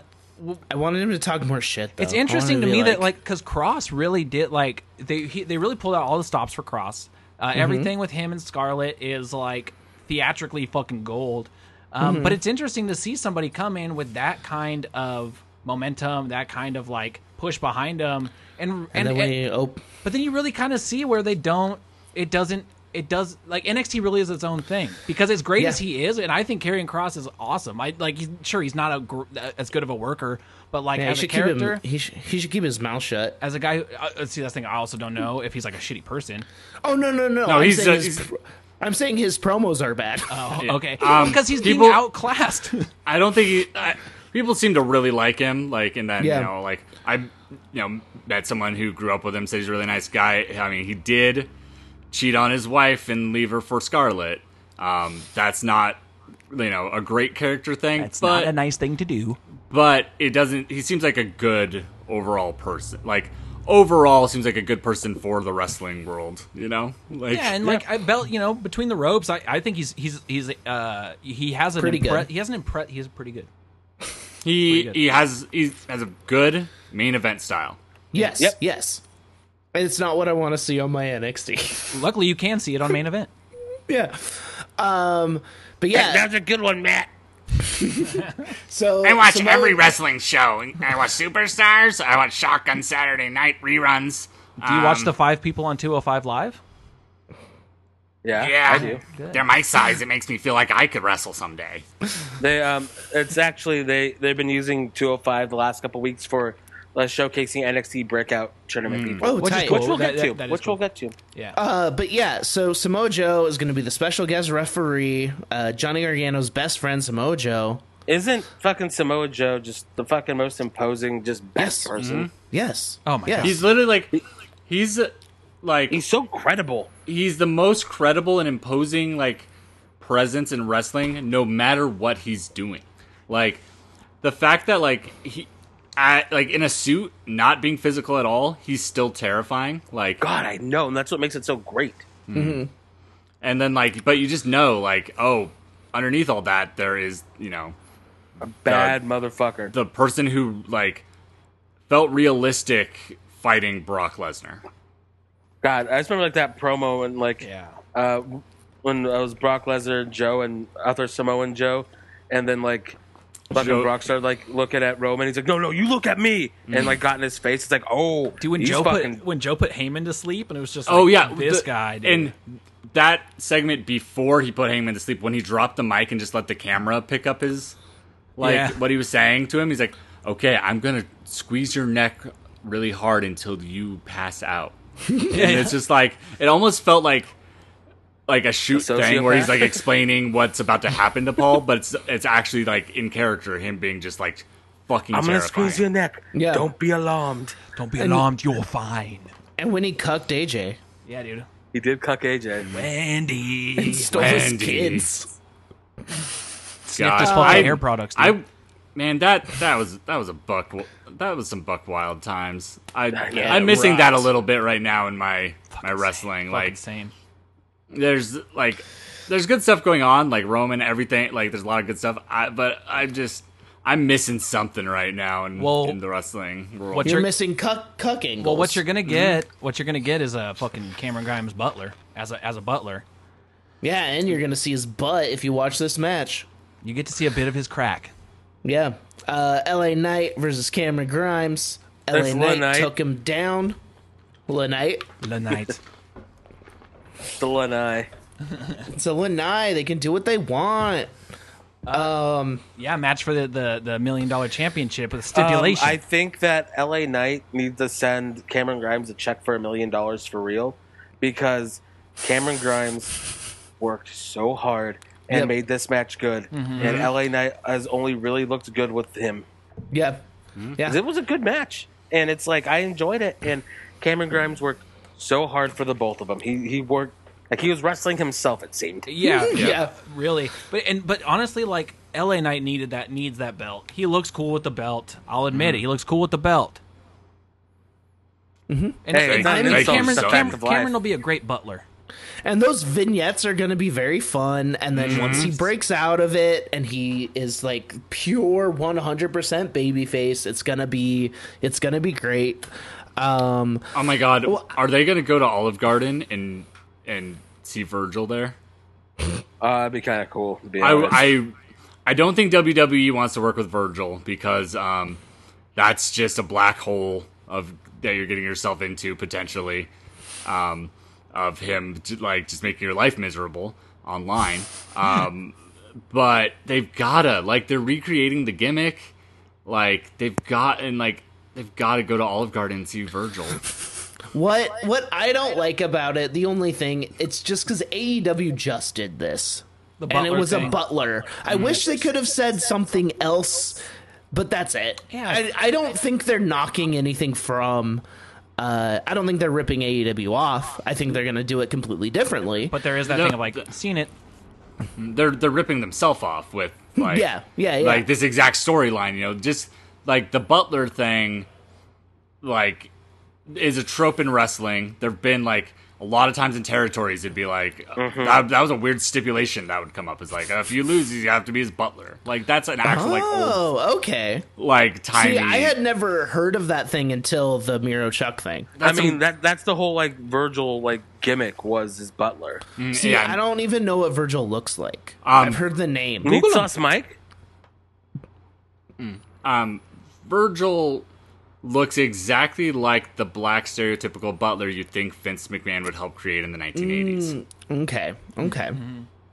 S3: I wanted him to talk more shit. Though.
S4: it's
S3: I wanted
S4: interesting to
S3: be
S4: me that like because Cross really did like they he, they really pulled out all the stops for Cross. Uh,
S3: Mm-hmm.
S4: Everything with him and Scarlet is like theatrically fucking gold. Um,
S3: Mm-hmm.
S4: But it's interesting to see somebody come in with that kind of momentum, that kind of like push behind them, and
S3: and
S4: and,
S3: then we oh
S4: But then you really kind of see where they don't. It doesn't it does like NXT really is its own thing because as great
S3: Yeah.
S4: as he is, and I think Karrion Cross is awesome. I like he's, sure he's not a gr- as good of a worker, but like
S3: Yeah, he
S4: as a
S3: should keep him-
S4: character,
S3: he should, he should keep his mouth shut.
S4: as a guy, who, uh, see that's the thing. I also don't know if he's like a shitty person.
S3: Oh no no no!
S6: No,
S3: I'm
S6: he's
S3: saying
S6: a-
S3: his
S6: he's-
S3: pro- I'm saying his promos are bad.
S4: Oh,
S6: Yeah.
S4: okay,
S6: Um,
S4: because he's being
S6: people-
S4: outclassed.
S6: I don't think he, I, people seem to really like him. Like, and then
S3: Yeah.
S6: you know, like I, you know, met someone who grew up with him. Said he's a really nice guy. I mean, he did cheat on his wife and leave her for Scarlet. Um, that's not, you know, a great character thing.
S4: That's
S6: but
S4: not a nice thing to do.
S6: but it doesn't. He seems like a good overall person. Like overall, seems like a good person for the wrestling world. You know, like
S4: Yeah, and like I belt, you know, between the ropes, I, I think he's he's he's uh he has an
S3: Pretty
S4: impre-
S3: good.
S4: he has an impre- he is pretty good.
S6: he
S4: good.
S6: he has he has a good main event style.
S3: yes
S5: Yep.
S3: yes. It's not what I want to see on my NXT.
S4: Luckily, you can see it on main event.
S3: yeah. Um. But yeah.
S7: That's a good one, Matt.
S3: So
S7: I watch
S3: Samoa-
S7: every wrestling show. I watch Superstars. I watch Shotgun Saturday Night reruns.
S4: Do you
S6: Um,
S4: watch the five people on 205 Live?
S5: Yeah,
S7: Yeah,
S5: I do.
S7: they're my size. It makes me feel like I could wrestle someday.
S5: They um, it's actually they they've been using 205 the last couple weeks for uh, showcasing NXT breakout tournament people,
S3: Oh,
S4: Which is
S3: tight.
S4: Hmm. cool.
S5: which we'll
S4: That-
S5: get
S4: that-
S5: to,
S4: that is
S5: which
S4: cool.
S5: we'll get to.
S4: Yeah.
S3: Uh, but yeah, so Samoa Joe is going to be the special guest referee. Uh, Johnny Gargano's best friend Samoa Joe.
S5: Isn't fucking Samoa Joe just the fucking most imposing, just best
S3: Yes.
S5: person?
S3: Yes.
S4: Oh my
S3: yes.
S4: God.
S6: He's literally like he's uh, like
S5: He's so credible.
S6: he's the most credible and imposing like presence in wrestling no matter what he's doing like the fact that like he at, like in a suit not being physical at all he's still terrifying like
S5: God, I know, and that's what makes it so great.
S6: and then like but you just know like oh underneath all that there is you know
S5: Bad motherfucker.
S6: the person who like felt realistic fighting Brock Lesnar
S5: God, I just remember like that promo and like
S4: yeah.
S5: uh, when I was Brock Lesnar, Joe, and other Samoan Joe, and then like fucking
S6: Joe-
S5: Brock started like looking at Roman. He's like, "No, no, you look at me," and like got in his face. It's like, "Oh,
S4: Dude, when
S5: he's
S4: Joe
S5: fucking
S4: put when Joe put Heyman to sleep, and it was just like,
S6: Oh yeah,
S4: this
S6: the-
S4: guy dude.
S6: And that segment before he put Hangman to sleep, when he dropped the mic and just let the camera pick up his like
S4: Yeah.
S6: what he was saying to him, he's like, "Okay, I'm gonna squeeze your neck really hard until you pass out." and it's just like it almost felt like like a shoot
S5: A
S6: thing where he's
S5: sociopath?
S6: like explaining what's about to happen to Paul, but it's it's actually like in character him being just like fucking.
S5: I'm gonna
S6: terrifying.
S5: squeeze your neck.
S3: Yeah.
S5: Don't be alarmed."
S4: don't be alarmed, you're fine.
S3: and when he cucked AJ,
S4: Yeah, dude.
S5: He did cuck AJ.
S4: Andy.
S3: stole his
S6: Wendy.
S3: kids.
S6: God,
S4: his fucking hair products, dude.
S6: I man, that that was that was a buck. That was some buck wild times. I
S5: Yeah,
S6: I'm missing
S5: right.
S6: that a little bit right now in my my wrestling.
S4: Fucking
S6: Like
S4: same.
S6: there's like there's good stuff going on, like Roman, everything. Like there's a lot of good stuff. I, but I'm just I'm missing something right now in,
S4: Well,
S6: in the wrestling world.
S4: What
S3: You're
S4: you're
S3: missing cuck cucking.
S4: well, what you're gonna get, what you're gonna get is a fucking Cameron Grimes butler as a as a butler.
S3: yeah, and you're gonna see his butt if you watch this match.
S4: You get to see a bit of his crack.
S3: Yeah, uh, L.A. Knight versus Cameron Grimes. L.A.
S5: That's
S3: Knight,
S5: Lil Knight.
S3: took him down. Lil Knight.
S4: The night.
S5: Still an eye.
S3: So Lil Knight, they can do what they want.
S4: Yeah, match for the, the, the million dollar championship with
S5: Um,
S4: stipulation.
S5: I think that LA Knight needs to send Cameron Grimes a check for a million dollars for real because Cameron Grimes worked so hard and
S3: Yep.
S5: made this match good. And LA Knight has only really looked good with him.
S3: Yeah,
S5: 'Cause It was a good match. And it's like I enjoyed it. And Cameron Grimes worked so hard for the both of them. He he worked like he was wrestling himself, it seemed.
S4: yeah,
S3: yeah.
S4: really. But and but honestly, like LA Knight needed that needs that belt. He looks cool with the belt. I'll admit it. He looks cool with the belt. Mm-hmm. And
S5: Hey,
S4: I-
S5: it's
S4: I
S5: not an
S4: mean,
S6: insult,
S4: Cameron,
S6: it's a fact
S4: Cameron,
S5: of life.
S4: Cameron will be a great butler.
S3: And those vignettes are going to be very fun. And then once he breaks out of it and he is like pure 100% babyface, it's going to be it's going to be great. Um
S6: oh my god,
S3: Well,
S6: are they gonna go to Olive Garden and and see Virgil there?
S5: Uh, it'd be kind of cool. To be honest.
S6: I, I I don't think WWE wants to work with Virgil because um, that's just a black hole of that you're getting yourself into potentially. Um, of him j- like just making your life miserable online. Um, but they've gotta like they're recreating the gimmick. Like they've got and like they've got to go to Olive Garden and see Virgil.
S3: What what I don't like about it, the only thing, it's just because AEW just did this,
S4: The
S3: and it
S4: butler
S3: was a
S4: thing.
S3: butler. I wish they could have said something else, but that's it.
S4: Yeah.
S3: I, I don't think they're knocking anything from. Uh, I don't think they're ripping AEW off. I think they're going to do it completely differently.
S4: But there is that
S6: No,
S4: thing of like
S6: the-
S4: seen it.
S6: they're they're ripping themselves off with like
S3: Yeah, yeah, yeah.
S6: like this exact storyline you know just like the butler thing like is a trope in wrestling there've been like a lot of times in territories it'd be like
S3: Mm-hmm.
S6: that, that was a weird stipulation that would come up is like uh, if you lose you have to be his butler like that's an actual like old
S3: oh, okay.
S6: like tiny
S3: See, I had never heard of that thing until the Miro Chuck thing.
S5: I
S6: That's a-
S5: mean, that that's the whole like Virgil like gimmick was his butler.
S3: See,
S6: yeah.
S3: I don't even know what Virgil looks like.
S6: Um,
S3: I've heard the name.
S5: Meat sauce, Mike.
S6: um, Virgil looks exactly like the black stereotypical butler you think Vince McMahon would help create in the 1980s.
S3: Mm. Okay, okay.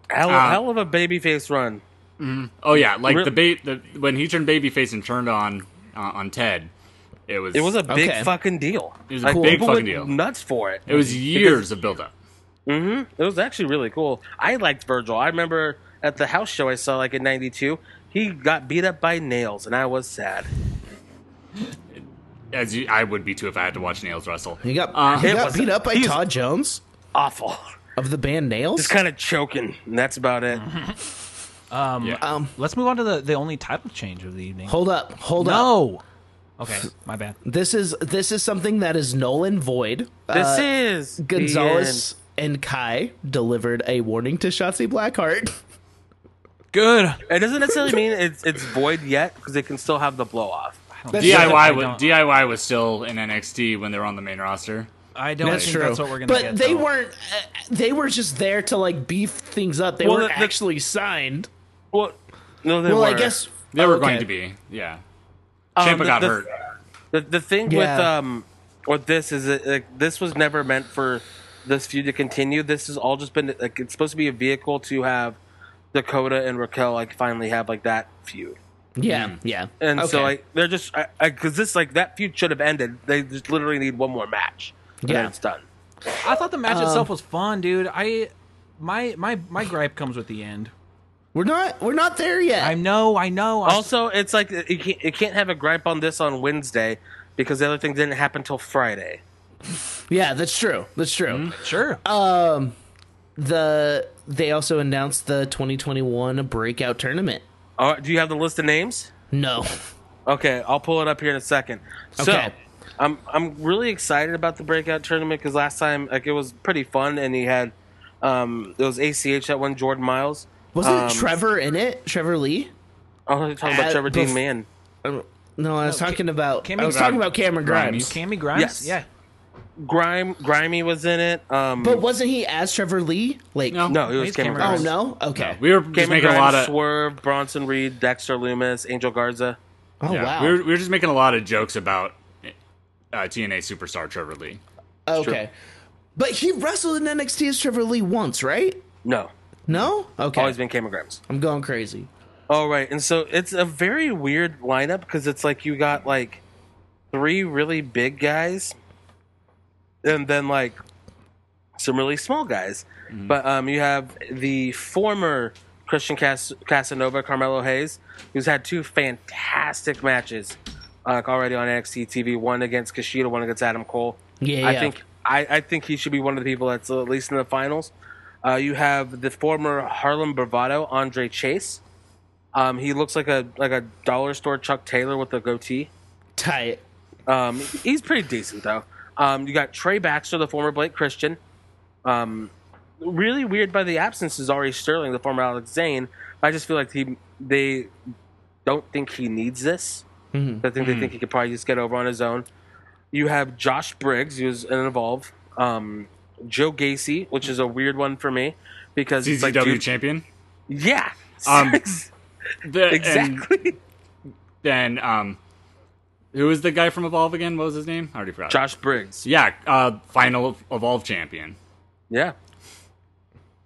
S5: Hell,
S6: Uh,
S5: hell of a babyface run.
S6: Oh yeah, like
S5: Re-
S6: the bait the, when he turned babyface and turned on uh, on Ted, it was
S5: It was a big
S3: Okay.
S5: fucking deal. It
S6: was a big fucking deal.
S5: Nuts for it.
S6: it was years of build up.
S5: It was actually really cool. I liked Virgil. I remember at the house show I saw like in '92, he got beat up by nails, and I was sad.
S6: As you, I would be too if I had to watch nails wrestle.
S3: He got,
S6: Uh,
S3: he
S5: it
S3: got
S5: was-
S3: beat up by
S5: he's-
S3: Todd Jones
S5: Awful.
S3: of the band Nails.
S5: Just kind of choking, and that's about it.
S6: Mm-hmm.
S3: um,
S4: Let's move on to the the only title change of the evening.
S3: hold up, hold up.
S4: no. Okay, my bad.
S3: This is this is something that is null and void.
S5: This
S3: Uh,
S5: is
S3: Gonzalez and Kai delivered a warning to Shotzi Blackheart.
S4: Good.
S5: the end. It doesn't necessarily mean it's it's void yet because they can still have the blow off.
S3: That's
S6: DIY
S4: I
S6: was
S4: don't-
S6: DIY was still in NXT when they were on the main roster.
S4: I don't
S3: That's
S4: think
S3: true.
S4: that's what we're gonna
S3: but
S4: get.
S3: they
S4: though.
S3: weren't. Uh, they were just there to like beef things up. They
S5: Well,
S3: weren't
S5: the- the-
S3: actually signed.
S5: Well, no, they
S3: Well, I
S5: were.
S3: guess
S6: They were
S3: okay.
S6: going to be, yeah.
S5: Oh, Um,
S6: Champa
S5: the-
S6: got
S5: the-
S6: hurt.
S5: The, the thing with
S3: Yeah.
S5: um with this is it, like this was never meant for this feud to continue. This has all just been like it's supposed to be a vehicle to have Dakota and Raquel like finally have like that feud.
S3: Yeah, yeah.
S5: And so
S3: Okay.
S5: like they're just because I, 'cause this like that feud should have ended. They just literally need one more match. And
S3: Yeah.
S5: then it's done.
S4: I thought the
S3: um,
S4: match itself was fun, dude. I my my my gripe comes with the end.
S3: we're not we're not there yet.
S4: I know, I know. I'm-
S5: Also, it's like it can't, it can't have a gripe on this on Wednesday because the other thing didn't happen till Friday.
S3: yeah, that's true. That's true.
S4: sure.
S3: Oh. The they also announced the 2021 breakout tournament.
S5: All right, Uh, do you have the list of names?
S3: No.
S5: Okay, I'll pull it up here in a second. So,
S3: Okay.
S5: I'm I'm really excited about the breakout tournament because last time like it was pretty fun and he had um it was ACH that won Jordan Miles.
S3: Wasn't
S5: Um,
S3: Trevor in it? Trevor Lee?
S5: Oh, you're talking about
S3: Uh,
S5: Trevor Dean
S3: bef-
S5: Man.
S3: No, I was
S4: No, Ca-
S3: talking about
S4: Cameron
S3: I was
S4: Grimes.
S3: talking about Cameron Grimes.
S4: Cammy Grimes.
S5: Yes.
S4: Yeah.
S5: Grime Grimy was in it. Um
S3: But wasn't he as Trevor Lee? Like
S6: No.
S5: no, it was
S4: He's
S5: Cameron.
S4: Cameron
S3: Oh
S5: Grimes.
S3: no? Okay.
S6: We were just
S5: Cameron
S6: making
S5: Grimes,
S6: a lot of
S5: Swerve, Bronson Reed, Dexter Loomis, Angel Garza.
S3: oh
S6: yeah,
S3: wow.
S6: we were we were just making a lot of jokes about uh, TNA superstar Trevor Lee.
S3: okay. But he wrestled in NXT as Trevor Lee once, right?
S5: No,
S3: No? Okay.
S5: always been Cameron Grimes.
S3: I'm going crazy.
S5: All Oh, right, and so it's a very weird lineup because it's like you got like three really big guys, and then like some really small guys. But um, you have the former Christian Cas- Casanova, Carmelo Hayes, who's had two fantastic matches uh, already on NXT TV. One against Kushida, one against Adam Cole.
S3: Yeah,
S5: I
S3: yeah.
S5: think I, I think he should be one of the people that's at least in the finals. Uh, you have the former Harlem Bravado, Andre Chase. Um, he looks like a like a dollar store Chuck Taylor with a goatee.
S3: Tight.
S5: Um, he's pretty decent though. Um, you got Trey Baxter, the former Blake Christian. Um, really weird by the absence is Ari Sterling, the former Alex Zane. I just feel like he they don't think he needs this.
S6: Mm-hmm.
S5: I think they think he could probably just get over on his own. You have Josh Briggs, who's in Evolve. Um, Joe Gacy, which is a weird one for me because
S6: CZW
S5: it's like, dude,
S6: champion.
S5: yeah,
S6: Um, The- and-
S5: exactly.
S6: then um who was the guy from Evolve again? What was his name? I already forgot.
S5: Josh Briggs.
S6: Yeah, uh final Evolve champion.
S5: Yeah.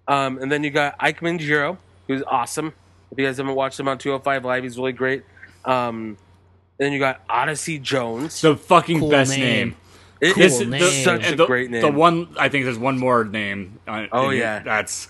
S5: Um, and then you got Ike Manjiro, who's awesome. If you guys haven't watched him on 205 Live, he's really great. Um, then you got Odyssey Jones.
S6: The fucking
S3: Cool
S6: best
S3: name.
S6: name.
S5: It-
S3: Cool
S5: it's
S6: the-
S3: name.
S5: such a
S6: the,
S5: great name.
S6: The one I think there's one more name. on-
S5: Oh,
S6: in here.
S5: yeah.
S6: that's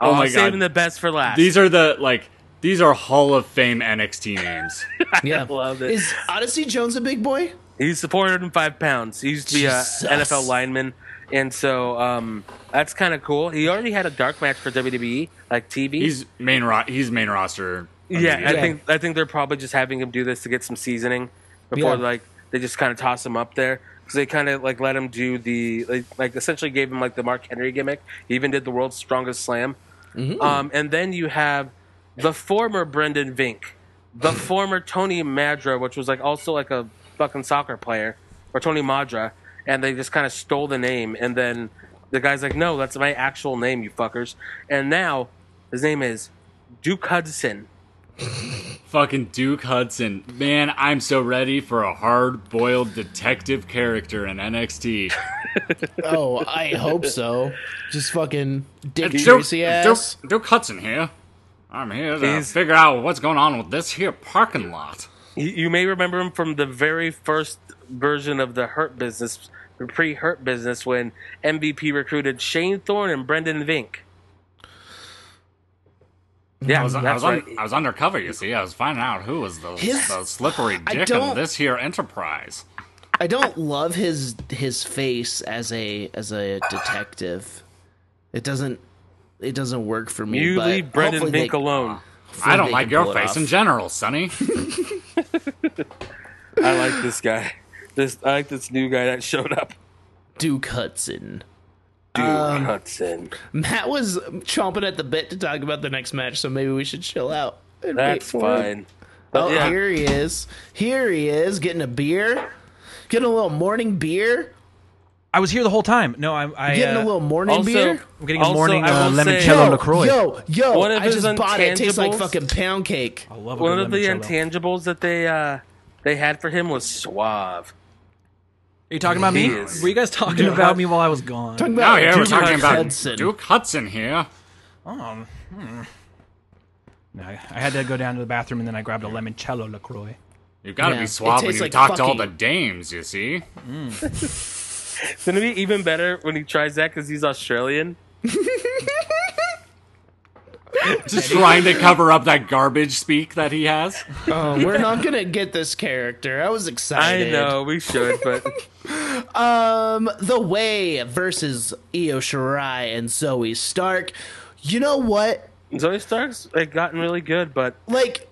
S5: oh,
S6: oh my
S5: saving
S6: god.
S5: the best for last.
S6: these are the like these are Hall of Fame NXT names.
S3: Yeah.
S5: love it.
S3: Is Odyssey Jones a big boy?
S5: He's 405 pounds. He used to be a
S3: Jesus.
S5: NFL lineman, and so um, that's kind of cool. He already had a dark match for WWE, like TV.
S6: he's main ro- he's main roster.
S5: yeah, I
S3: Yeah.
S5: think I think they're probably just having him do this to get some seasoning before
S3: Yeah.
S5: like they just kind of toss him up there because they kind of like let him do the like, like essentially gave him like the Mark Henry gimmick. He even did the world's strongest slam.
S3: Mm-hmm.
S5: Um, and then you have the former Brendan Vink, the former Tony Madra, which was like also like a fucking soccer player, or Tony Madra, and they just kind of stole the name. And then the guy's like, "No, that's my actual name, you fuckers." And now his name is Duke Hudson.
S6: Fucking Duke Hudson. Man, I'm so ready for a hard boiled detective character in NXT.
S3: Oh, I hope so. Just fucking Dick
S6: Duke,
S3: Tracy ass.
S6: Duke, Duke Hudson here. I'm here to
S5: He's-
S6: figure out what's going on with this here parking lot.
S5: You- You may remember him from the very first version of the Hurt Business, the pre-Hurt Business, when MVP recruited Shane Thorne and Brendan Vink. Yeah,
S6: I was,
S5: that's
S6: I was,
S5: right.
S6: un, I was undercover, you see. I was finding out who was the,
S3: His-
S6: the slippery
S3: I
S6: dick
S3: don't-
S6: of this here enterprise.
S3: I don't love his his face as a as a detective. It doesn't it doesn't work for me.
S5: you
S3: but
S5: leave Brendan
S3: hopefully
S5: Vink
S3: they-
S5: alone.
S3: hopefully
S6: I don't
S3: they
S6: like
S3: can
S6: your
S3: pull it
S6: face
S3: off.
S6: in general, Sonny.
S5: I like this guy. This I like this new guy that showed up.
S3: Duke Hudson.
S5: Dude
S3: Um,
S5: Hudson.
S3: Matt was chomping at the bit to talk about the next match, so maybe we should chill out. and wait
S5: That's
S3: for him.
S5: fine.
S3: Oh,
S5: yeah.
S3: here he is. Here he is getting a beer. Getting a little morning beer.
S4: I was here the whole time. No, I'm. I,
S3: Getting
S4: uh,
S3: a little morning
S5: also-
S3: beer.
S4: I'm getting a
S5: Also,
S4: morning
S5: I
S4: uh,
S5: will say-
S4: limoncello Lacroix.
S3: Yo, yo,
S5: One of
S3: I
S5: his
S3: just bought it. It tastes like
S5: intangibles-
S3: fucking pound cake.
S4: uh,
S6: Oh.
S4: I love a
S5: One
S4: good
S5: of the
S4: limoncello.
S5: intangibles that they uh, they had for him was suave.
S4: Are you talking about me?
S5: He is.
S4: Were you guys talking about me while I was gone?
S3: Talking
S6: Now
S3: about
S6: here we're
S3: Duke
S6: talking about
S3: Hudson.
S6: Duke Hudson here.
S4: Um, hmm. No, I I had to go down to the bathroom and then I grabbed a limoncello Lacroix.
S6: You've got to
S3: Yeah.
S6: be
S3: It
S6: suave when
S3: tastes
S6: you
S3: like
S6: talk to all the
S3: fucking-
S6: dames, you see.
S5: It's gonna be even better when he tries that because he's Australian.
S6: Just trying to cover up that garbage speak that he has.
S3: Oh, we're not gonna get this character. I was
S5: I
S3: excited.
S5: know we should, but
S3: Um, the Way versus Io Shirai and Zoe Stark. You know what?
S5: Zoe Stark's like gotten really good, but
S3: Like,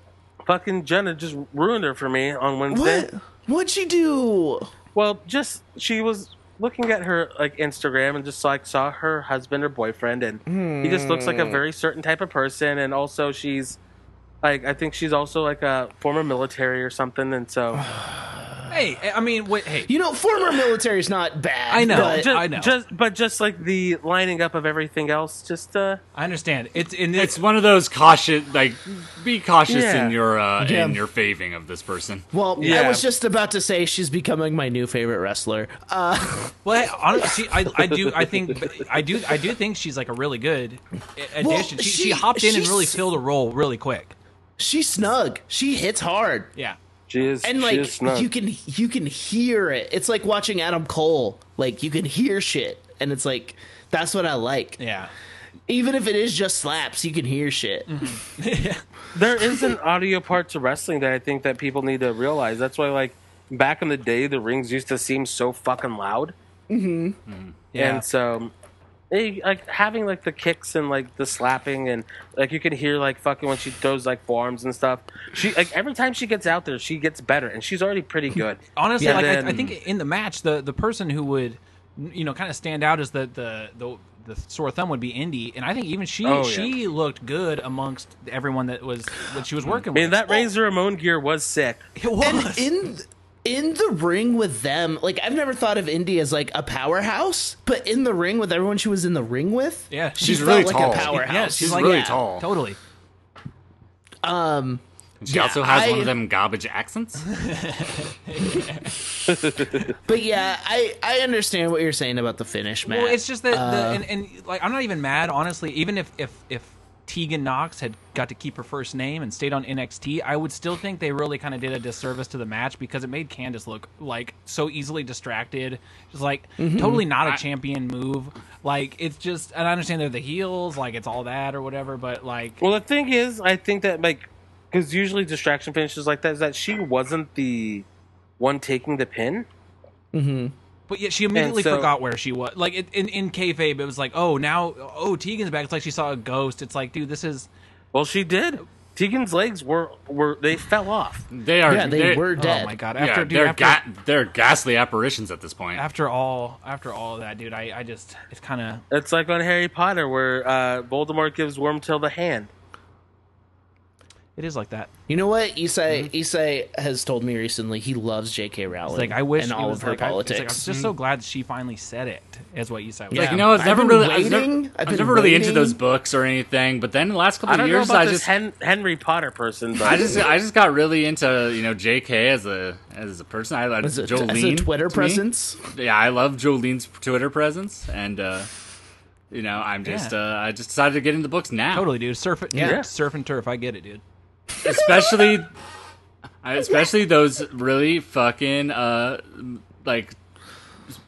S5: fucking Jenna just ruined her for me on Wednesday.
S3: what? What'd she do?
S5: Well, just she was looking at her like Instagram and just like saw her husband or boyfriend, and he just looks
S3: Hmm.
S5: like a very certain type of person, and also she's like I think she's also like a former military or something, and so
S4: Hey, I- I mean, wait, hey,
S3: You know, former military's not bad.
S4: I know.
S3: but-
S5: just,
S4: I know.
S5: just but just like the lining up of everything else, just uh
S4: I understand. It's in
S6: It's
S4: this.
S6: one of those cautious, like, be cautious
S5: Yeah.
S6: in your uh,
S3: Yeah.
S6: in your faving of this person.
S3: well, I
S5: Yeah.
S3: was just about to say she's becoming my new favorite wrestler. Uh,
S4: Well, hey, honestly, I, I do. I think I do. I do think she's like a really good a-
S3: Well,
S4: addition. she, she,
S3: she-
S4: hopped in and
S3: she's-
S4: really filled a role really quick.
S3: she's snug. She hits hard.
S4: Yeah.
S5: she is
S3: And
S5: she
S3: like
S5: is snug.
S3: you can you can hear it. It's like watching Adam Cole. Like you can hear shit and it's like that's what I like.
S4: Yeah.
S3: Even if it is just slaps, you can hear shit.
S5: there is an audio part to wrestling that I think that people need to realize. That's why, like back in the day, the rings used to seem so fucking loud,
S4: Mm-hmm. Yeah.
S5: and so eh, like having like the kicks and like the slapping and like you can hear like fucking when she throws like forearms and stuff. She like every time she gets out there, she gets better, and she's already pretty good.
S4: Mm-hmm. honestly,
S5: Yeah,
S4: like
S5: then-
S4: I, I think in the match, the the person who would, you know, kind of stand out as the the the, the sore thumb would be Indy, and I think even she
S5: Oh, yeah.
S4: she looked good amongst everyone that was that she was working
S5: I
S4: with.
S5: mean, that Razor Ramon gear was sick.
S4: it was.
S3: in in the ring with them, like I've never thought of Indy as like a powerhouse, but in the ring with everyone she was in the ring with,
S4: Yeah.
S3: she
S6: She's
S3: felt
S6: really
S3: like
S6: tall.
S3: a powerhouse.
S4: yeah, she's
S6: She's
S4: like
S6: really
S3: yeah.
S6: tall.
S4: totally.
S6: She
S3: Yeah,
S6: also has one
S3: I-
S6: of them garbage accents.
S3: But yeah, I I understand what you're saying about the finish, man.
S4: Well, it's just that, the, and, and like I'm not even mad, honestly. Even if if if Tegan Knox had got to keep her first name and stayed on NXT, I would still think they really kind of did a disservice to the match because it made Candice look like so easily distracted, just like totally not a champion move. Like it's just, and I understand they're the heels, like it's all that or whatever, but like
S5: Well, the thing is, I think that like because usually distraction finishes like that is that she wasn't the one taking the pin.
S4: But yet she immediately
S5: so-
S4: forgot where she was. Like it, in in kayfabe, it was like, oh now, oh Tegan's back. It's like she saw a ghost. It's like, dude, this is
S5: Well, she did. Tegan's legs were were they fell off.
S6: They are.
S3: yeah, they
S6: they're-
S3: were dead.
S4: oh my god.
S6: Yeah,
S4: After dude,
S6: they're
S4: after,
S6: ga- they're ghastly apparitions at this point.
S4: after all, after all of that, dude, I I just it's kind of
S5: It's like on Harry Potter where uh, Voldemort gives Wormtail the hand.
S4: it is like that.
S3: You know what? Isai Isai has told me recently he loves J.K. Rowling.
S4: Mm-hmm. It's like I wish
S3: and
S4: it
S3: all
S4: was
S3: of her
S4: like, I- it's like,
S3: politics. Mm.
S4: I, was just so glad she finally said it. Is what you said.
S3: Yeah.
S6: Like, you know, I've
S3: I've
S6: never
S3: been
S6: really, I was never,
S3: waiting. I've
S6: I was
S3: been
S6: never really into
S3: waiting.
S6: those books or anything. But then the last couple
S5: I don't
S6: of
S5: know
S6: years,
S5: about
S6: I
S5: this
S6: just,
S5: Hen- Henry Potter person, but
S6: I just, I just got really into you know J.K. as a as a person. I like
S3: as a, as a
S6: Jolene
S3: Twitter
S6: to me.
S3: presence.
S6: Yeah, I love Jolene's Twitter presence, and uh, you know, I'm just,
S4: Yeah.
S6: uh, I just decided to get into books now.
S4: Totally, dude. Surf it.
S3: Yeah.
S4: dude, surf and turf. I get it, dude.
S6: especially especially those really fucking uh like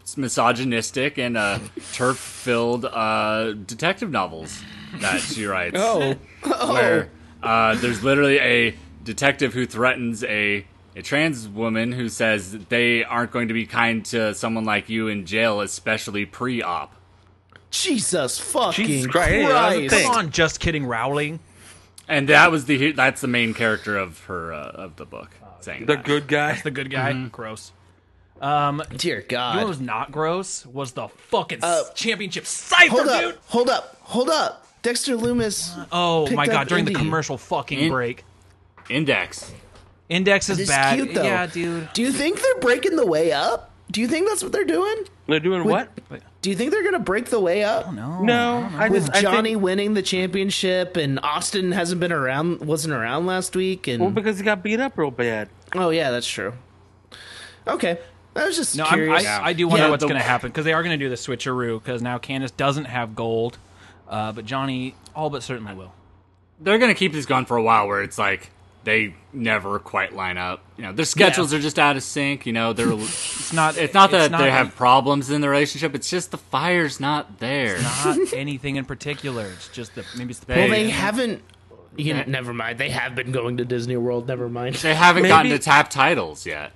S6: s- misogynistic and uh turf filled uh detective novels that she writes oh, where uh there's literally a detective who threatens a a trans woman who says they aren't going to be kind to someone like you in jail especially pre-op
S3: Jesus fucking
S5: Jesus Christ, yeah, that was a
S3: Christ!
S5: thing.
S4: Come on, just kidding, Rowling.
S6: and that was the that's the main character of her uh, of the book saying
S5: the
S6: that.
S5: good guy.
S4: The good guy.
S3: Mm-hmm.
S4: Gross.
S3: Dear
S4: You know what
S3: God!
S4: was not gross was the fucking
S3: Uh,
S4: championship cipher,
S3: Hold
S4: dude.
S3: up! Hold up! Hold up! Dexter Loomis.
S4: Oh
S3: picked
S4: my
S3: up
S4: god! During
S3: Indy.
S4: the commercial fucking
S6: In-
S4: break,
S6: index
S4: Index is
S3: It's
S4: bad.
S3: cute though.
S4: Yeah, dude.
S3: Do you think they're breaking the way up? Do you think that's what they're doing?
S5: They're doing what?
S3: Do you think they're gonna break the way up?
S4: No.
S5: No, I
S3: With
S5: just I
S3: Johnny
S5: think,
S3: winning the championship and Austin hasn't been around, wasn't around last week, and
S5: well because he got beat up real bad.
S3: oh yeah, that's true. Okay, I was just
S4: No, I'm,
S3: curious.
S4: I, I do wonder
S3: Yeah,
S4: what's
S6: the-
S4: going to happen because they are going to do the switcheroo because now Candace doesn't have gold, uh, but Johnny all but certainly will.
S6: they're gonna keep this going for a while where it's like they never quite line up you know their schedules are just out of sync you know they're it's
S4: It's not.
S6: not that they have problems in the relationship it's just the fire's not there
S4: not anything in particular. It's just the maybe it's the
S6: Well,
S3: Well,
S6: Hey.
S3: they haven't. You know, never mind. They have been going to Disney World. Never mind.
S6: they haven't gotten to
S5: Maybe-
S6: tap titles yet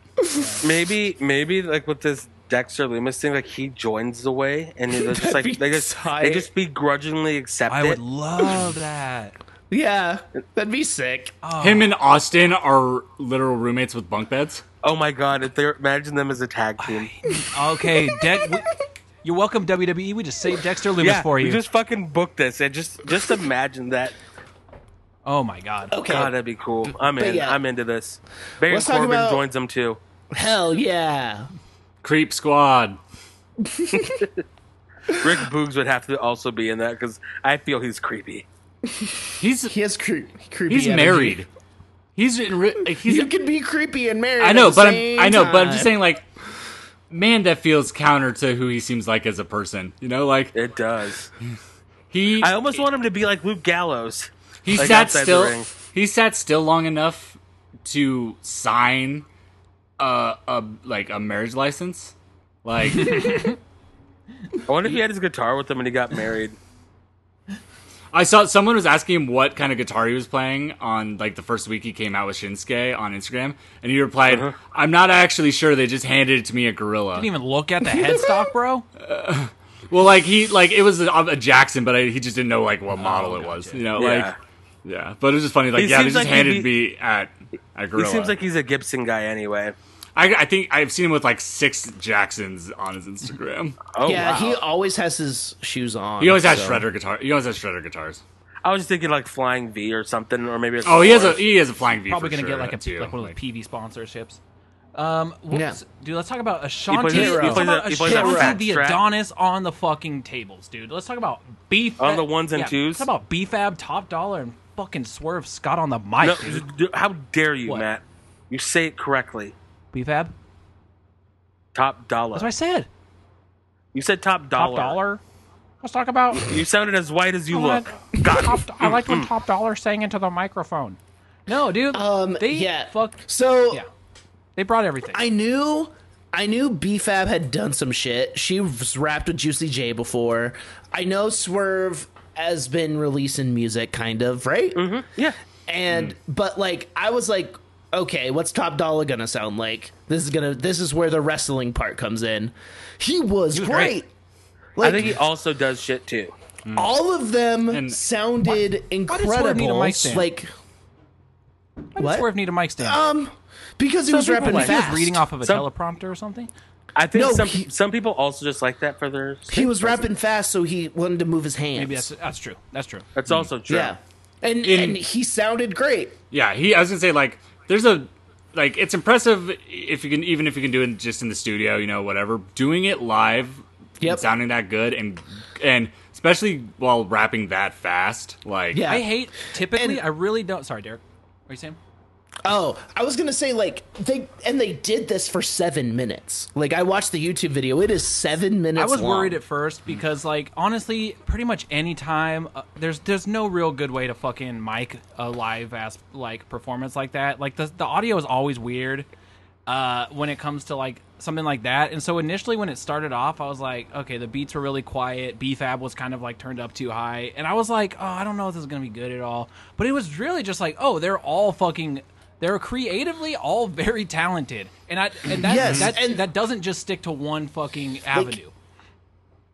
S5: Maybe maybe like with this Dexter Loomis thing, like he joins the way and they're just like
S3: be
S5: they just
S3: tight.
S5: they just begrudgingly accept
S4: I
S5: it.
S4: would love that.
S3: Yeah, that'd be sick.
S6: him and austin are literal roommates with bunk beds
S5: Oh my god! If they are imagine them as a tag team,
S4: Okay, Dex. we- You're welcome, WWE. We just saved Dexter Loomis for you.
S5: we just fucking book this and just just imagine that.
S4: oh my god.
S3: Okay,
S5: God, that'd be cool. I'm in.
S3: yeah.
S5: I'm into this. Baron
S3: Let's talk
S5: Corbin
S3: about-
S5: joins them too.
S3: hell yeah.
S6: creep squad
S5: Rick Boogs would have to also be in that because I feel he's creepy.
S6: he's
S3: He has cre- creepy.
S6: he's
S3: energy.
S6: married he's in re- he's
S3: You can be creepy and married.
S6: I know,
S3: at the
S6: but I'm,
S3: same
S6: I know, but I'm just
S3: time.
S6: saying, like, man, that feels counter to who he seems like as a person. You know, like
S5: It does.
S6: he
S5: I almost want him to be like Luke Gallows.
S6: he
S5: like,
S6: sat
S5: outside the
S6: still.
S5: ring.
S6: He sat still long enough to sign a, a like a marriage license. Like,
S5: I wonder if he had his guitar with him and he got married.
S6: I saw someone was asking him what kind of guitar he was playing on like the first week he came out with Shinsuke on Instagram, and he replied,
S5: Uh-huh.
S6: "I'm not actually sure. They just handed it to me a gorilla."
S4: Didn't even look at the headstock, bro.
S6: Well, like he like it was a, a Jackson, but I, he just didn't know like what model it was. You know, like
S5: Oh, Yeah.
S6: yeah. But it was just funny. Like
S5: He
S6: yeah, they
S5: seems
S6: just
S5: like he'd
S6: handed
S5: be-
S6: me at at
S5: He
S6: Gorilla.
S5: seems like he's a Gibson guy anyway.
S6: I, I think I've seen him with like six Jacksons on his Instagram.
S5: Oh
S3: yeah,
S5: wow.
S3: he always has his shoes on.
S6: He always has
S3: so-
S6: shredder guitar. He always has shredder guitars.
S5: I was thinking like Flying V or something, or maybe. It's
S6: Oh, he has a
S5: Forrest.
S6: he has a flying V.
S4: Probably
S6: going
S4: gonna
S6: to
S4: get like a
S6: too.
S4: like one of those PV sponsorships. Um, what
S3: Yeah.
S4: was- dude, let's talk about
S5: He
S4: Ashanti.
S5: plays- he
S4: let's talk
S5: plays
S4: about
S5: a- he plays a
S4: Ashanti
S5: fat
S4: the
S5: strat.
S4: Adonis on the fucking tables, dude. Let's talk about beef
S5: On the ones and
S4: yeah,
S5: twos?
S4: Let's talk about BFAB, Top Dollar, and fucking swerve Scott on the mic.
S5: No,
S4: dude.
S5: d- how dare you,
S4: What?
S5: Matt? You say it correctly.
S4: B-Fab?
S5: Top dollar.
S4: That's what I said.
S5: You said top
S4: Top
S5: dollar.
S4: dollar. Let's talk about
S5: You sounded as white as you look.
S4: top. I like
S5: Mm.
S4: when top dollar sang into the microphone. No, dude.
S3: Um,
S4: they
S3: yeah.
S4: fuck.
S3: So
S4: Yeah, they brought everything.
S3: I knew I knew BFAB had done some shit. She was rapped with Juicy J before. I know Swerve has been releasing music kind of, right? Mm-hmm.
S5: Yeah.
S3: And but like I was like, okay, what's Top Dollar gonna sound like? This is gonna this is where the wrestling part comes in. He was, great.
S4: great.
S3: Like
S5: I think he also does shit too.
S3: all of them
S6: And-
S3: sounded
S4: did Swerve need a
S3: incredible.
S4: mic stand?
S3: Like
S4: What?
S3: what?
S4: Swerve need a mic stand.
S3: um because he was
S5: people
S3: rapping
S5: like-
S4: he was
S3: fast.
S4: reading off of a
S5: Some-
S4: teleprompter or something.
S5: I think
S3: No,
S5: some
S3: he-
S5: some people also just like that for their.
S3: he was rapping fast, so he wanted to move his hands.
S4: Maybe that's that's true. That's true.
S5: That's also true.
S3: Yeah. And, and he sounded great.
S6: Yeah, he. I was gonna say like, there's a like it's impressive if you can even if you can do it just in the studio, you know, whatever. Doing it live,
S3: Yep.
S6: and sounding that good, and and especially while rapping that fast, like
S3: Yeah.
S4: I hate typically.
S3: And-
S4: I really don't. Sorry, Derek. What are you saying?
S3: Oh, I was gonna say like they and they did this for seven minutes. Like I watched the YouTube video. It is seven minutes.
S4: I was
S3: long.
S4: worried at first because, like, honestly, pretty much any time uh, there's there's no real good way to fucking mic a live ass like performance like that. Like the the audio is always weird uh, when it comes to like something like that. And so initially when it started off, I was like, okay, the beats were really quiet. B-Fab was kind of like turned up too high, and I was like, oh, I don't know if this is gonna be good at all. But it was really just like, oh, they're all fucking. They're creatively all very talented, and I and that
S3: Yes,
S4: that,
S3: and-
S4: that doesn't just stick to one fucking avenue.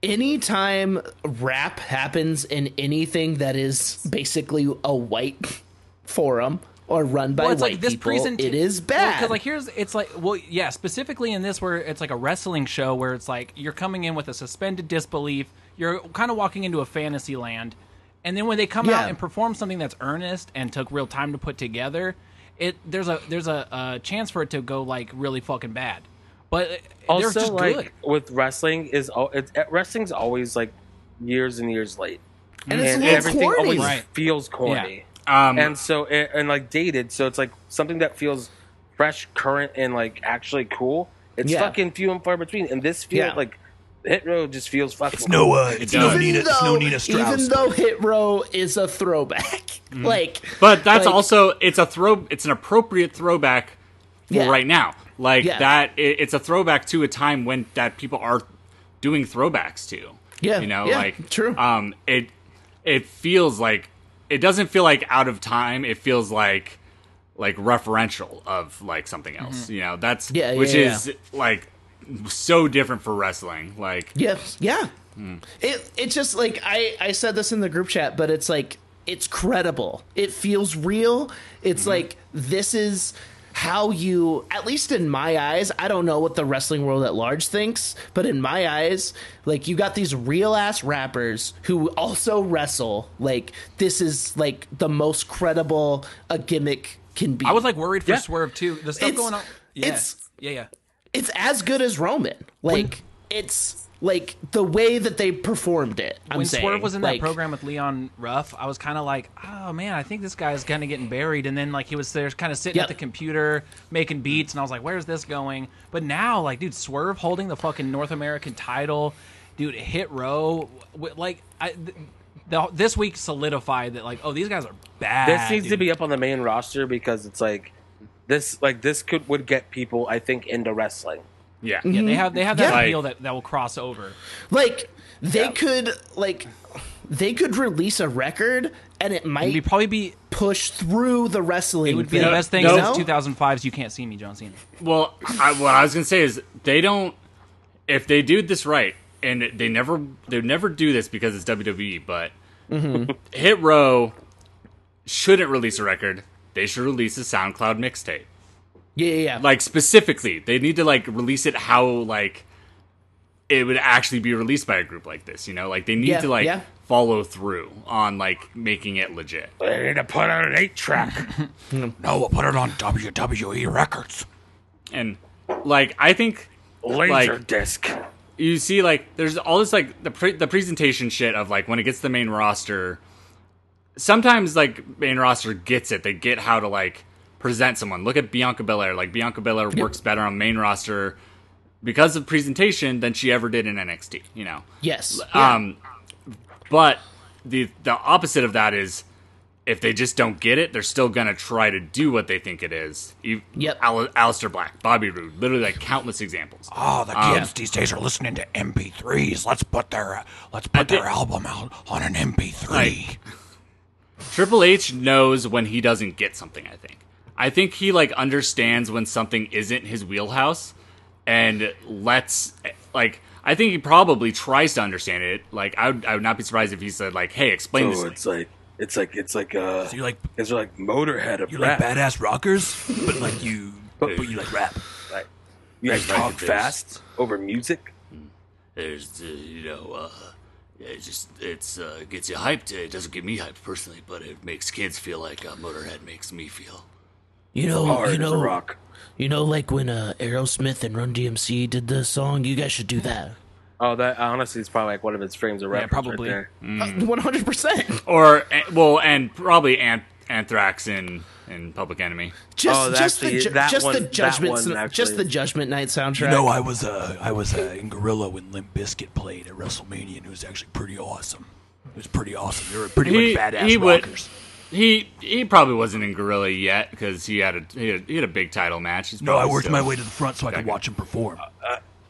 S3: Anytime rap happens in anything that is basically a white forum or run by
S4: well, it's
S3: white
S4: like this
S3: people,
S4: present
S3: it is bad.
S4: because like here's it's like well yeah specifically in this where it's like a wrestling show where it's like you're coming in with a suspended disbelief you're kind of walking into a fantasy land and then when they come
S3: Yeah.
S4: out and perform something that's earnest and took real time to put together it there's a there's a, a chance for it to go like really fucking bad but it- they're
S5: Also,
S4: just
S5: like
S4: good
S5: with wrestling is al- it's, eh, wrestling's always like years and years late,
S3: and it's a little
S5: everything
S3: corny.
S5: always
S4: Right.
S5: feels corny.
S6: Um,
S5: and so and, and like dated so it's like something that feels fresh current and like actually cool it's
S3: Yeah.
S5: fucking few and far between and this feels
S3: Yeah.
S5: like hit row just feels fucking
S1: It's no, uh, it's no
S6: does.
S1: Nina, it's no Nina Strauss.
S3: even though Hit Row is a throwback,
S4: Mm-hmm.
S3: like
S6: But that's
S3: Like-
S6: also it's a throw. It's an appropriate throwback for
S3: Yeah.
S6: right now. Like
S3: Yeah.
S6: that, it, it's a throwback to a time when that people are doing throwbacks to.
S3: Yeah,
S6: you know,
S3: yeah,
S6: like
S3: true.
S6: Um, it it feels like it doesn't feel like out of time. It feels like like referential of like something else. You know, that's
S3: Mm-hmm. Yeah, yeah,
S6: which
S3: yeah.
S6: is like so different for wrestling. Like
S3: Yeah, yeah.
S4: Hmm.
S3: It it's just like I I said this in the group chat, but it's like it's credible. It feels real. It's
S4: Mm-hmm.
S3: like this is how you at least in my eyes, I don't know what the wrestling world at large thinks, but in my eyes, like you got these real ass rappers who also wrestle. Like this is like the most credible a gimmick can be.
S4: i was like worried for
S5: Yeah.
S4: swerve too the stuff
S3: It's-
S4: going on yeah
S3: it's-
S4: yeah yeah
S3: it's as good as Roman. Like it's like the way that they performed it. I'm
S4: when
S3: saying.
S4: Swerve was in
S3: Like,
S4: that program with Leon Ruff, I was kind of like, oh man, I think this guy's kind of getting buried. And then like he was there, kind of sitting
S3: Yep.
S4: at the computer making beats, and I was like, where's this going? But now, like, dude, Swerve holding the fucking North American title, dude, Hit Row, w- like, I. Th- the, this week solidified that like oh these guys are bad.
S5: this needs to
S4: dude.
S5: be up on the main roster because it's like this like this could would get people i think into wrestling
S6: yeah,
S3: Mm-hmm.
S4: yeah they have they have that
S3: Yeah.
S4: appeal that, that will cross over.
S3: Like they could like they could release a record and it might
S4: It'd be probably be
S3: push through the wrestling.
S4: it would be
S3: thing.
S4: the best thing
S6: no.
S4: since 2005's You Can't See Me John Cena.
S6: Well, I, what I was gonna say is they don't. If they do this right, and they never, they never do this because it's WWE. But
S3: Mm-hmm.
S6: Hit Row shouldn't release a record. They should release a SoundCloud mixtape.
S3: Yeah, yeah, yeah.
S6: Like specifically, they need to like release it how like it would actually be released by a group like this. You know, like they need
S3: Yeah,
S6: to like
S3: yeah.
S6: follow through on like making it legit.
S1: They need to put out an eight track. no, we'll put it on WWE Records.
S6: And like I think
S5: laser
S6: Like-
S5: disc
S6: you see like there's all this like the pre- the presentation shit of like when it gets to the main roster sometimes like main roster gets it. They get how to like present someone. Look at Bianca Belair. Like Bianca Belair works better on main roster because of presentation than she ever did in NXT. You know.
S3: Yes.
S6: Um, but the the opposite of that is if they just don't get it, they're still gonna try to do what they think it is. You,
S3: Yep.
S6: Al- Alistair Black, Bobby Roode, literally like countless examples.
S1: Oh, the kids these days are listening to MP3s. Let's put their uh, let's put
S6: did-
S1: their album out on an MP3.
S6: Triple H knows when he doesn't get something. I think. I think he like understands when something isn't his wheelhouse, and lets like. I think he probably tries to understand it. Like I would, I would not be surprised if he said like, "Hey, explain this."
S5: Oh,
S6: to me."
S5: it's like it's like it's like uh,
S1: So you like
S5: it's like Motorhead of
S1: you like
S5: rap.
S1: badass rockers, but like you but, but you like rap.
S5: Like, you
S6: Like
S5: talk
S6: Michael Jackson.
S5: fast over music.
S6: It's uh, you know, uh, it just it's uh, gets you hyped. It doesn't get me hyped personally, but it makes kids feel like uh, Motorhead makes me feel.
S3: You know,
S5: Hard
S3: you
S5: as
S3: know,
S5: a rock.
S3: you know, like when uh, Aerosmith and Run DMC did the song. You guys should do that.
S5: Oh, that honestly is probably like one of its frames of reference.
S4: probably.
S5: Right there.
S4: Mm.
S3: Uh, One hundred percent.
S5: Oh,
S6: Or eh, well, and probably Anth- Anthrax and and Public Enemy.
S3: Just,
S5: Oh,
S3: just
S5: actually,
S3: the, ju-
S5: that
S3: just
S5: one-
S3: the
S5: that
S3: judgment,
S5: one
S3: sn-
S5: actually
S3: just the
S5: is-
S3: Judgment Night soundtrack.
S1: You know, I was uh, I was uh, in Gorilla when Limp Bizkit played at WrestleMania, and it was actually pretty awesome. It was pretty awesome. They were pretty
S6: He-
S1: much badass
S6: he would-
S1: rockers.
S6: He he probably wasn't in Gorilla yet because he had a he had, he had a big title match. He's
S1: No, I
S6: probably
S1: worked
S6: still-
S1: my way to the front so I could watch him perform.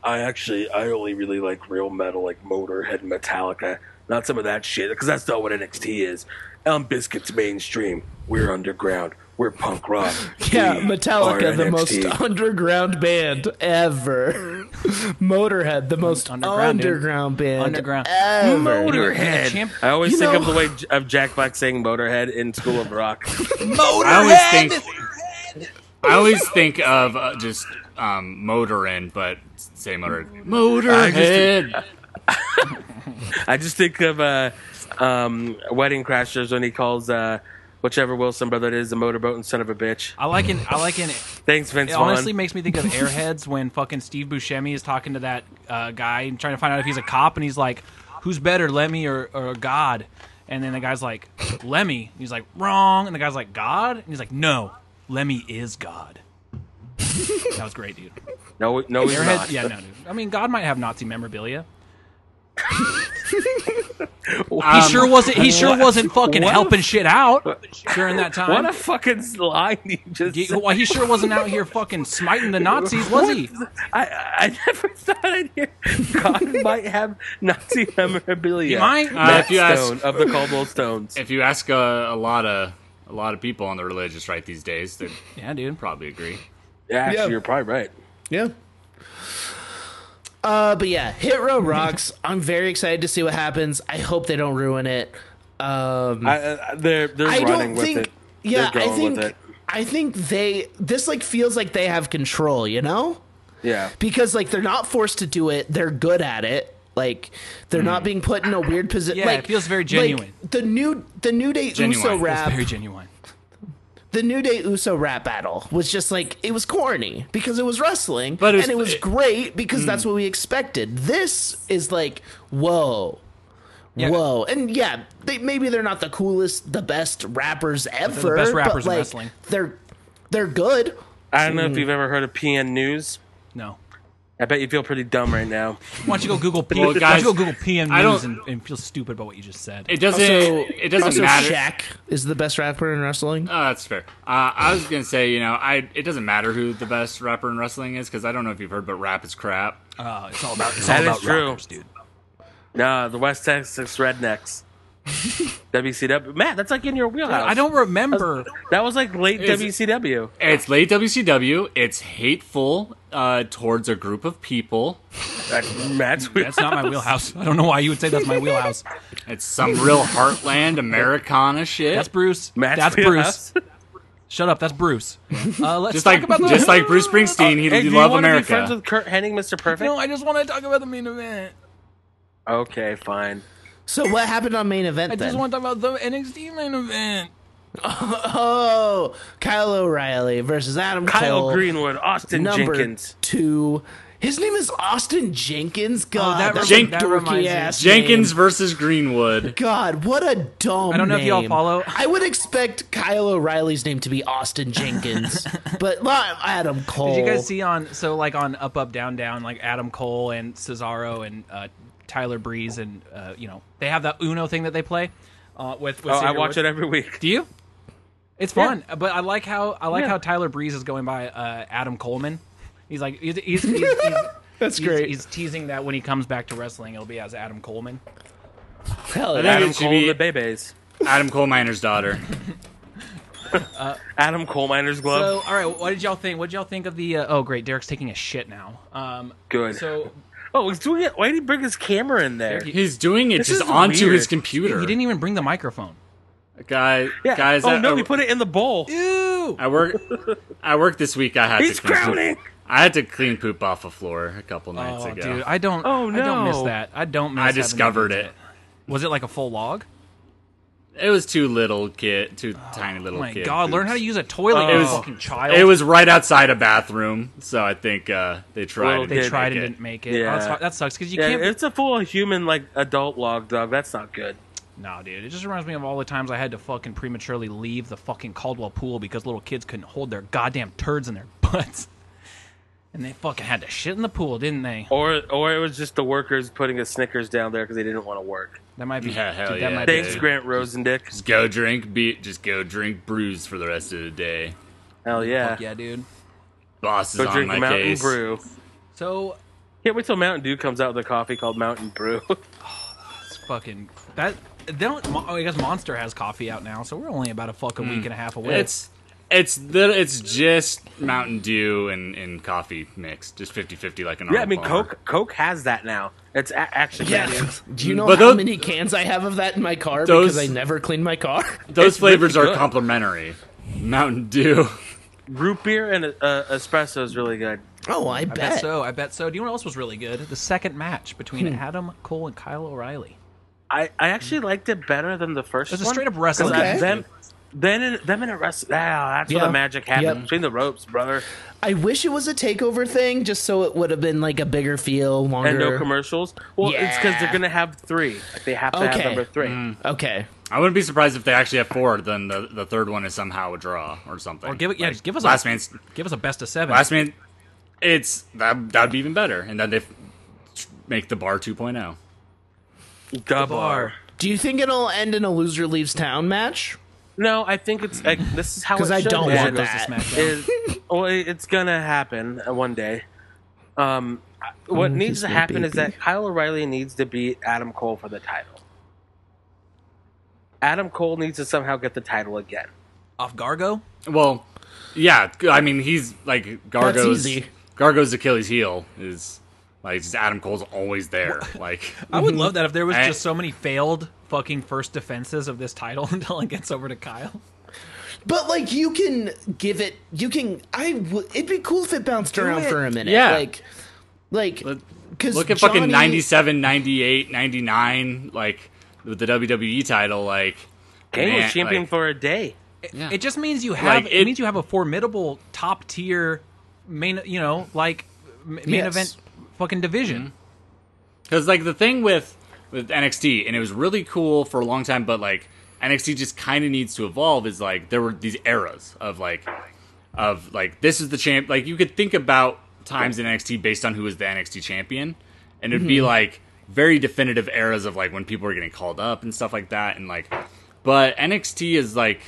S5: I actually, I only really like real metal, like Motorhead, Metallica, not some of that shit, because that's not what NXT is. Elm Biscuit's mainstream. We're underground. We're punk rock.
S3: Yeah,
S5: We are
S3: Metallica, the
S5: NXT.
S3: most underground band ever. Motorhead, the most
S4: Underground,
S3: underground,
S4: dude.
S3: band
S4: Underground.
S3: ever.
S5: Motorhead.
S4: Champ-
S5: I always
S3: You
S5: think
S3: know-
S5: of the way J- of Jack Black saying Motorhead in School of Rock.
S6: I always think I always think of uh, just um, Motorin, but say Motor Motorhead.
S5: I just think of uh, um, Wedding Crashers when he calls uh, whichever Wilson brother it is, the motorboat and son of a bitch.
S4: I like in I like in
S5: Thanks, Vince
S4: It
S5: Vaughn.
S4: honestly makes me think of Airheads when fucking Steve Buscemi is talking to that uh, guy and trying to find out if he's a cop, and he's like, "Who's better, Lemmy or, or God?" And then the guy's like, "Lemmy." He's like, "Wrong." And the guy's like, "God?" And he's like, "No, Lemmy is God." that was great, dude.
S5: no, no, he's
S4: Airheads,
S5: not.
S4: yeah, no, dude. I mean, God might have Nazi memorabilia. he sure wasn't. He sure wasn't fucking helping shit out during that time.
S5: What a fucking line you just
S4: He,
S5: said.
S4: well, he sure wasn't out here fucking smiting the Nazis, was he?
S5: I, I never thought I'd hear God might have Nazi memorabilia.
S4: He might.
S6: Uh, if you ask-
S5: Stone of the Caldwell Stones.
S6: If you ask uh, a, a lot of a lot of people on the religious right these days, they
S4: Yeah, dude.
S6: probably agree.
S5: Yeah, actually,
S3: Yeah.
S5: you're probably right.
S3: Yeah. Uh, but yeah, Hit Row rocks. I'm very excited to see what happens. I hope they don't ruin it. Um,
S5: I, I, they're they're
S3: I
S5: running
S3: don't
S5: with
S3: think.
S5: it.
S3: Yeah,
S5: They're
S3: I
S5: going with
S3: think.
S5: it.
S3: I think they. This like feels like they have control. You know.
S5: Yeah.
S3: because like they're not forced to do it they're good at it like they're
S5: Mm.
S3: not being put in a weird position
S4: Yeah,
S3: like,
S4: it feels very
S3: like,
S4: genuine.
S3: the new the new day
S6: Genuine.
S3: uso
S6: It's
S3: rap
S4: Very genuine.
S3: the new day uso rap battle was just like it was corny because it was wrestling
S6: But it was-
S3: and it was great because that's
S4: Mm.
S3: what we expected this is like whoa Whoa, and yeah, they maybe they're not the coolest, the best rappers ever.
S4: the best
S3: but,
S4: rappers in
S3: like,
S4: wrestling.
S3: They're they're good.
S5: I don't know if you've ever heard of PN News.
S4: No.
S5: I bet you feel pretty dumb right now.
S4: Why don't you go Google P?
S6: Well,
S4: why don't
S6: guys,
S4: you go Google PM
S6: I
S4: news and,
S6: don't-
S4: and feel stupid about what you just said?
S6: It doesn't.
S3: Also-
S6: it doesn't
S3: also,
S6: matter.
S3: Shaq is the best rapper in wrestling.
S6: Oh, that's fair. Uh, I was gonna say, you know, I it doesn't matter who the best rapper in wrestling is because I don't know if you've heard, but rap is crap.
S4: Uh, it's all about it's
S5: That
S4: all about
S5: is true.
S4: rockers, dude.
S5: No, the West Texas Rednecks. WCW. Matt, that's like in your wheelhouse.
S4: I don't remember.
S5: That was like late
S6: Is-
S5: WCW.
S6: It's late WCW. It's hateful uh, towards a group of people.
S5: That, Matt's wheelhouse.
S4: That's not my wheelhouse. I don't know why you would say that's my wheelhouse.
S6: It's some real heartland Americana shit.
S4: That's Bruce.
S5: Matt's
S4: that's
S5: wheelhouse.
S4: Bruce. Shut up. That's Bruce. Uh, let's
S6: just
S4: talk
S6: like
S4: about the-
S6: just like Bruce Springsteen. He,
S5: Hey,
S6: he
S5: do you
S6: love
S5: wanna
S6: America.
S5: Be friends with Kurt Hennig, Mr. Perfect.
S4: No, I just want to talk about the main event.
S5: Okay, fine.
S3: So what happened on main event?
S4: I
S3: then?
S4: just want to talk about the NXT main event.
S3: Oh, Kyle O'Reilly versus Adam
S5: Kyle
S3: Cole,
S5: Greenwood, Austin
S3: number
S5: Jenkins.
S3: two His name is Austin Jenkins. God,
S4: Oh, that
S3: that's
S6: rem-
S3: a
S4: that
S3: dorky
S4: reminds me.
S3: ass.
S6: Jenkins
S3: name.
S6: versus Greenwood.
S3: God, what a dumb.
S4: I don't know if y'all
S3: name.
S4: follow-
S3: I would expect Kyle O'Reilly's name to be Austin Jenkins, but not Adam Cole.
S4: Did you guys see on so like on Up Up Down Down like Adam Cole and Cesaro and uh, Tyler Breeze and uh, you know they have that Uno thing that they play uh, with. with
S8: Oh, I
S4: Xavier
S8: watch
S4: Woods.
S8: it every week.
S4: Do you? It's fun, but I like how I like how Tyler Breeze is going by uh, Adam Coleman. He's like he's, he's, he's, he's
S3: That's
S4: he's-
S3: great.
S4: He's teasing that when he comes back to wrestling, it'll be as Adam Coleman.
S3: Hell yeah.
S6: think
S8: Adam
S6: it should
S8: Cole
S6: be-
S8: and the Bebes.
S6: Adam Coal Miner's daughter.
S8: Adam Coal Miner's Glove.
S4: So, all right, what did y'all think? What did y'all think of the? Uh, oh, great, Derek's taking a shit now. Um,
S8: Good.
S4: So
S8: oh, he's doing it. Why did he bring his camera in there?
S6: He's doing it
S8: This
S6: just
S8: is
S6: onto
S8: weird.
S6: his computer.
S4: he didn't even bring the microphone.
S6: Guy,
S8: Yeah.
S6: guys.
S8: oh
S6: I,
S8: no,
S6: I,
S8: he put it in the bowl.
S4: Ew.
S6: I work. I work this week. I had
S8: He's
S6: to clean poop-
S8: crowding.
S6: I had to clean poop off a floor a couple nights
S4: Oh,
S6: ago.
S4: dude, I don't.
S8: Oh,
S4: I don't miss
S8: no.
S4: that. I don't miss.
S6: I
S4: having to
S6: discovered
S4: use
S6: it.
S4: Was it like a full log?
S6: It was too little kid, too tiny little
S4: Oh my
S6: kid.
S4: god, learn
S6: poops.
S4: how to use a toilet,
S6: It
S4: you
S6: was-
S4: fucking child.
S6: It was right outside a bathroom, so I think uh, they tried.
S8: Well,
S6: and
S4: They
S6: didn't
S4: tried
S6: make
S4: and
S6: it.
S4: didn't make it.
S8: Yeah.
S4: Oh, that's- that sucks because you
S8: Yeah,
S4: can't.
S8: it's a full human like adult log dog. That's not good.
S4: Nah, dude, it just reminds me of all the times I had to fucking prematurely leave the fucking Caldwell pool because little kids couldn't hold their goddamn turds in their butts. And they fucking had to shit in the pool, didn't they?
S8: Or or it was just the workers putting a Snickers down there because they didn't want to work.
S4: That might be.
S6: Yeah, hell
S4: dude,
S6: yeah,
S4: that might be-
S8: Thanks,
S6: dude.
S8: Grant Rosendick.
S6: Just go drink, be just go drink brews for the rest of the day.
S8: Hell yeah.
S4: Fuck yeah, dude.
S6: Boss is
S8: Go
S6: on
S8: drink
S6: my
S8: Mountain
S6: case.
S8: Brew.
S4: So
S8: Can't wait till Mountain Dew comes out with a coffee called Mountain Brew.
S4: it's fucking that. They don't. Mo- oh, I guess Monster has coffee out now, so we're only about a fucking week and a half away.
S6: Hmm. It's it's the, it's just Mountain Dew and, and coffee mixed, just 50-50 like an
S8: yeah, I
S6: Arnold
S8: mean
S6: Palmer.
S8: Coke. Coke has that now. It's a- actually
S3: Yeah. Do you know
S6: But
S3: how
S6: those-
S3: many cans I have of that in my car
S6: Those-
S3: because I never clean my car?
S6: Those flavors
S8: really
S6: are
S8: good.
S6: complementary. Mountain Dew.
S8: root beer and uh, espresso is really good.
S3: Oh, I,
S4: I bet so. I bet so. Do you know what else was really good? The second match between
S6: Hmm.
S4: Adam Cole and Kyle O'Reilly.
S8: I, I actually liked it better than the first.
S4: It's a
S8: one,
S4: straight-up wrestling
S8: 'cause
S3: match.
S8: I- Them, then in, them in a wrestling. Ah, that's
S3: Yeah.
S8: where the magic happens
S3: Yep.
S8: between the ropes, brother,
S3: I wish it was a takeover thing, just so it would have been like a bigger feel, longer.
S8: and no commercials. Well, it's because
S3: Yeah.
S8: they're gonna have three. Like, they have to
S3: Okay. Mm.
S8: have number three.
S3: Okay.
S6: I wouldn't be surprised if they actually have four. Then the, the third one is somehow a draw or something.
S4: Or give it, yeah,
S6: Like,
S4: just give us
S6: last
S4: a
S6: man's
S4: give us a best of seven.
S6: last man. It's that that'd be even better, and then they f- make the bar oh. 2.0.
S8: Double.
S4: bar.
S3: Do you think it'll end in a loser leaves town match?
S8: No, I think it's like this is how.
S3: Because
S8: it
S3: I
S8: should
S3: don't want
S8: end.
S4: Goes to
S3: that.
S4: SmackDown.
S8: is well, it- it's gonna happen uh, one day. Um, I- what
S3: Oh,
S8: needs
S3: he's
S8: to
S3: my
S8: happen is
S3: baby.
S8: that Kyle O'Reilly needs to beat Adam Cole for the title. Adam Cole needs to somehow get the title again.
S4: off Gargo.
S6: Well, yeah, I mean he's like Gargo's
S3: easy.
S6: Gargo's Achilles heel is like just Adam Cole's always there. Like
S4: I
S8: Mm-hmm.
S4: would love that if there was
S6: I-
S4: just so many failed fucking first defenses of this title until it gets over to Kyle.
S3: But like, you can give it. You can. I. W- it'd be cool if it bounced around
S4: it.
S3: for a minute.
S6: Yeah.
S3: Like, like. Because
S6: look at fucking 97, 98, 99 like with the WWE title like
S8: Kane
S6: man,
S8: was champion
S6: like-
S8: for a day.
S6: Yeah.
S4: It just means you have
S6: Like,
S4: it,
S6: it-
S4: means you have a formidable top tier main you know like m- main
S3: Yes.
S4: event fucking division.
S8: Mm-hmm.
S6: Because like the thing with with NXT, and it was really cool for a long time, but like NXT just kind of needs to evolve. Is like there were these eras of like of like this is the champ. Like you could think about times in NXT based on who was the NXT champion, and it'd be like very definitive eras of like when people were getting called up and stuff like that, and like. But NXT is like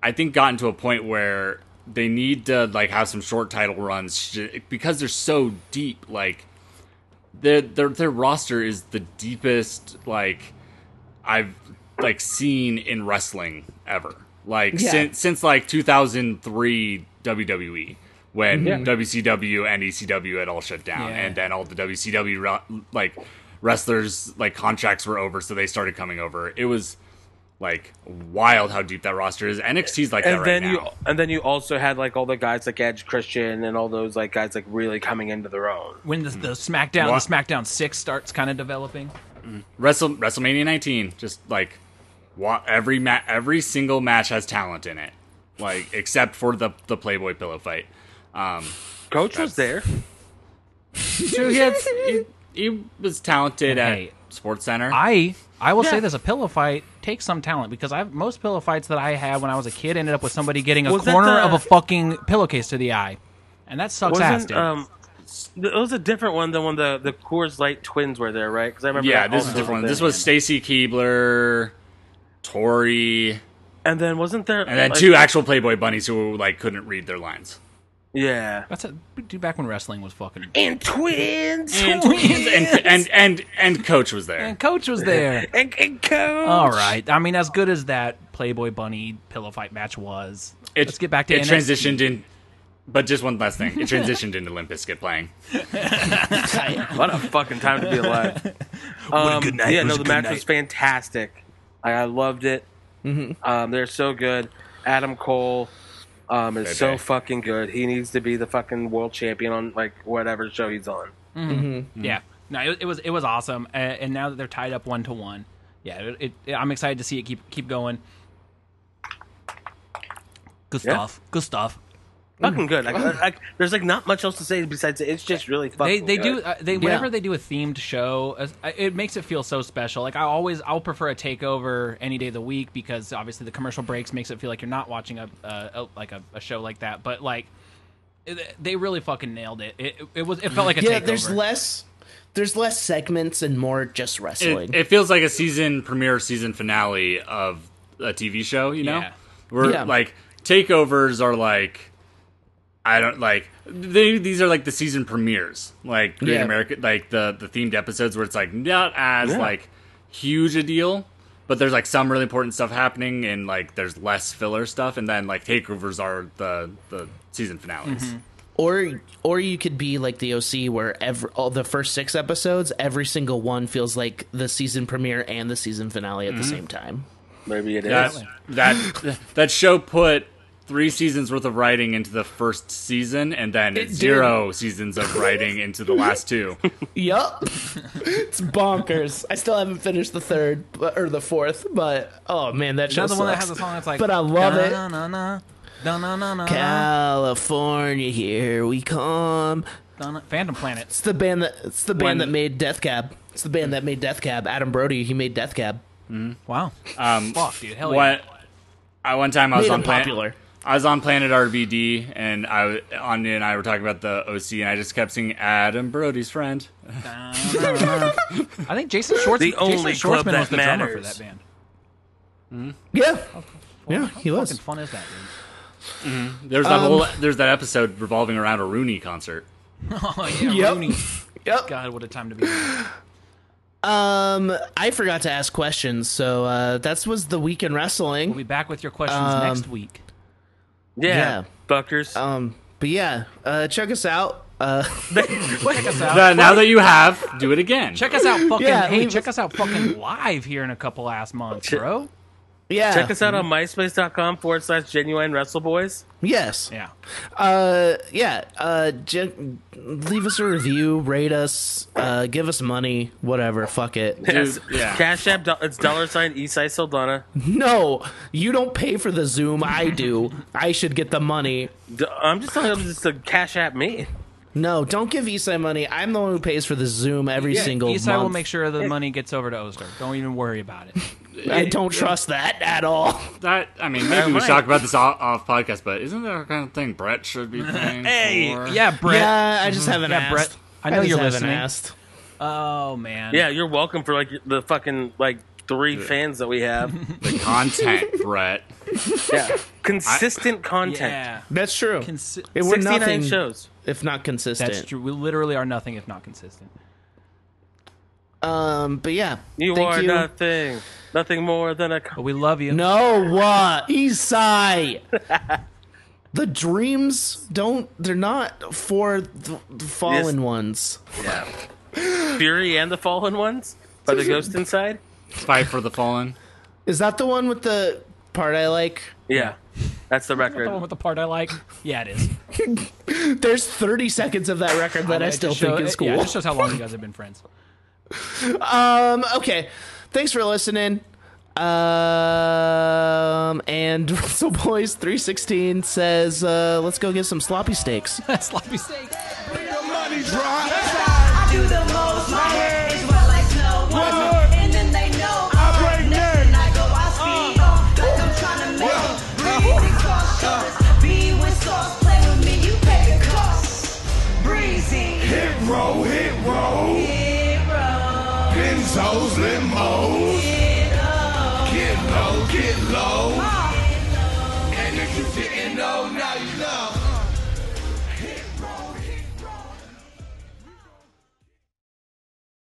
S6: I think gotten to a point where they need to like have some short title runs sh- because they're so deep. Like their their their roster is the deepest like I've like seen in wrestling ever. Like
S3: Yeah.
S6: since since like 2003 WWE E, when WCW and ECW had all shut down
S4: Yeah.
S6: and then all the WCW re- like wrestlers like contracts were over so they started coming over. It was like wild how deep that roster is. NXT's like that
S8: And
S6: right
S8: then
S6: now.
S8: you and then you also had like all the guys like Edge Christian and all those like guys like really coming into their own.
S4: When the, the SmackDown
S6: What?
S4: the SmackDown six starts kind of developing.
S6: Wrestle WrestleMania 19, just like wa- every ma- every single match has talent in it, like except for the the Playboy pillow fight. Um,
S8: Coach was there.
S6: True, he, had, he, he was talented
S4: Hey.
S6: at Sports Center.
S4: I I will
S8: Yeah.
S4: say this: a pillow fight takes some talent because I've most pillow fights that I had when I was a kid ended up with somebody getting a
S8: Was that
S4: corner
S8: the-
S4: of a fucking pillowcase to the eye, and that sucks ass,
S8: Wasn't
S4: dude.
S8: um, it was a different one than when the the Coors Light twins were there, right? Because I remember.
S6: yeah,
S8: that
S6: this is
S8: also
S6: a different one.
S8: a
S6: This
S8: thing.
S6: was Stacy Keebler, Tori,
S8: and then wasn't there
S6: and then
S8: like-
S6: two actual Playboy bunnies who like couldn't read their lines.
S8: Yeah,
S4: That's a dude back when wrestling was fucking.
S8: and twins
S6: And and and and, and Coach was there.
S4: And Coach was there.
S8: and, and Coach.
S4: All right. I mean, as good as that Playboy Bunny pillow fight match was,
S6: It-
S4: let's get back to
S6: it.
S4: NXT.
S6: Transitioned in, but just one last thing. It transitioned into Limp Bizkit playing.
S8: What a fucking time to be alive. Um,
S1: good night.
S8: Yeah,
S1: It
S8: no,
S1: was
S8: the
S1: a good
S8: match
S1: night. Mm-hmm.
S8: was fantastic. I, I loved it. Um, they're so good. Adam Cole um, is so
S6: Bebe.
S8: fucking good. He needs to be the fucking world champion on like whatever show he's on.
S4: Yeah. No, it, it was it was awesome. Uh, and now that they're tied up one to one, yeah, it, it, I'm excited to see it keep keep going. Good
S8: Yeah.
S4: stuff. Good stuff.
S8: Fucking
S1: Mm.
S8: good. Like, I, I, there's like not much else to say besides it's just really
S4: They
S8: fucking.
S4: they do
S8: good.
S4: uh, they whenever they do a themed show, uh, it makes it feel so special. Like I always I'll prefer a takeover any day of the week because obviously the commercial breaks makes it feel like you're not watching a, a, a like a, a show like that. But like it, they really fucking nailed it. It, it was it felt like a
S3: Yeah,
S4: takeover.
S3: there's less there's less segments and more just wrestling.
S6: It, it feels like a season premiere, season finale of a TV show. You know,
S4: Yeah.
S6: where
S3: Yeah.
S6: like takeovers are like I don't like they, these are like the season premieres, like Great
S3: Yeah.
S6: America, like the the themed episodes where it's like not as
S8: Yeah.
S6: like huge a deal. But there's like some really important stuff happening, and like there's less filler stuff, and then like takeovers are the the season
S4: Mm-hmm.
S6: finales.
S3: or or you could be like the OC where every all the first 6 episodes, every single one feels like the season premiere and the season finale at the
S6: Mm-hmm.
S3: same time.
S8: Maybe it is.
S6: that that that show put three seasons worth of writing into the first season and then zero seasons of writing into the last two
S3: Yup. it's bonkers. I still haven't finished the third but- or the fourth, but oh man, that show
S4: Another one that
S3: sucks.
S4: has a song that's like,
S3: But I love it.
S4: "Da-na-na-na, da-na-na-na-na,
S3: California, here we come.
S4: da-na-" Phantom Planet.
S3: It's the band that it's the
S6: When-
S3: band that made Death Cab. It's the band that made Death Cab. Adam Brody, he made Death Cab.
S4: Wow.
S6: um
S4: Fuck, dude. Hell yeah.
S6: what I, one time i was
S3: Made
S6: on
S3: him
S6: Plan-
S3: popular.
S6: i was on planet rvd and i w- anya and i were talking about the oc and i just kept singing adam brody's friend
S4: I think Jason Schwartz.
S8: The
S4: Jason
S8: only
S4: Schwartzman
S8: club that
S4: was the drummer for
S8: matters.
S4: that band.
S3: Yeah. Yeah, he
S4: How
S3: was.
S4: fucking fun is that, dude?
S6: there's that whole there's that episode revolving around a rooney concert
S4: Oh, yeah,
S3: Yep.
S4: Rooney.
S3: Yep.
S4: God, what a time to be. alive.
S3: Um, I forgot to ask questions, so uh, that was the week in wrestling.
S4: We'll be back with your questions
S3: Um,
S4: next week.
S8: yeah,
S3: Yeah.
S8: fuckers.
S3: Um, but yeah, uh, check us out. Uh,
S4: Check us out.
S6: That- now that you have do it again
S4: check us out fucking.
S3: Yeah,
S4: hey,
S3: leave
S4: check us out fucking live here in a couple ass months, bro.
S3: yeah.
S8: Check us out
S1: mm-hmm.
S8: on MySpace.com forward slash Genuine Wrestle Boys.
S3: Yes.
S4: Yeah.
S3: Uh, yeah. Uh, j- leave us a review, rate us, uh, give us money, whatever. Fuck it.
S8: Yes.
S6: yeah.
S8: Cash App. do- It's dollar sign Eastside Saldana.
S3: no, you don't pay for the Zoom. I do. I should get the money.
S8: D- I'm just telling them just to cash app me.
S3: No, don't give Isai money. I'm the one who pays for the Zoom every single
S4: Isai
S3: month.
S4: will make sure the money gets over to Oster. Don't even worry about it.
S3: I don't trust that at all.
S6: That I mean, maybe we
S8: right.
S6: should talk about this off, off podcast, but isn't that a kind of thing Brett should be paying
S8: Hey,
S6: for?
S4: Yeah, Brett. Mm-hmm.
S3: yeah, I just haven't
S4: Yeah,
S3: asked.
S4: Brett, I know
S3: just
S4: you're
S3: haven't
S4: listening.
S3: asked.
S4: Oh man.
S8: Yeah, you're welcome for like the fucking like three fans that we have.
S6: the content, Brett.
S8: yeah, consistent content.
S4: Yeah.
S3: That's true.
S4: Consi-
S3: It- we're
S8: 69
S3: nothing
S8: shows.
S3: if not consistent.
S4: That's true. We literally are nothing if not consistent.
S3: Um, but yeah,
S8: You
S3: thank
S8: are nothing, nothing more than a.
S4: But we love you.
S3: No, what Isai? the dreams don't. They're not for the, the fallen
S8: Yes.
S3: ones.
S8: Fury and the Fallen Ones by the Ghost Inside.
S6: Fight for the fallen.
S3: Is that the one with the part I like?
S8: Yeah, that's the
S4: The one
S8: record.
S4: with the part I like. Yeah, it is.
S3: There's 30 seconds of that record that I
S4: It
S3: still
S4: just
S3: think
S4: show-
S3: is
S4: it- Yeah,
S3: cool.
S4: it just shows how long you guys have been friends.
S3: um, okay, thanks for listening. Um, and Russell Boys 316 says, uh, "Let's go get some sloppy steaks."
S4: Sloppy steak.
S9: Bring the money dry.
S5: him up.